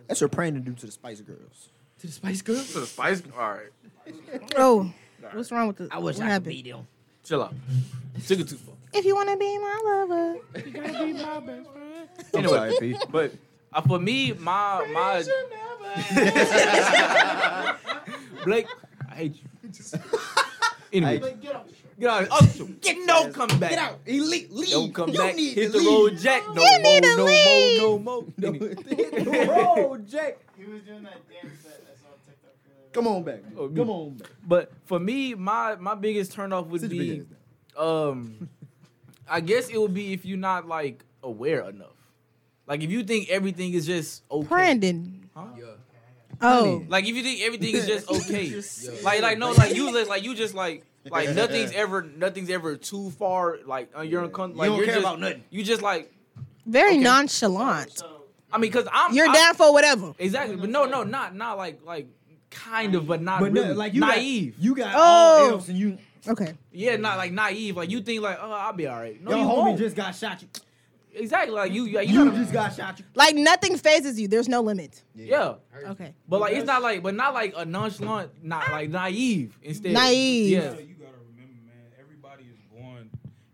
That's your praying to do to the Spice Girls.
To the Spice Girls.
So the spice. All right.
Oh, what's wrong with the? I wish
I could be them.
Chill out. Took it too far.
If you wanna be my lover,
Anyway, but uh, for me, my my Blake, I hate you. Anyway, get out, get out, of- oh, get no come back, get out,
Elite, leave.
don't come
You
back,
need
hit
to
the road, Jack, no
You
more,
need to
no
leave.
more, no more. Anyway.
leave. Bro, Jack,
He was doing that dance that I saw on TikTok earlier.
come on back.
Oh, me.
Come on back.
But for me, my my biggest turnoff would
Sit your big
be,
ass down.
um, I guess it would be if you're not like aware enough, like if you think everything is just okay.
Brandon.
Yeah.
Oh,
Like if you think everything is just okay,
Yeah.
like like no, like you just like you just like like nothing's ever nothing's ever too far. Like uh, you're uncom- like
don't
you're
care
just,
about nothing.
You just like
very
Okay.
nonchalant.
So
I mean, cause I'm
You're
I'm-
down for whatever.
exactly, but no, no, not not like like kind of, but not
But
really
no, like you
naive.
Got, you got
Oh.
all L's and you.
Okay.
yeah, not like naive. Like you think like oh I'll be all right. No,
your
you
homie
won't.
just got shot. You,
exactly like you like, you,
you
gotta,
just got shot. You.
Like nothing phases you. There's no limit.
yeah.
Okay.
But like it's not like but not like a nonchalant, not like naive instead.
Naive.
Yeah.
You gotta remember, man. Everybody is born.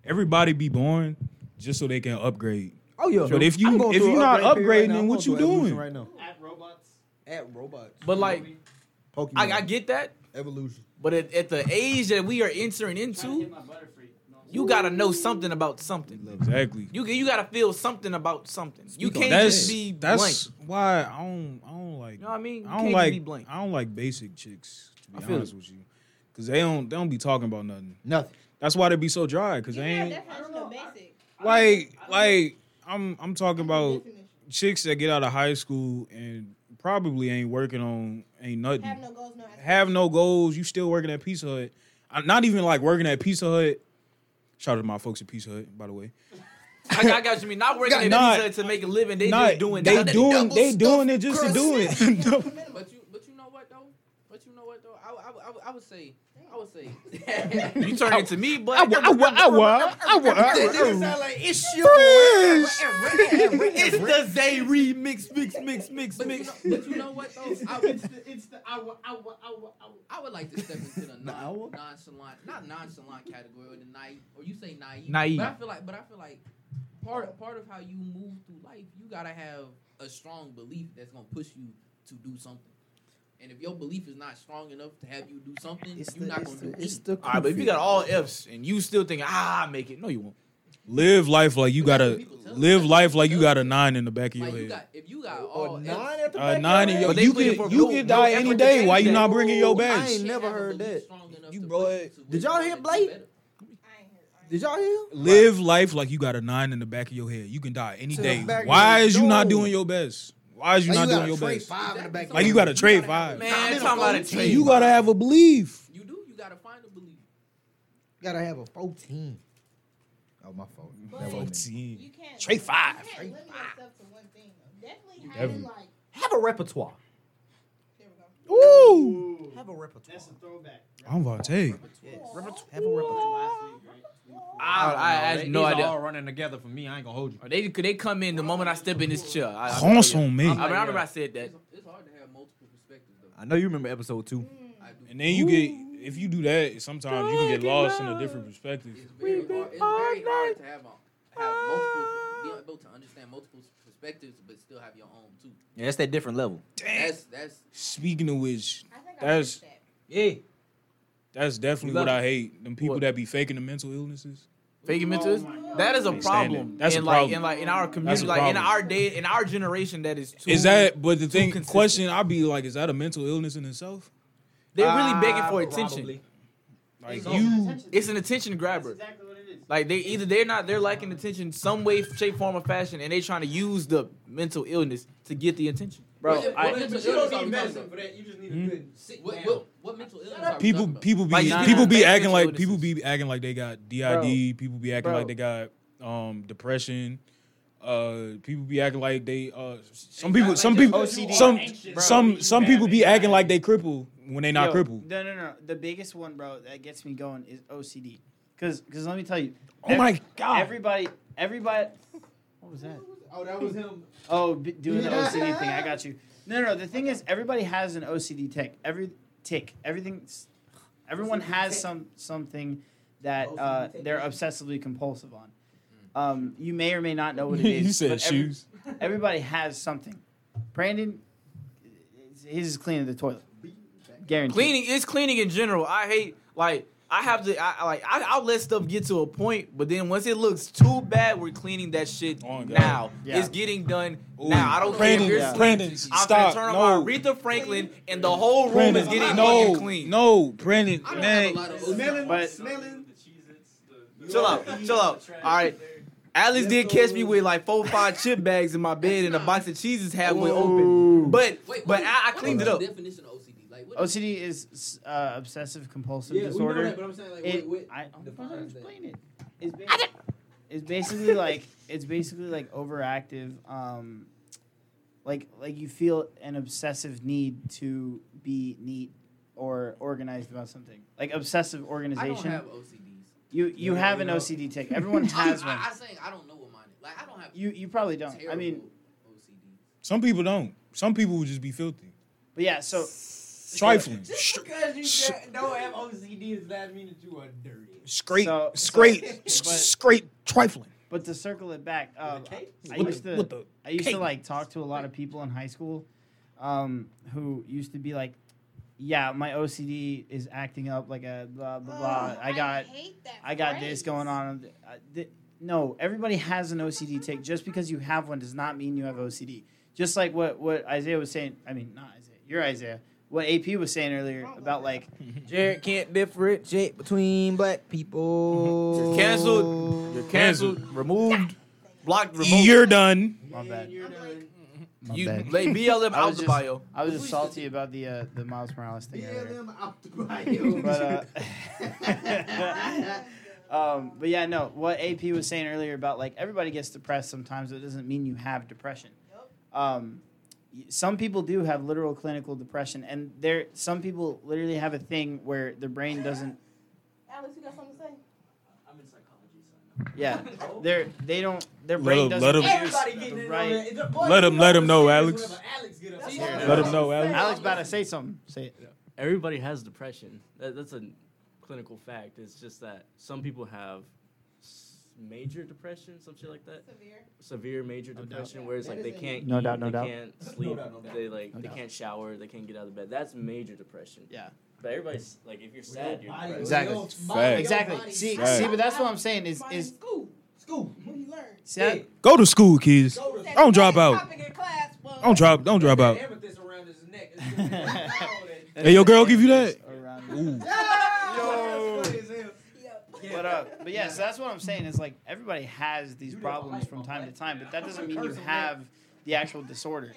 Everybody be born just so they can upgrade.
Oh yeah.
But if you-
I'm going
if
through
you
an
not
upgrade period
upgrading,
now. I'm
what
going
you
through evolution
doing?
right now?
at robots.
At robots.
But like
Pokemon.
I, I get that.
evolution.
But at, at the age that we are
Trying
entering
to
into,
hit my butterfree. You know what I'm
you gotta know something about something.
Exactly.
You you gotta feel something about something. You
Speak on
can't
that.
just be blank.
that's why I don't I don't like
You know what I mean? You
I
can't
don't
just
like
be blank.
I don't like basic chicks to be
feel
honest with you cuz they don't they don't be talking about nothing.
Nothing.
That's why they be so dry cuz they ain't
Definition of basic.
like like I'm I'm talking about chicks that get out of high school and probably ain't working on ain't nothing.
Have no goals, no
have no goals. You still working at Pizza Hut. I'm not even like working at Pizza Hut. Shout out to my folks at Pizza Hut, by the way.
I got, I got you. Mean not working at
Nah.
Pizza Hut to make a living. They
Nah,
just doing.
they
that.
doing they doing it just to do it.
But you, but you know what though? But you know what though? I, I, I, I would say, I would say,
You turn into me, but it's the Zay remix, mix, mix, mix,
but you,
mix.
know, but you know what though? I would,
It's the our our our our.
I would like to step into the non, nonchalant, not nonchalant category, or the naive, or you say naive.
Naive.
But I feel like, but I feel like part part of how you move through life, you gotta have a strong belief that's gonna push you to do something. And if your belief is not strong enough to have you do something, you're not gonna do it.
All right, but if you got all F's and you still thinking, ah, I make it. No, you won't.
live life like you
But that's what
gotta
people tell me.
live life like you got a nine in the back of your
Like you
head.
got, if you got all
Or nine at the
A
back
nine
of your
in your
But they
you
put in
can
for
you
no-
can
no
die
effort
any
to
day.
change
Why you
that.
not bringing your
Ooh, I
bags?
ain't never heard that.
You
bro, did y'all hear Blade? Did y'all hear?
Live life like you got a nine in the back of your head. You can die any
To the
day.
back of
Why
your-
is you not
No.
doing your best? Why is you
Like
not
you
doing
gotta
your
trade
best?
five in the back. of
Like
your
you got to
head.
trade five.
Man,
Nah,
talking about a
nigga,
team.
You gotta have a belief.
You do. You gotta find a belief.
You gotta have a fourteen. Oh my fault. That wasn't me.
Fourteen.
can't.
Trey five.
You can't limit yourself to one thing. though. Definitely
Definitely.
having like.
Have a repertoire.
There we go.
Ooh.
Have a repertoire.
That's a throwback.
I'm about to take.
Have a repertoire.
I, I had no
These are
idea.
all running together for me. I ain't gonna hold you.
They could they come in the moment I step in this chair. I, I, I,
Consomme.
mean, I remember I said that.
It's, it's hard to have multiple perspectives though.
I know you remember episode two.
I do.
And then you get if you do that, sometimes you can get lost in a different perspective.
It's very hard. It's very hard to have a, have multiple, be able to understand multiple perspectives, but still have your own too.
Yeah, that's that different level.
That's that's
Speaking of which,
I think I
That's-
fixed that.
Yeah.
that's definitely
You love
what I hate. Them people
What?
that be faking the mental illnesses.
Fake mentors. That is a
Can't stand it.
problem.
That's a
in like
problem.
in like in our
That's
community,
a
like in
problem.
our day, in our generation, that is too.
is that? But the thing
consistent.
question, I'd be like, is that a mental illness in itself?
they're really begging for attention?
Like
So-
you,
It's an attention
That's
grabber.
exactly what it is.
Like they either they're not they're lacking attention some way, shape, form, or fashion, and they trying to use the mental illness to get the attention.
bro.
I-
But you don't need medicine for that. You just need a good sit
What,
down.
what, what mental illness? are we
people,
talking about?
people be
Like, it's
people be
different
acting like
illnesses.
people be acting like they got DID. People be acting
Bro.
like they got um depression. Uh, people be acting like they uh. Some people, some
just
people,
because you are
some
anxious, bro,
some
you
some
bad,
people be
you
acting
bad.
like they crippled when they not
Yo,
crippled.
No, no, no. The biggest one, bro, that gets me going is OCD. Cause, cause let me tell you.
Oh my god!
Everybody, everybody. What was that?
Oh, that was him.
Oh, b- doing the OCD thing. I got you. No, no, no. The thing is, everybody has an OCD tick. Every tick, everything. Everyone has some something that uh, they're obsessively compulsive on. Um, you may or may not know what it is.
you said
but every-
shoes.
Everybody has something. Brandon, his is cleaning the toilet. Guaranteed.
Cleaning is cleaning in general. I hate like I have to I I, like I, I'll let stuff get to a point, but then once it looks too bad, we're cleaning that shit
Oh, God.
now.
Yeah.
It's getting done now. I don't
Brandon,
care if you're
yeah.
sleeping.
Brandon,
I'm
stop!
gonna turn
no,
on my Aretha Franklin, and the whole room
Brandon,
is getting
no,
fucking clean.
no, Brandon,
I don't have
man.
a lot of smelling.
but
Chill out, chill out. All right. Alice did catch me with like four, five chip bags in my bed and a box of cheeses halfway open. But
Wait,
but
what-
I, I
what
cleaned
is
it up.
The definition of OCD, like what is-
OCD is uh, obsessive compulsive disorder.
but I'm saying like
It,
what, what,
I don't know how to
defines that.
explain it. It's basically, it's basically like it's basically like overactive. Um, like like you feel an obsessive need to be neat or organized about something. Like obsessive
I don't
organization.
have OCDs.
you you have an OCD tick. Everyone has one.
I, I, I saying I don't know what mine is. Like I don't have.
You you probably don't.
terrible
I mean,
OCD.
Some people don't. Some people would just be filthy,
but yeah. So
trifling,
Because you don't have OCD does that mean that you are dirty?
scrape,
So-
scrape,
so- but-
scrape, trifling.
but to circle it back, um, I
What
used
the-
to
what the-
I used
Hey.
to like talk to a lot of people in high school, um, who used to be like, yeah, my OCD is acting up like a blah blah blah. I got
Oh, hate that
I got this going on. I- th- No, everybody has an OCD tick. Just because you have one does not mean you have OCD. Just like what, what Isaiah was saying. I mean, not Isaiah. You're Isaiah. What AP was saying earlier about like
Jared can't differentiate between black people.
You're canceled. You're canceled. Removed. Blocked. Removed.
You're done.
my bad. My
you
bad.
lay BLM
I
out
was
the
just-
bio.
I was just salty about the uh, the Miles Morales thing. earlier.
out the bio.
But uh, um, but yeah, no. What AP was saying earlier about like everybody gets depressed sometimes. It doesn't mean you have depression. Um, y- some people do have literal clinical depression, and there some people literally have a thing where their brain doesn't.
Alex, you got something to say?
Yeah, they're they don't their
Let
brain
'em-
doesn't.
let 'em-
produce
Everybody
the
getting it.
right-
Let him let him know, Alex.
Let
Let him know, Alex.
Alex about to say something. Say it.
Everybody has depression. That, that's a clinical fact. It's just that some people have s- major depression, some shit like that. Severe major depression, whereas like they can't
No
eat,
doubt, no
they
doubt.
can't sleep,
doubt, no doubt.
they like they
doubt.
can't shower, they can't get out of bed. That's major depression.
Yeah.
But everybody's like, if you're sad, you're depressed.
Exactly. Exactly. See,
Right.
see, but that's what I'm saying is is
school. School.
see, that-
Go to school, kids. Don't drop out. Don't drop. Don't drop out.
Amethyst around his neck.
Hey, your girl give you that?
around.
Ooh.
But uh, but yeah, so that's what I'm saying is like everybody has these problems from time to time, but that doesn't mean you have the actual disorder.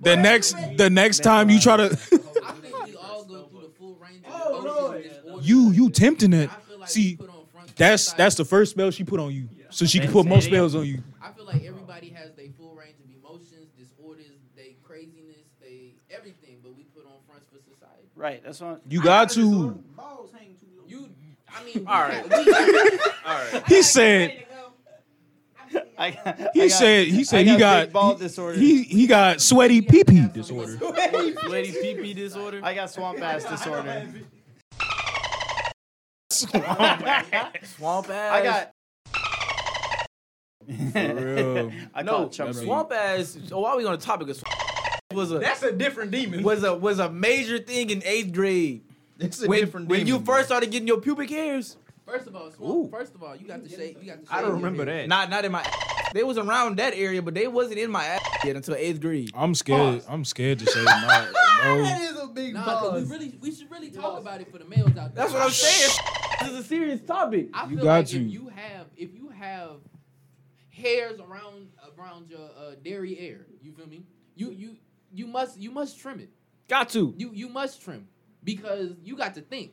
The next the next time you try to
I think we all go through the full range of
Oh, Lord.
emotions. and disorders.
you you tempting
I
it.
feel like
See,
we put on front
That's
society.
that's the first spell she put on you. So she can put more spells on you.
I feel like everybody has their full range of emotions, disorders, they craziness, they everything, but we put on fronts for society.
Right. That's what.
You got to.
You, I mean,
All right.
He said
I,
he
I got-
said he said he
I
got
big ball disorder.
he he got sweaty pee pee disorder.
Lady pee pee disorder.
I got swamp ass disorder.
Swamp ass.
I got.
real.
I
no
know. Chump
swamp ass. Oh, why are we on the topic of swamp? Was a
That's a different demon.
was a was a major thing in eighth grade.
That's a
When,
different
when
demon.
you first started getting your pubic hairs,
first of all, Swamp-
Ooh.
first of all, you got to shave. You got to shave
I don't
your
remember
head.
that.
not not in my. ass. They was around that area, but they wasn't in my ass yet until eighth grade.
I'm scared. I'm scared to say my bro.
is a big
Nah, 'cause we really, we should really talk about it for the males out there.
That's what I'm saying. this is a serious topic.
I feel
You
like
got you.
if you have if you have hairs around around your uh, derriere, you feel me? You you you must you must trim it.
Got to.
You you must trim because you got to think.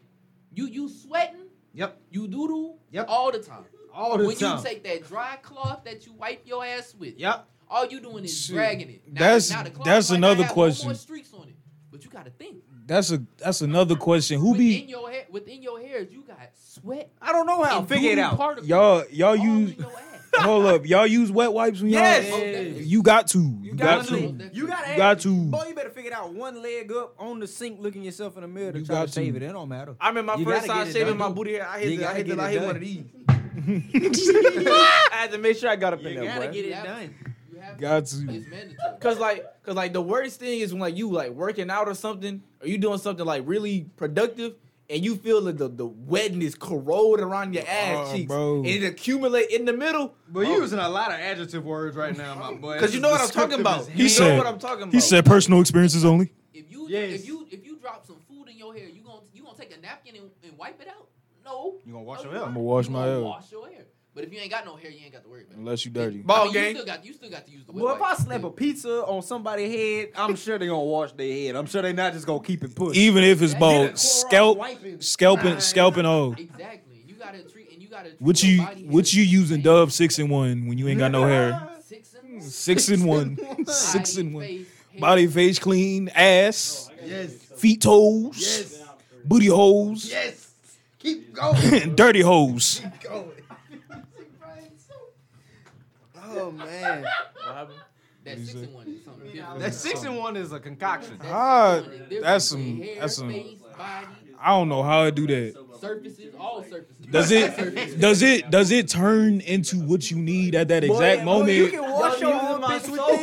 You you sweating.
Yep.
You doodle.
Yep.
All the time.
All the
when
time.
you take that dry cloth that you wipe your ass with.
Yep.
All you doing is
Shit.
dragging it. Now,
That's-
now the cloth
that's
might not
another
have no more
question.
streaks on it, but you got to think.
That's a that's another question. Who
within
be
your hair, within your hairs, you got sweat.
I don't know how.
and
Figure it
doodle
out.
particles
y'all y'all
all in
use
your ass.
hold up y'all use wet wipes when y'all
Yes.
you got to you got
got
to
to.
You got
You got to.
Boy, you better figure it out. One leg up on the sink, looking yourself in the mirror to
You
try
got
to shave
to.
it. It don't matter.
I remember my
You gotta
first time
get it
shaving
done.
my booty hair. I
You
hit, the, I
gotta
hit, the,
get
I
it
hit
done.
one of these. I had to make sure I got up in there. boy.
done.
You have
got
to.
to
It's mandatory.
Cause like, cause like the worst thing is when like you like working out or something, or you doing something like really productive, and you feel like the the wetness corrode around your ass
Oh,
cheeks,
bro.
and it accumulate in the middle.
But you're using a lot of adjective words right now, my boy.
Cause you know what I'm talking about.
He
you
said-
know what I'm talking about.
he said personal experiences only
If you
Yes.
if you if you drop some food in your hair, you gonna you gonna take a napkin and, and wipe it out? No.
You gonna wash
No,
your
you
hair?
not.
I'ma wash
You
my
gonna
hair.
Wash your hair. But if you ain't got no hair, you ain't got to worry about it.
unless you dirty.
Ball
I mean,
game.
You still got you still got to use the. wet
Well, if I
wipes.
slap a pizza on somebody's head, I'm sure they're gonna wash their head. I'm sure they're not just gonna keep it pushed.
Even if it's bald,
Clorox
scalp
wiping.
scalping scalping all.
Exactly. You gotta treat and you gotta. Treat
What
your
you
body
what
hair
you
the
using
same.
Dove six and one when you ain't got no hair?
Six and
Six and one, six
Body,
and one.
face, hair.
Body, face, clean, ass,
Yes.
feet, toes,
Yes.
booty holes,
Yes. Keep going.
dirty holes.
Oh man.
That six and one is something different.
That six and one is a concoction.
That six
Ah,
and one is different
that's
than
some
hair,
that's some.
face, body.
I don't know how I do that.
surfaces, all surfaces.
Does it does it does it turn into what you need at that exact
Boy, You
moment?
can wash your
Y'all using my
armpits with
soap.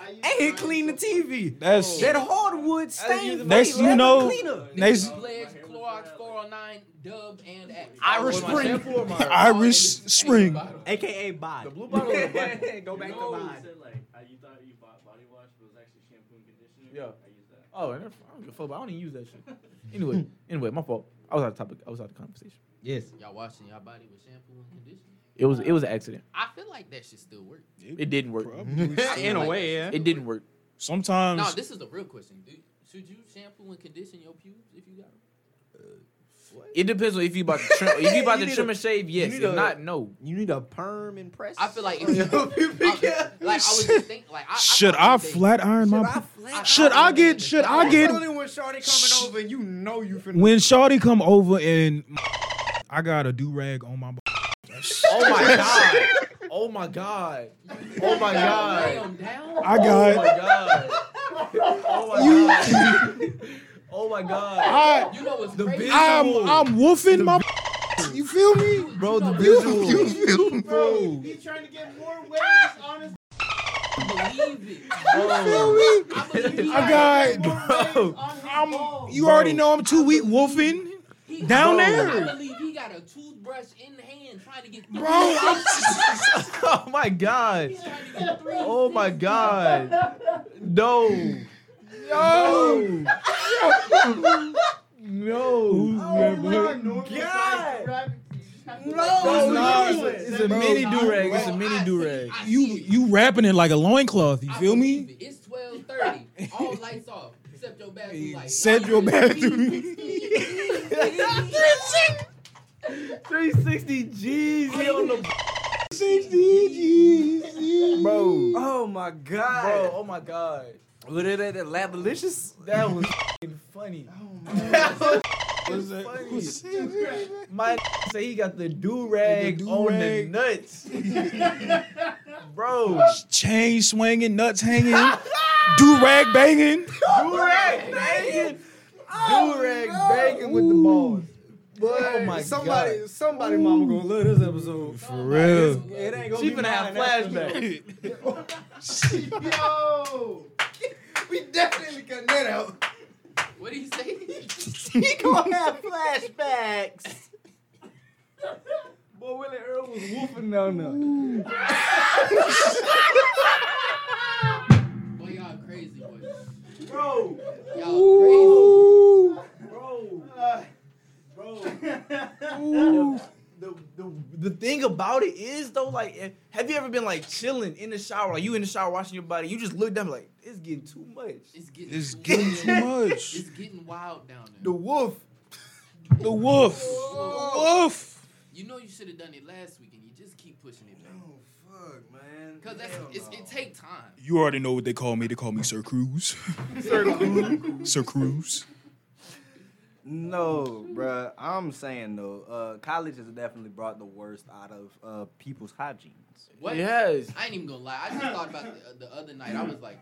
this. And clean the TV.
That's
That hardwood stain.
next
plate,
you
leather
know
cleaner.
next
Pledge, Clorox 409, Dub, and Axe.
Irish Spring.
Irish Spring.
AKA Bob. The blue
bottle or the
Go back
know,
to
you
mine.
said like uh, you thought you bought body wash, but it was actually shampoo and conditioner.
Yeah.
I use that.
Oh, and I don't give a fuck. About, I don't even use that shit. Anyway, anyway, my fault. I was out of topic. I was out of conversation.
Yes.
Y'all washing y'all body with shampoo and conditioner.
It was it was an accident.
I feel like that should still work.
It didn't work.
In a way, yeah.
It didn't work.
No,
Sometimes
this is the real question. Do, should you shampoo and condition your pubes if you got them?
It depends on if you about to trim. If you about
You
to
need
trim
a-
and shave, yes. If
need a-
not, no.
You need a perm and press.
I feel like if you, I,
Should
like I was just thinking, like I, I
should
thought
I
they-
flat iron
I
my
flat?
should I get should I
That's
get
only when Shawty coming over and you know you finna.
when Shawty come over and I got a do rag on my b-
Oh my god. Oh my god. Oh my
Lay
god.
'em down.
I
Oh my
got
god. Oh my god. Oh my god.
I
You know what's
The
crazy?
bitch-
I'm I'm woofing my b- you feel me?
Bro, the
You,
visual.
you feel me?
He's trying to get more waves on his.
believe it.
You feel me?
I believe it.
I got
Bro,
you already know I'm two week woofing.
He-
Down
I
there.
believe he got a toothbrush in hand trying to get
Bro, I'm
Oh my god.
trying to get three.
Oh my god. No. No.
oh
No.
God.
No,
no,
it's a- It's a mini do rag. It's a mini do rag.
I
you
see it.
you wrapping it like a loincloth, you
I
feel
believe
me?
it. It's twelve thirty. All lights off except your bathroom light.
Except your bathroom.
360 G's. He on the
Bro. Oh my god.
bro. Oh my god.
Look at that, that labalicious.
That was f***ing funny. My say he got the do rag
The
on the
do-rag.
nuts, bro.
Chain swinging, nuts hanging, do rag banging.
Do rag banging, do rag banging with the balls. oh my
somebody,
god,
somebody, mama gonna love this episode.
For real.
It ain't gonna
she
be
finna have
mine after
flashbacks.
Yo, we definitely cutting that out.
What do you say?
He gonna have flashbacks.
Boy, Willie Earl was whooping down there.
Boy, y'all crazy, boy.
Bro,
Y'all crazy.
bro, bro. The, the, the thing about it is though, like, eh, have you ever been like chilling in the shower? Like you in the shower washing your body, you just look down like it's getting too much.
It's getting
It's getting too much.
It's getting wild down there.
The wolf.
The wolf. The wolf.
You know you should have done it last week, and you just keep pushing it back.
Oh fuck, man.
Cause that's it's, it take time.
You already know what they call me. They call me Sir Cruz. Sir Cruz.
No, bruh. I'm saying though, uh, college has definitely brought the worst out of uh, people's hygienes.
What?
Yes.
I ain't even gonna lie. I just thought about the, the other night. I was like,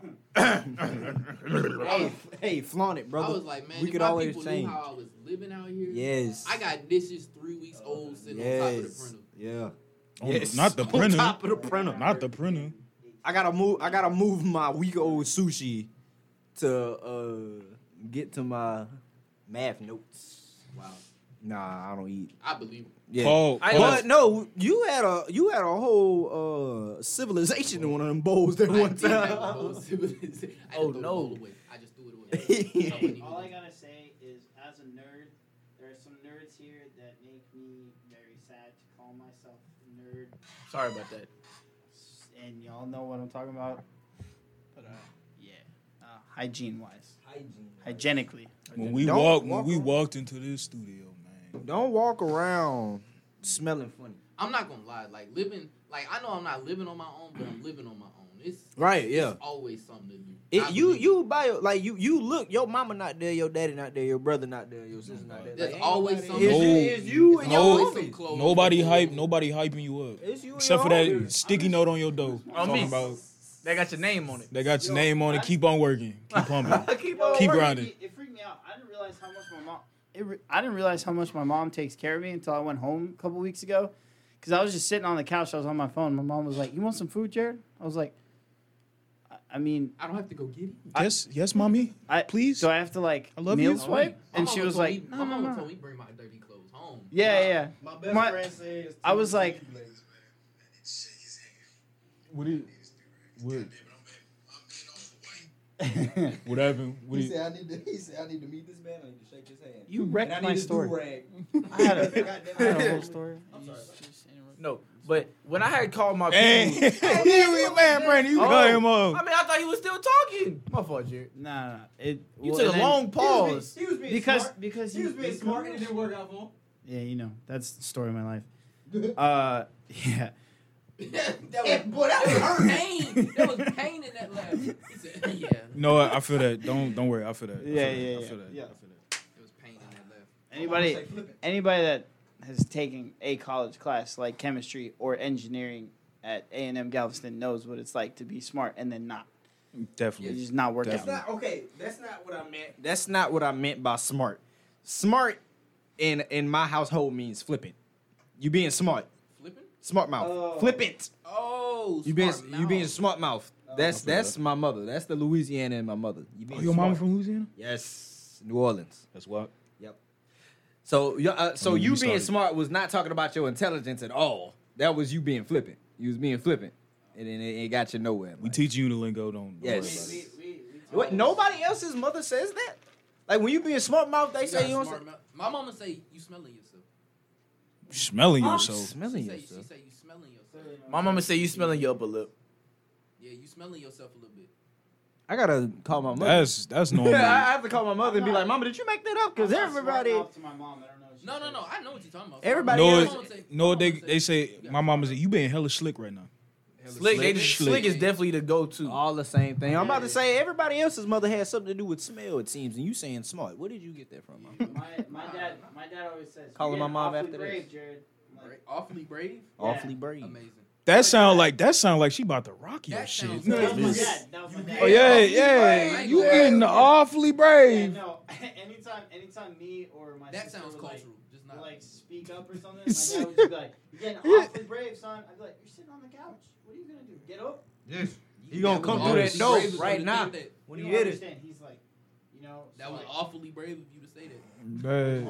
Hey, f- hey, flaunt it, brother.
I was like, man,
we
if
could
my
always
people
change.
knew how I was living out here,
yes.
I got dishes three weeks old sitting on top of the
Yes.
printer.
Yeah.
On the- not the printer.
On top of the printer.
Not the printer.
I gotta move. I gotta move my week old sushi to uh, get to my math notes.
Wow,
Nah, I don't eat.
I believe. it.
Yeah.
Paul.
I-
Paul.
But no, you had a you had a whole uh, civilization in one of them bowls that
I
one
did have a
time.
whole civilization. I
Oh,
oh no!
no.
Away. I just threw it away. I wouldn't even-
All I gotta say is, as a nerd, there are some nerds here that make me very sad to call myself a nerd,
Sorry about that.
and y'all know what I'm talking about. But uh, yeah, uh, hygiene wise, hygienically.
When we
Don't
walked, when
walk
we
around.
walked into this studio, man.
Don't walk around smelling funny.
I'm not gonna lie. Like living, like I know I'm not living on my own, but I'm living on my own. It's
Right? Yeah.
always something to do. I
It, you
believe it.
you buy your- like you you look your mama not there your daddy not there your brother not there your sister not there
There's
like, ain't
always
nobody-
something.
No.
it's, it's you and
No.
your
Always some
homies.
clothes.
Nobody hype. Nobody hyping you up.
it's you and
Except for
your
that
homies.
sticky note on your door.
On
Talking
me.
about
They got your name on it.
they got your name on it. Keep on working. Keep pumping.
Keep on
Keep
working.
grinding.
It freaked me out. I didn't realize how much my mom. it re- I didn't realize how much my mom takes care of me until I went home a couple weeks ago, because I was just sitting on the couch. I was on my phone. My mom was like, "You want some food, Jared?" I was like, "I, I mean,
I don't have to go get it.
Yes, yes, mommy.
I please. Do I have to like
I love
meal
you.
swipe?"
My
And she
mama
was
told
like,
me-
"No,
my
no,
mama
no."
told me bring my dirty clothes home.
Yeah, yeah.
My best
My-
friend says.
I was like,
What do you? What? What happened? What do
He
you?
said, I need to, he said, I need to meet this man. I need to shake his hand.
"You
Hmm. And I
wrecked
need
my
his
story."
do-rag.
I had a, I had a
Goddamn.
whole story.
No, but when I had called my
Hey,
people,
here we man, Brandon. You cut him
I
off.
mean, I thought he was still talking. My fault, Jared.
Nah, nah, nah. It,
You
well,
took a
and then-
long pause.
He was being
because
smart.
because
He was being
because-
smart and it didn't work out for
Yeah, you know that's the story of my life. Uh, yeah.
him. That was,
Boy, that was her pain. There was pain in that laugh. He said, yeah, it
No, I I feel that. Don't don't worry. I feel that. I feel
Yeah,
that.
yeah,
I
yeah.
feel that.
Yeah.
I feel that.
was pain in that laugh.
Anybody anybody that has taken a college class like chemistry or engineering at A and M Galveston knows what it's like to be smart and then not. It's
Definitely.
just not work
That's
out.
That's not okay. That's not what I meant. That's not what I meant by smart. Smart in in my household means flippant. You being smart,
Flipping?
smart mouth,
Oh.
flippant.
Oh,
You being
smart
you being
mouth.
smart mouth.
Oh,
That's that's my mother. That's the Louisiana in my mother. You being
Oh, your mama
smart.
from Louisiana?
Yes, New Orleans.
That's what.
So you uh, so
Mm, you
you being
started.
smart was not talking about your intelligence at all. That was you being flippant. You was being flippant, and then it, it got you nowhere. in
We
life.
teach you the lingo. Don't. don't worry
Yes.
about it.
What? Nobody else's mother says that. Like when you being smart mouth, they
You got
say
a
you don't.
smart mouth. My mama say you smelling yourself.
Smelling
I'm
yourself.
smelling
she say,
yourself.
She say you smelling yourself.
My mama said you smelling your upper lip.
Yeah, you smelling yourself a little bit.
I gotta call my mother.
That's that's
I
normal.
have to call my mother and be like, "Mama, did you make that up?" Because everybody,
No, no, no. I know what you're talking about.
Everybody
No,
My
else-
mama
it's-
say- my
no. They
mama
they say my mama said you being hella slick right now.
Slick, they just,
Slick.
slick. is definitely the go-to.
all the same thing. I'm about to say everybody else's mother has something to do with smell. It seems, and you saying smart. Where did you get that from? Mama?
My, my dad my dad always says
Calling my mom after this.
Jared. I'm
Bra-
like,
awfully brave.
Awfully brave.
Amazing.
That sound like that sound like she about to rock your
That
shit.
sounds
that was my
Yes.
dad. That was my dad.
Oh yeah,
Awfully
yeah.
brave.
You
Yeah.
getting awfully
Yeah,
brave.
no. anytime anytime me or my
That
sister
sounds
would, like,
cultural. Just
would,
not.
like speak up or something, my dad would just be like, "You're getting awfully brave, son." I'd be like, "You're sitting on the couch. What are you gonna do? Get up."
You gonna
That
come
was
through that door
awfully brave of you
right
to
now.
think that-
When
you
you
don't
hit it,
understand. He's like, you know,
That
so
was
like,
awfully brave of you to say that.
Not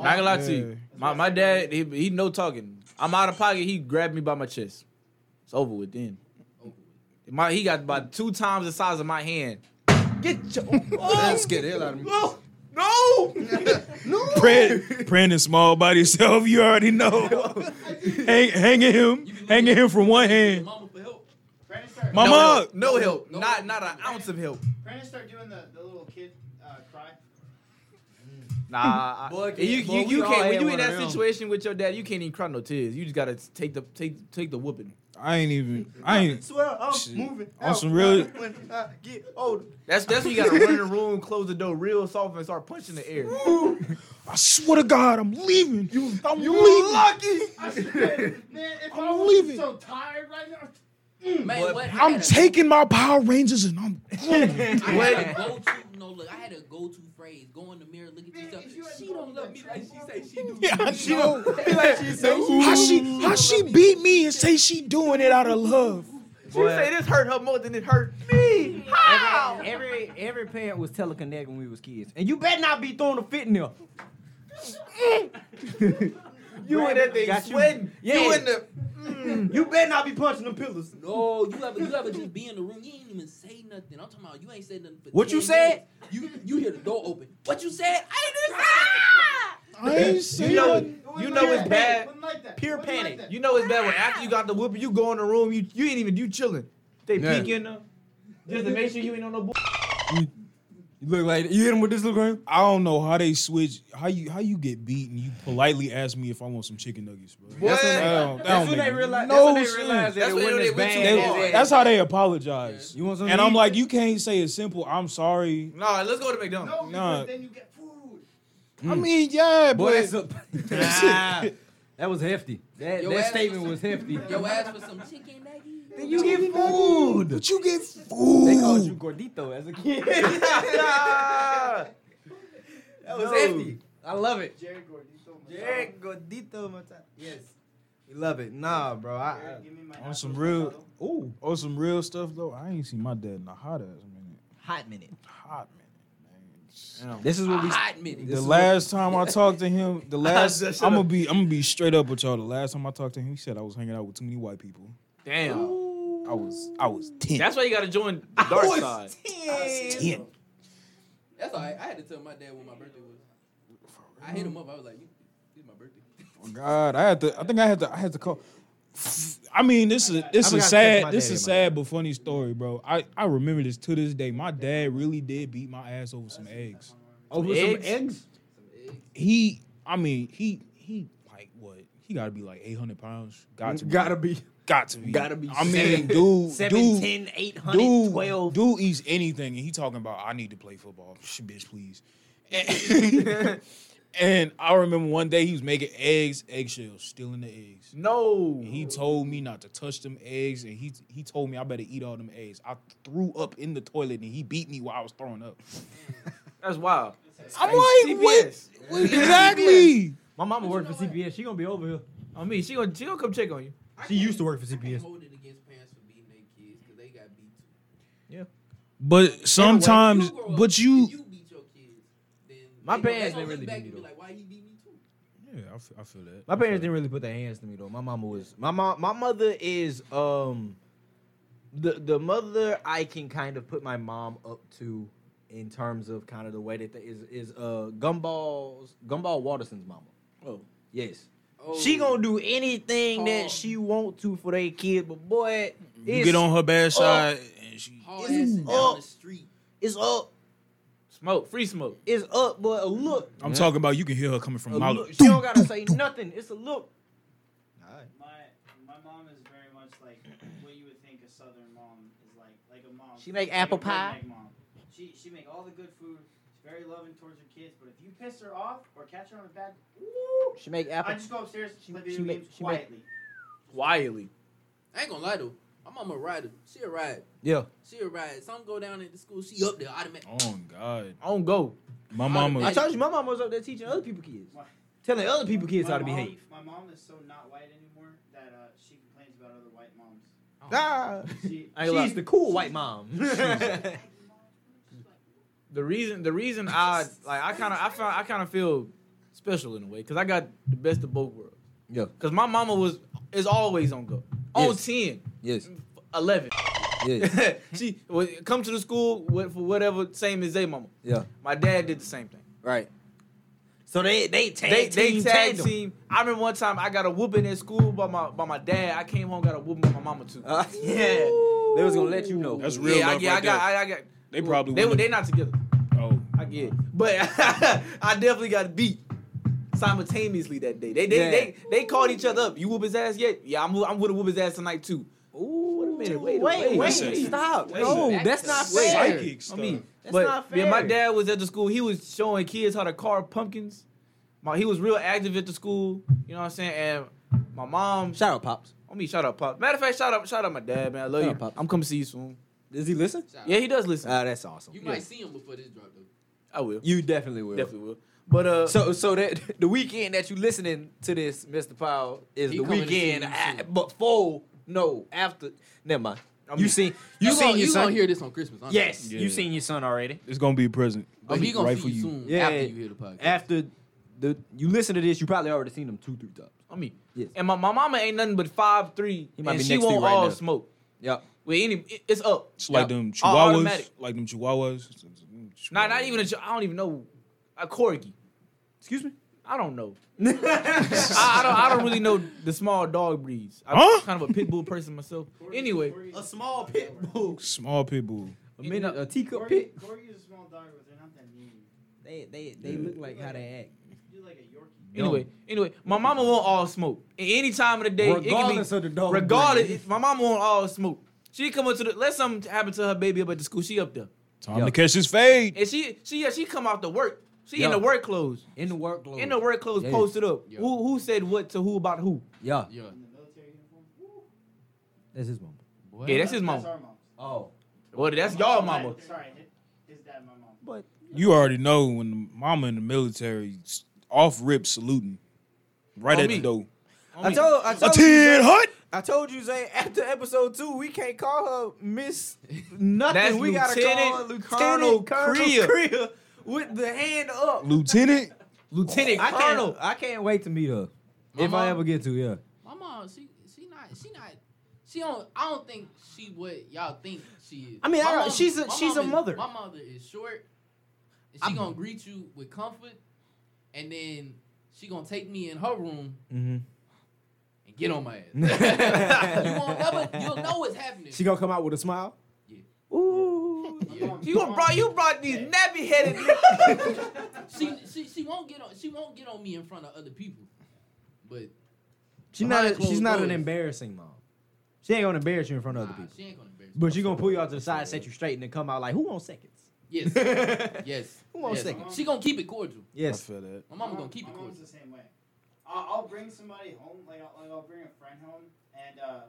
Not gonna lie to you. My my dad, he, he no talking. I'm out of pocket. He grabbed me by my chest. It's over with then.
Over
My he got about two times the size of my hand. Get your
let's get the hell out of me.
no.
Praying, praying in small by yourself. You already know. Hang, hanging him,
You be looking
hanging him from one
with your
hand.
Mama for help.
Brandon start,
Mama,
no help. No help.
No
Not
help.
not an ounce of help.
Brandon start doing the, the little kid uh, cry.
Nah, I-
Boy,
you you,
boy, we
you
all
can't.
had
When you
one
in
of
that
them.
situation with your dad, you can't even cry no tears. You just gotta take the take take the whooping.
I ain't even. I ain't.
swear I'm
Shit.
moving.
On
out
some real-
When I
uh,
get older.
That's that's when you gotta run in the room, close the door real soft, and start punching the air.
I swear to God, I'm leaving. You, I'm
You
leaving.
lucky.
Man, if
I'm leaving.
so tired right now.
Man,
What?
what? I
I'm
had a-
taking my Power Rangers and I'm.
I had a go-to. No, look. I had a go-to phrase. Go in the mirror, look at
Man,
yourself.
if you had
She
to go
don't
to
love
that
me like she say she do.
Yeah, she don't.
like she said,
How she how she beat me and say she doing it out of love.
She say this hurt her more than it hurt me.
Every, every every parent was teleconnect when we was kids, and you better not be throwing a fit in there.
You in that thing
Got you.
sweating. You
Yeah.
in the mm.
You better not be punching them pillows.
No, Oh, you ever you ever just be in the room, you ain't even say nothing. I'm talking about you ain't said nothing. For
What you
10
said?
minutes. You you hear the door open. What you said?
I ain't saying
You know-
nothing.
You know it's bad.
Wouldn't like that.
Pure
Wouldn't
panic.
Like that.
You know it's bad when after you got the whooping, you go in the room, you you ain't even you chilling. They
Yeah.
peeking them just to make sure you ain't on no bull.
You look like you hit him with this little gram.
I don't know how they switch. How you how you get beat and you politely ask me if I want some chicken nuggets, bro.
That's when they-
That don't- that don't
when
make
they realize-
no
that's when they
sense.
realize that
That's
it
when
wasn't
they
as
went too
bad
They-
as
far.
it-
that's how they apologize.
You want something?
And
to
I'm
eat?
like, you can't say a simple "I'm sorry."
Nah, let's go to McDonald's.
No,
Nah.
because then you get food.
I mean, yeah,
boy, that's
but
a, Ah, that was hefty. That,
Your
that
ass
statement
was-
was hefty.
Yo ask for some chicken nugget.
Then you get food.
but you get
They called you
food.
gordito as a kid.
that
that was
no.
hefty.
I love it.
Jerry Gordito.
Jerry Godito Mata- Yes. We love it. Nah, bro. I,
Uh,
I-
On some real, ooh, on Oh, some real stuff though. I ain't seen my dad in a hot ass minute.
hot minute.
Hot minute, man.
This is what we.
Hot minute.
The last time I talked to him, the last I'm gonna be I'm gonna be straight up with y'all. The last time I talked to him, he said I was hanging out with too many white people.
Damn.
I was I was ten.
That's why you gotta join the dark side.
ten.
That's all right. I had to tell my dad when my birthday was. I hit him up. I was like, you, "It's my birthday."
Oh, God, I had to. I think I had to. I had to call. I mean, this is this
I
is
forgot to text
sad.
my
This
dad,
is
man.
sad but funny story, bro. I I remember this to this day. My dad really did beat my ass over some eggs.
Over
Eggs?
Oh, some eggs.
He, I mean, he he like what? He got to be like eight hundred pounds. Got to be.
Mm, Gotta be.
got to be.
gotta be
I mean,
seven-
dude, dude,
10, 800,
dude,
12.
dude eats anything, and he talking about I need to play football. Shh, bitch, please. And, and I remember one day he was making eggs, eggshells, stealing the eggs.
No.
And he told me not to touch them eggs, and he he told me I better eat all them eggs. I threw up in the toilet, and he beat me while I was throwing up.
That's wild.
I'm like,
CPS.
what? Exactly.
My mama worked for CPS. She gonna be over here.
On me. She gonna she gonna come check on you.
She used to work for
I can't
CPS.
hold it against parents for beating their kids because they got beat too.
But sometimes,
You grow up
but
and
you.
you beat your kids. Then
My
they gonna-
parents
they gonna
didn't
look
really
back
beat me
and be
though.
like, why he beat me too?
Yeah, I feel, I feel that.
My parents didn't really put their hands to me though. My mama was. My mom. My mother is um, the the mother I can kind of put my mom up to in terms of kind of the way that they, is is uh Gumball's Gumball Watterson's mama.
Oh.
Yes.
Oh.
She gonna do anything
Oh.
that she want to for their kid, but boy,
You
it's,
get on her bad side, and she.
haul
It's
ass down
up.
the street.
it's up,
Smoke, free smoke.
it's up, boy. A look,
I'm talking about you can hear her coming
a
from my.
Oh, look. She don't gotta say nothing. It's a look.
My my mom is very much like what you would think a southern mom is like, like a mom.
She make
like a
apple pie?
redneck Mom. She she make all the good food. She's very loving towards her kids, but if you piss her off or catch her on a bad, woo,
She make
I
apple.
just go upstairs
She-
play
she
video
make-
games
she make-
quietly.
Wiley.
I ain't gonna lie though. My mama a rider. She a ride.
Yeah.
She a ride. Some go down at the school. She up there automatic.
Oh God,
On go.
my mama.
I told you, my mom was up there teaching other people kids,
Why?
telling other people kids
My
how to
mom-
behave.
My mom is so not white anymore that uh, she complains about other white moms.
Ah.
She,
I ain't
She's
gonna
the cool white mom.
the reason the reason I like I kind of I found I kind of feel special in a way because I got the best of both worlds.
Yeah.
Because my mama was is always on go on
Yes.
10,
yes.
11.
Yes.
she would come to the school with, for whatever same as they mama.
Yeah.
My dad did the same thing.
Right. So they they tag
They they
team
tag
tandem.
team. I remember one time I got a whooping at school by my by my dad. I came home got a whooping by my mama too.
Uh, yeah. They was gonna let you know.
That's real
yeah, I,
love
yeah,
right
I got
there.
I, I got.
They probably
they were-
wouldn't-
they not together.
Oh,
I get it. But I definitely got beat simultaneously that day. They they, they they called each other up. You whoop his ass yet? Yeah, I'm I'm with a whoop his ass tonight too.
Ooh, wait a minute. Wait, wait,
wait,
wait,
wait.
stop.
Wait.
no,
Back
that's
to
not
the
fair.
psychic stuff.
I mean,
That's
but
not
yeah, my
fair.
dad was at the school. He was showing kids how to carve pumpkins. My he was real active at the school. You know what I'm saying? And my mom,
Shout out, pops.
I mean, shout out pop. Matter of fact, shout out, shout out my dad, man. I love
Shout
you.
out, Pops.
I'm coming see you soon.
Does he listen?
Shout out.
Yeah, he does listen.
Ah, that's awesome.
You
You,
might see him before this drop though.
will.
definitely will.
Definitely will. But uh,
So, so that the weekend that you listening to this, Mr. Powell, is
He
the
coming to see
weekend
you soon.
a- before. No, after. Never mind.
I mean-
you seen? You
You,
seen
gonna,
your
you
son?
gonna hear this on Christmas? Honestly.
yes,
Yeah.
you seen your son already.
it's gonna be a present.
But he gonna see
Rightful
you, soon
Yeah.
after you hear the podcast.
After the you listen to this, you probably already seen him two, three times.
I mean,
Yes.
and my, my mama ain't nothing but five three,
He might
and
be
she
next to you
won't
right
all
now.
smoke.
Yep.
With any, it- it's up.
It's like
Yeah.
them
All
chihuahuas,
Oh, automatic.
like them chihuahuas.
Not not even a, chi- I don't even know a corgi.
Excuse me.
I don't know. I, I don't I don't really know the small dog breeds. I'm
Huh?
kind of a pit bull person myself. Anyway,
A small pit bull.
small pit bull.
A minute, a teacup
Corey,
pit.
Corey is a small dog, but they're not that mean.
They, they, they look like how they act.
You're like a Yorkie.
anyway, anyway, my mama won't all smoke. At any time of the day,
Regardless
it
of the
can be,
dog
regardless,
breed.
my mama won't all smoke. She come up to the let something happen to her baby up at the school. She up there,
Time
Yeah.
to catch his fade.
and she she yeah she come out to work. She in
Yeah.
the work clothes.
In the workload.
In the work clothes
Yeah.
posted up.
Yeah.
Who who said what to who about who?
yeah.
yeah,
In the military uniform. Woo.
That's his mom.
boy.
Yeah, that's his
That's
mama.
our mom.
Oh.
Well, that's y'all mama.
Sorry, his dad, my mom.
You already know when the mama in the military, s- off rip saluting right
On
at
me.
the door.
I told I told Zay-
Ten hut.
I told you, Zay, after episode two, we can't call her Miss Nothing.
That's
we gotta call her
Lieutenant Colonel
Lieutenant Colonel
Creel.
Creel. with the hand up.
Lieutenant.
Lieutenant
I
Colonel.
can't, I can't wait to meet her. if I
mom-
ever get to, yeah.
My mom, she she not she not she don't. I don't think she what y'all think she is.
I mean,
My
I don't-
mom-
she's a-
my
she's
mom
a
is-
mother.
My mother is short, and she gonna greet you with comfort, and then she gonna take me in her room
Mm-hmm.
and get on my ass. you won't never. You'll know what's happening.
She gonna come out with a smile.
Yeah.
You gonna brought you brought these nappy headed
she, she she won't get on. She won't get on me in front of other people, but
She's not.
Behind
A, she's
closed
not an
doors.
embarrassing mom. She ain't gonna embarrass you in front of other
nah,
people.
she ain't gonna embarrass. me.
But she gonna pull you out to the side, set you straight, and then come out like, "Who wants seconds?"
Yes, yes.
Who wants
yes.
seconds?
She gonna keep it cordial.
Yes.
feel that.
My mama
mom-
gonna keep it
my
cordial.
Uh,
mom's the same way. I'll, I'll bring somebody home, like I'll, like I'll bring a friend home, and uh,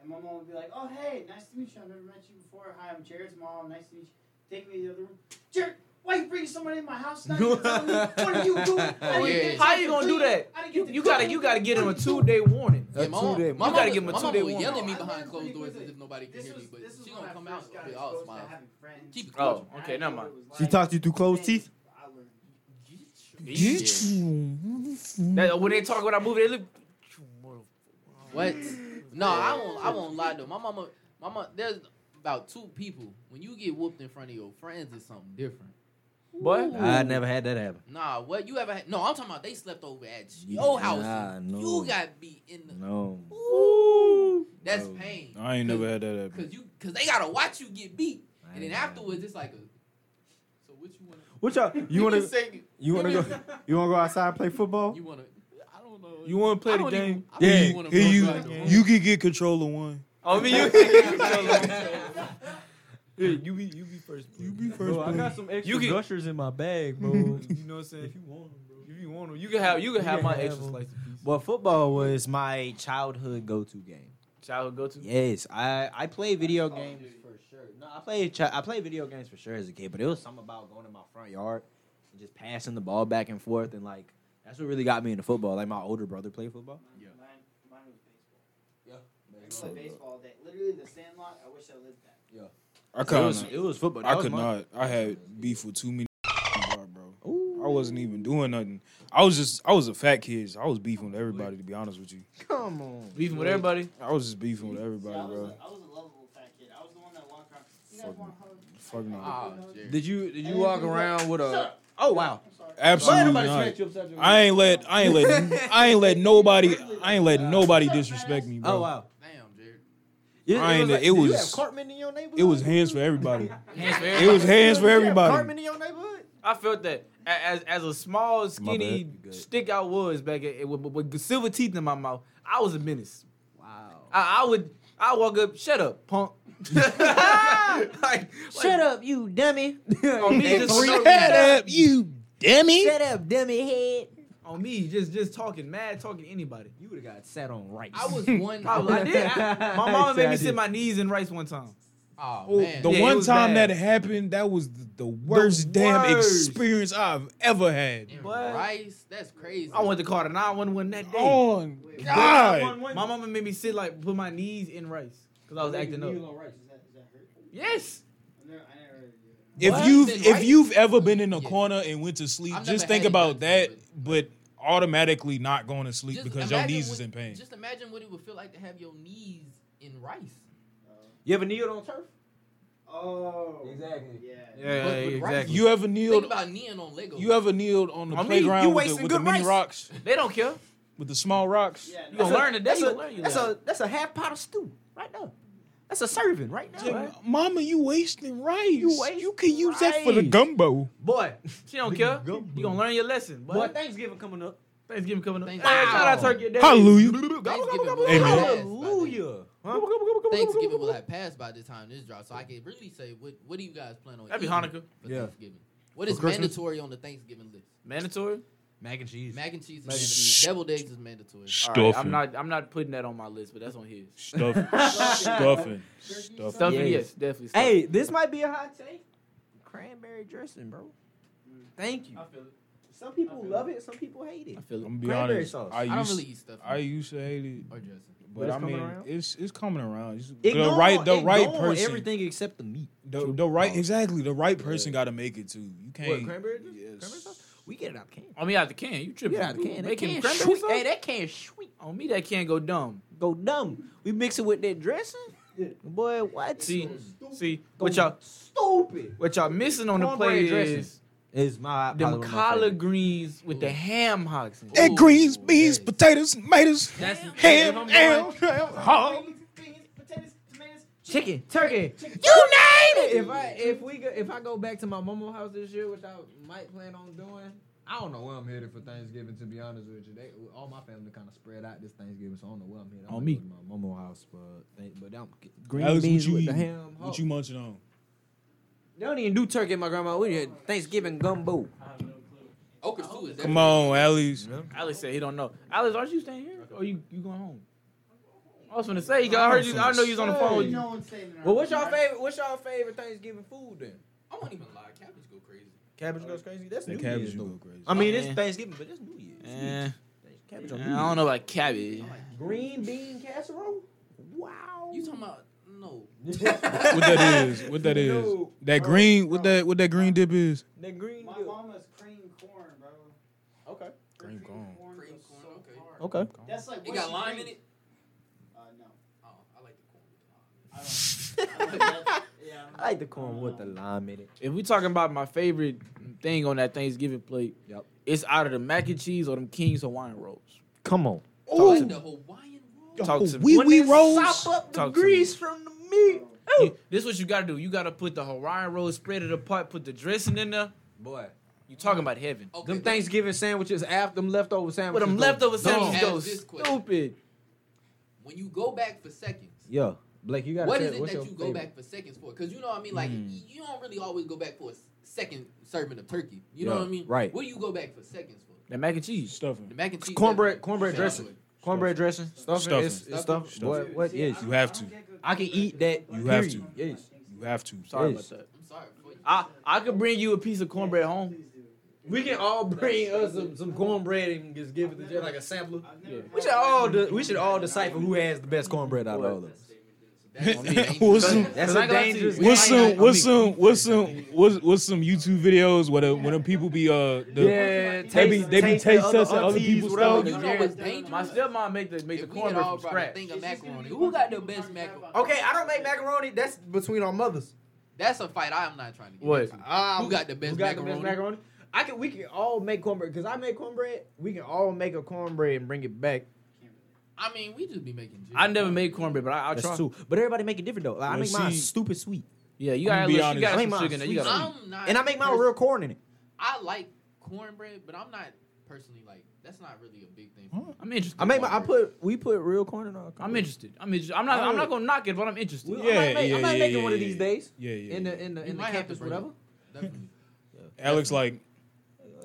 and my mom will be like, "Oh hey, nice to meet you. I've never met you before. Hi, I'm Jared's mom. Nice to meet you. Take me to the other room. Jared, why you bringing somebody in my house? Not even telling me? What are you doing? I
Yeah.
didn't get a
Oh, How
chance
you
to
gonna do
greet
that?
I didn't get
You,
to
you gotta
talk.
you gotta get him a
What are you
two
doing?
day warning.
Yeah, my mom,
two-day-
my
You
mom,
gotta give 'em a
my mom
two-day
would yell
warning.
at me
I
behind
learned
closed
pretty
doors as
quickly.
if nobody can
This
hear
was-
me, but
this was
she
when
gonna
I
come out
first got
with all
exposed to
smiles.
having friends.
Keep it
Oh,
cordial.
And I
okay,
didn't
never
know what
mind.
it was
She
like.
talks you through closed
Then
teeth.
I learned.
Get
That- when they talk about movie, they look.
What? No, I won't. I won't lie though. My mama, my mom. There's about two people. When you get whooped in front of your friends, it's something different.
What?
I never had that happen.
Nah, what you ever? Had, no, I'm talking about they slept over at your house.
Nah, no.
You got beat in the.
No.
That's
No.
pain.
I ain't never
Cause-
had that happen.
Cause you, cause they gotta watch you get beat,
I
and then
ain't
afterwards it's like a. So what you want?
What y'all? You wanna?
sing?
You wanna go? You wanna go outside and play football?
You wanna? I don't know.
You want to
I
play
don't
the
even-
game?
I don't
Yeah,
even wanna
here
go
you
outside the room.
you can get control of one.
Oh, me, you.
you be you be first. You be first. Bro, I got some extra
You get-
gushers in my bag, bro. you know what I'm saying? If you want them, bro. If you want them,
You can have you can have my extra
them.
slice of pizza.
Well, football was my childhood go-to game.
Childhood go to.
Yes, I I play video games for sure. No, I played chi- I played video games for sure as a kid, but it was something about going in my front yard and just passing the ball back and forth, and like that's what really got me into football. Like my older brother played football.
Mine, mine was baseball. Yeah. I played baseball all day. Literally the Sandlot. I wish I lived that.
I
It was,
couldn't.
it was football.
I
That was
could
my-
not. I had beef with too many, bro. I wasn't even doing nothing. I was just. I was a fat kid. so I was beefing with everybody. To be honest with you,
Come on.
Beefing with everybody.
I was just beefing with
See,
everybody,
I, was
bro.
a, I was a lovable fat kid. I was the one that walked around. You guys
Fuck
want to hug?
Fuck no.
Ah, Jerry.
Did you did you walk around with a? Oh wow.
I'm sorry.
Absolutely not. I ain't let. I ain't let. I ain't let nobody. I ain't let nobody disrespect me,
Oh
bro.
wow.
Damn, Jared.
I ain't. let- It
you have
was.
Cartman in your neighborhood?
It was hands for everybody.
Hands for
It was
everybody.
hands for
You have
everybody.
Cartman in your neighborhood?
I felt that A- as as a small skinny
bad. You good.
stick I was back at, with, with, with silver teeth in my mouth. I was a menace.
Wow.
I, I would I walk up. Shut up, punk. like, like,
Shut up, you dummy.
On me, just for no reason.
Shut up, you dummy.
Shut up, dummy head.
on me, just just talking mad, talking to anybody.
You would have got sat on rice.
I was one.
Probably I did. I- my mama
Yeah,
made
I
me
did.
sit my knees in rice one time.
Oh,
Oh,
man.
the
Yeah, it
one
was
time
bad.
that happened, that was the, the worst damn
worst.
experience I've ever had.
And
What?
Rice, that's crazy.
I went to call the 911 that day.
Oh God!
My mama made me sit like put my knees in rice because I was acting up.
Does that, does that hurt?
Yes.
I never, I never really did that.
If
What?
you've
Then
if
right-
you've ever been in a
Yeah.
corner and went to sleep,
I've never
just think
had
about
anybody
that,
do
but automatically not going to sleep
Just
because your
imagine
knees
what-
is in pain.
Just imagine what it would feel like to have your knees in rice.
You ever kneeled on turf?
Oh.
Exactly.
Yeah.
Yeah,
But- but rice-
exactly.
you ever
Think
kneeled?
about kneeling on Lego.
You ever kneeled on the
I mean,
playground
you
with the,
wasting
with the
good
mini
rice.
rocks,
they don't care.
with the small rocks?
Yeah,
You
no,
gonna learn today.
That's
You
a,
gonna learn. You
that's
learn.
a that's a half pot of stew right now. That's a serving right now.
Like, Mama, you wasting rice. You,
wasting
could use that for the
rice.
gumbo.
Boy, she don't care. You gonna learn your lesson. Boy,
Boy, Thanksgiving coming up.
Thanksgiving coming up.
Thanksgiving.
Man, shout out Turkey Day.
Hallelujah. Amen.
Hallelujah. Huh?
Thanksgiving will have passed by the time this drops, so I can really say what What do you guys plan on?
That'd be
eating
Hanukkah.
For
Yeah.
Thanksgiving. What is
Christmas?
mandatory on the Thanksgiving list?
Mandatory.
Mac and cheese.
Mac and cheese is
and
mandatory.
cheese.
Deviled eggs is mandatory.
All right, I'm
Stuffing.
not. I'm not putting that on my list, but that's on his.
Stuffing. Stuffing. Stuffing.
Stuffing,
Yes.
yes, definitely. Stuffing.
Hey, this might be a hot take. Cranberry dressing, bro. Thank you.
I feel it.
Some people love it. Some people hate it.
I feel
I'm gonna be
Cranberry
honest.
sauce.
I,
I
used,
don't really eat stuff.
I used to hate it,
Or dressing.
but
it's
I
coming
mean,
around?
it's it's coming around. It's- the
Ignore-
right, the right
ignore
person,
Everything except the meat.
the, the
Oh.
right, exactly, the right person got to make it too. You
What,
can't.
cranberry juice?
Yes.
Cranberry sauce? We get it out of can.
On me out the can. You tripping?
Yeah, out the can.
They
That can
can
cranberry
sweet.
sauce?
Hey, that can sweet. On me, that can go dumb.
Go dumb. We mix it with that dressing? Boy, what?
See, see
Go
what y'all
stupid.
what y'all missing on the
Cornbread
plate
dressing.
is
Is my Mm.
them collard greens with the
Ooh.
ham hocks. in it.
Egg greens, beans, potatoes, tomatoes,
That's
ham,
I'm
ham,
like,
ham, hog.
chicken, turkey.
You name it.
If I if we go, if I go back to my mama house this year, which I might plan on doing, I don't know where I'm headed for Thanksgiving. To be honest with you, they, all my family kind of spread out this Thanksgiving, so I don't know where I'm headed. I
On
might
me.
go to my mama house, but they- but I'm green
Alex, what
beans
you
with the
eating?
ham. hog.
What you munching on?
They don't even do turkey at my grandma. We had Thanksgiving gumbo.
Okra stew is
Come on, Alex.
Alex said he don't know. Alex, aren't you staying here or you you going home? I was gonna say, 'cause I heard you. I know you was on the phone. With you.
No one's saying that.
Well, what's y'all favorite? What's y'all favorite Thanksgiving food then?
I won't even lie. Cabbage go crazy.
Cabbage goes crazy. That's
The
New
cabbage
Year's
you
though.
go crazy.
I mean, it's
Yeah.
Thanksgiving, but it's New Year's.
Eh,
Cabbage
I
on New
don't know about cabbage.
Year's. Green bean casserole. Wow.
You talking about no?
What that is? What that is?
No.
That green? What that? What that green dip is?
The green.
My
deal.
mama's cream corn, bro.
Okay.
Her
Cream corn.
Cream
goes
corn,
so
okay.
hard.
Okay.
That's like
It
what
got
she
lime in
brings.
it.
Uh, no.
Oh, I like the corn.
I don't. I don't that's, yeah.
I like the corn with the lime in it.
If we talking about my favorite thing on that Thanksgiving plate,
Yep.
it's either the mac and cheese or them King's Hawaiian rolls.
Come on.
I like the Hawaiian roll.
Talk to
Wee
me.
wee rolls.
Sop up the
Talk to me.
grease from the meat.
You- this what you gotta do. You gotta put the Hawaiian rolls, spread it apart, put the dressing in there.
Boy.
You talking about heaven?
Okay,
Them
but-
Thanksgiving sandwiches after them leftover
But
sandwiches.
them
go
leftover
dumb.
sandwiches
Ask
go
this question.
stupid.
when you go back for seconds,
Yeah. Blake, you gotta
what
tell
is it
what's
that you
your
go
favorite?
back for seconds for? Because you know what I mean. Like y- you don't really always go back for a s- second serving of turkey. You know
Yeah,
what I mean?
right.
What do you go back for seconds for?
That mac and cheese.
Stuffing.
The mac and cheese,
Cornbread,
definitely.
cornbread
Shout out
dressing,
to it.
cornbread dressing, stuffing.
Stuffing.
It's, it's stuffing.
Stuffing.
Boy, what is?
You have to.
I can eat that.
You have
period.
to.
Yes.
You have to.
Sorry
Yes.
about that.
I'm sorry. For you.
I I could bring you a piece of cornbread home.
We can all bring us some, some cornbread and just give it to Jay like a sampler. We should
Oh,
all de- we should all decipher who has the best cornbread out of all of us.
What's some?
That's
Cause I
a
ain't gonna lie to
dangerous.
you.
What's
Yeah, I
some?
mean-
What's some? What's some? What's what's some YouTube videos where the when the people be uh the
Yeah,
they be they be taste testing other people's stuff.
You know what's dangerous?
My stepmom make the make the
if we had
cornbread
all
from
brought a
scratch.
thing of macaroni, who got the best macaroni?
Okay, I don't make macaroni. That's between our mothers.
That's a fight I'm not trying to get
What?
into. Ah,
Uh,
Who got the best
who got the
macaroni?
best macaroni? I can. We can all make cornbread because I make cornbread. We can all make a cornbread and bring it back.
I mean, we just be making.
I never made cornbread, but I, I try.
That's two. But everybody make it different though. Like, I
Well,
make mine
see-
stupid sweet,
Yeah, you
I'm
gotta
gonna be
look, you
honest.
gotta
I
put
ain't
some
mine
sugar in there. You
sweet.
gotta.
I'm not.
and I make mine with real corn in it.
I like cornbread, but I'm not personally like. That's not really a big thing. for me.
I'm interested.
I make my. I put. We put real corn in our.
I'm interested. I'm interested. I'm not. I'm not gonna knock it, but I'm interested.
We- I
Yeah,
might make-
yeah,
I might
yeah,
make it one of
yeah,
these
yeah.
days.
Yeah, yeah.
In the in the
You
in the
might have to
campus,
bring it
whatever.
Definitely.
Alex like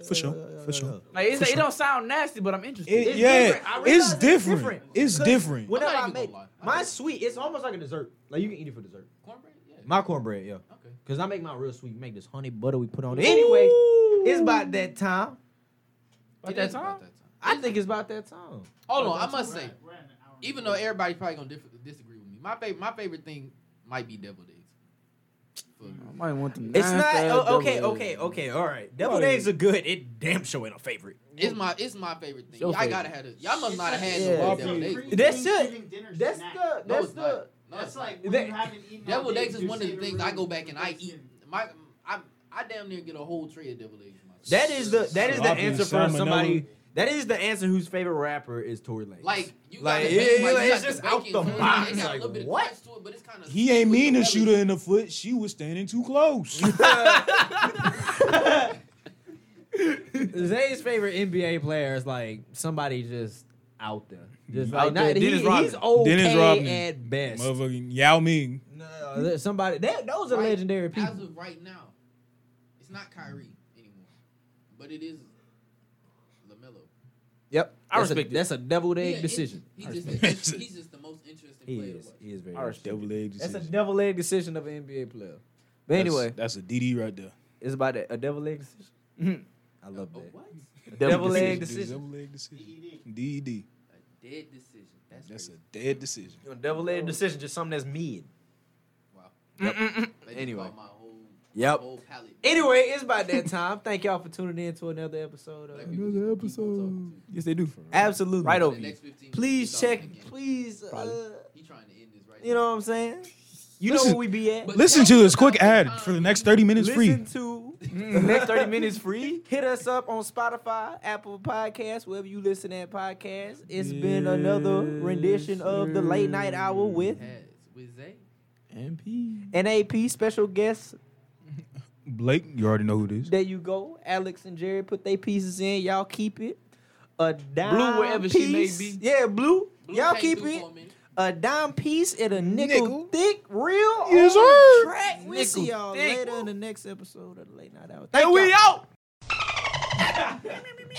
for sure, for sure.
Like it's, it don't sound nasty, but I'm interested.
It,
It's
yeah,
different. I realize
it's
it's
different.
different.
It's
Because
different.
Whenever
not
I
even
make
gonna lie.
mine's sweet, it's almost like a dessert. Like you can eat it for dessert.
Cornbread, yeah.
My cornbread, yeah.
okay.
Cause I make mine real sweet. Make this honey butter we put on it. Anyway, it's about that time.
About
It
that
is about
time?
I think it's about that time.
Hold on, I must say,
We're at an hour and
even though everybody's probably gonna dif- disagree with me, my favorite my favorite thing might be deviled eggs. For-
I might want them.
It's not
nasty-ass
oh, okay,
double
okay,
A's.
okay. All right, deviled eggs are good. It damn sure ain't a favorite.
It's my it's my favorite thing.
Your
I
favorite.
gotta have it. Y'all must
It's
not have
like
had
Yeah.
no
Bob
deviled
Pre-
eggs.
pre-
That's it.
Thanksgiving dinner
That's
snack.
the
No,
that's
it's not.
the
No,
That's
it's not.
like when
That-
you haven't eaten. all
Deviled
day,
eggs is
you're
one of the
saving
things I
room
go
for
back and I eat.
Thanksgiving.
My I I damn near get a whole tray of deviled eggs. Myself.
that is the that is the
Sloppy,
answer for
salmonella.
somebody. That is the answer whose favorite rapper is Tory Lanez.
Like you
Like,
like,
yeah,
it,
yeah,
like,
it's just out the box,
It got
like,
a little bit
what?
of crunch to it, but it's kind of
He ain't mean to shoot her in the foot. She was standing too close.
Zay's favorite NBA player is like somebody just out there, just
Out
like not,
there,
he-
Dennis Rodman.
he's okay
Dennis Rodman.
at best.
Motherfucking Yao Ming.
No, there's somebody that those are
Right.
legendary
As
people.
of right now, it's not Kyrie anymore, but it is Lamelo.
Yep,
I
That's a-
respect it.
That's a deviled
Yeah,
egg
it-
decision.
He's
I
just,
respect
the- he's just the most interesting
it. He
player. to
is.
watch.
He is very.
I respect
interesting.
Double edged
That's a devil egg decision of an NBA player. But anyway,
that's, a DD right there.
it's about a, a devil egg decision.
Mhm.
I love that.
What?
Double
leg
egg
decision.
decision.
Double leg decision. DED.
A dead decision. That's,
That's a
crazy.
dead decision.
You know, Double egg decision, just something that's mead.
They just
anyway.
bought my whole-
Yep.
whole palette.
Anyway, it's about that time. Thank y'all for tuning in to another episode.
Black
Of
people just keep on talking
Yes, they do.
Absolutely. Right
to you.
over
The
you.
next 15
Please
minutes,
check.
we talking again.
Please, uh,
He trying to end this right
you know what I'm saying? You
Listen-
know where we be at.
But
Listen
that's
to this quick
about the
ad
time.
for the next 30 minutes free.
Listen to the next 30 minutes free. Hit us up on Spotify, Apple Podcasts, wherever you listen at podcasts. It's been another rendition of the late night hour with
now. Has with Zay.
MP.
NAP special guests.
Blake, you already know who it is.
There you go. Alex and Jerry put their pieces in. Y'all keep it. A dime
Blue wherever she may
piece.
be.
Yeah, blue.
Blue
Y'all
came
keep
through
it.
for a minute.
A dime piece and a nickel,
Nickel.
thick, real
Yes,
on
sir.
the track. We see
Nickel
y'all
thick.
later in the next episode of the late night hour. Thank we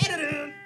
out.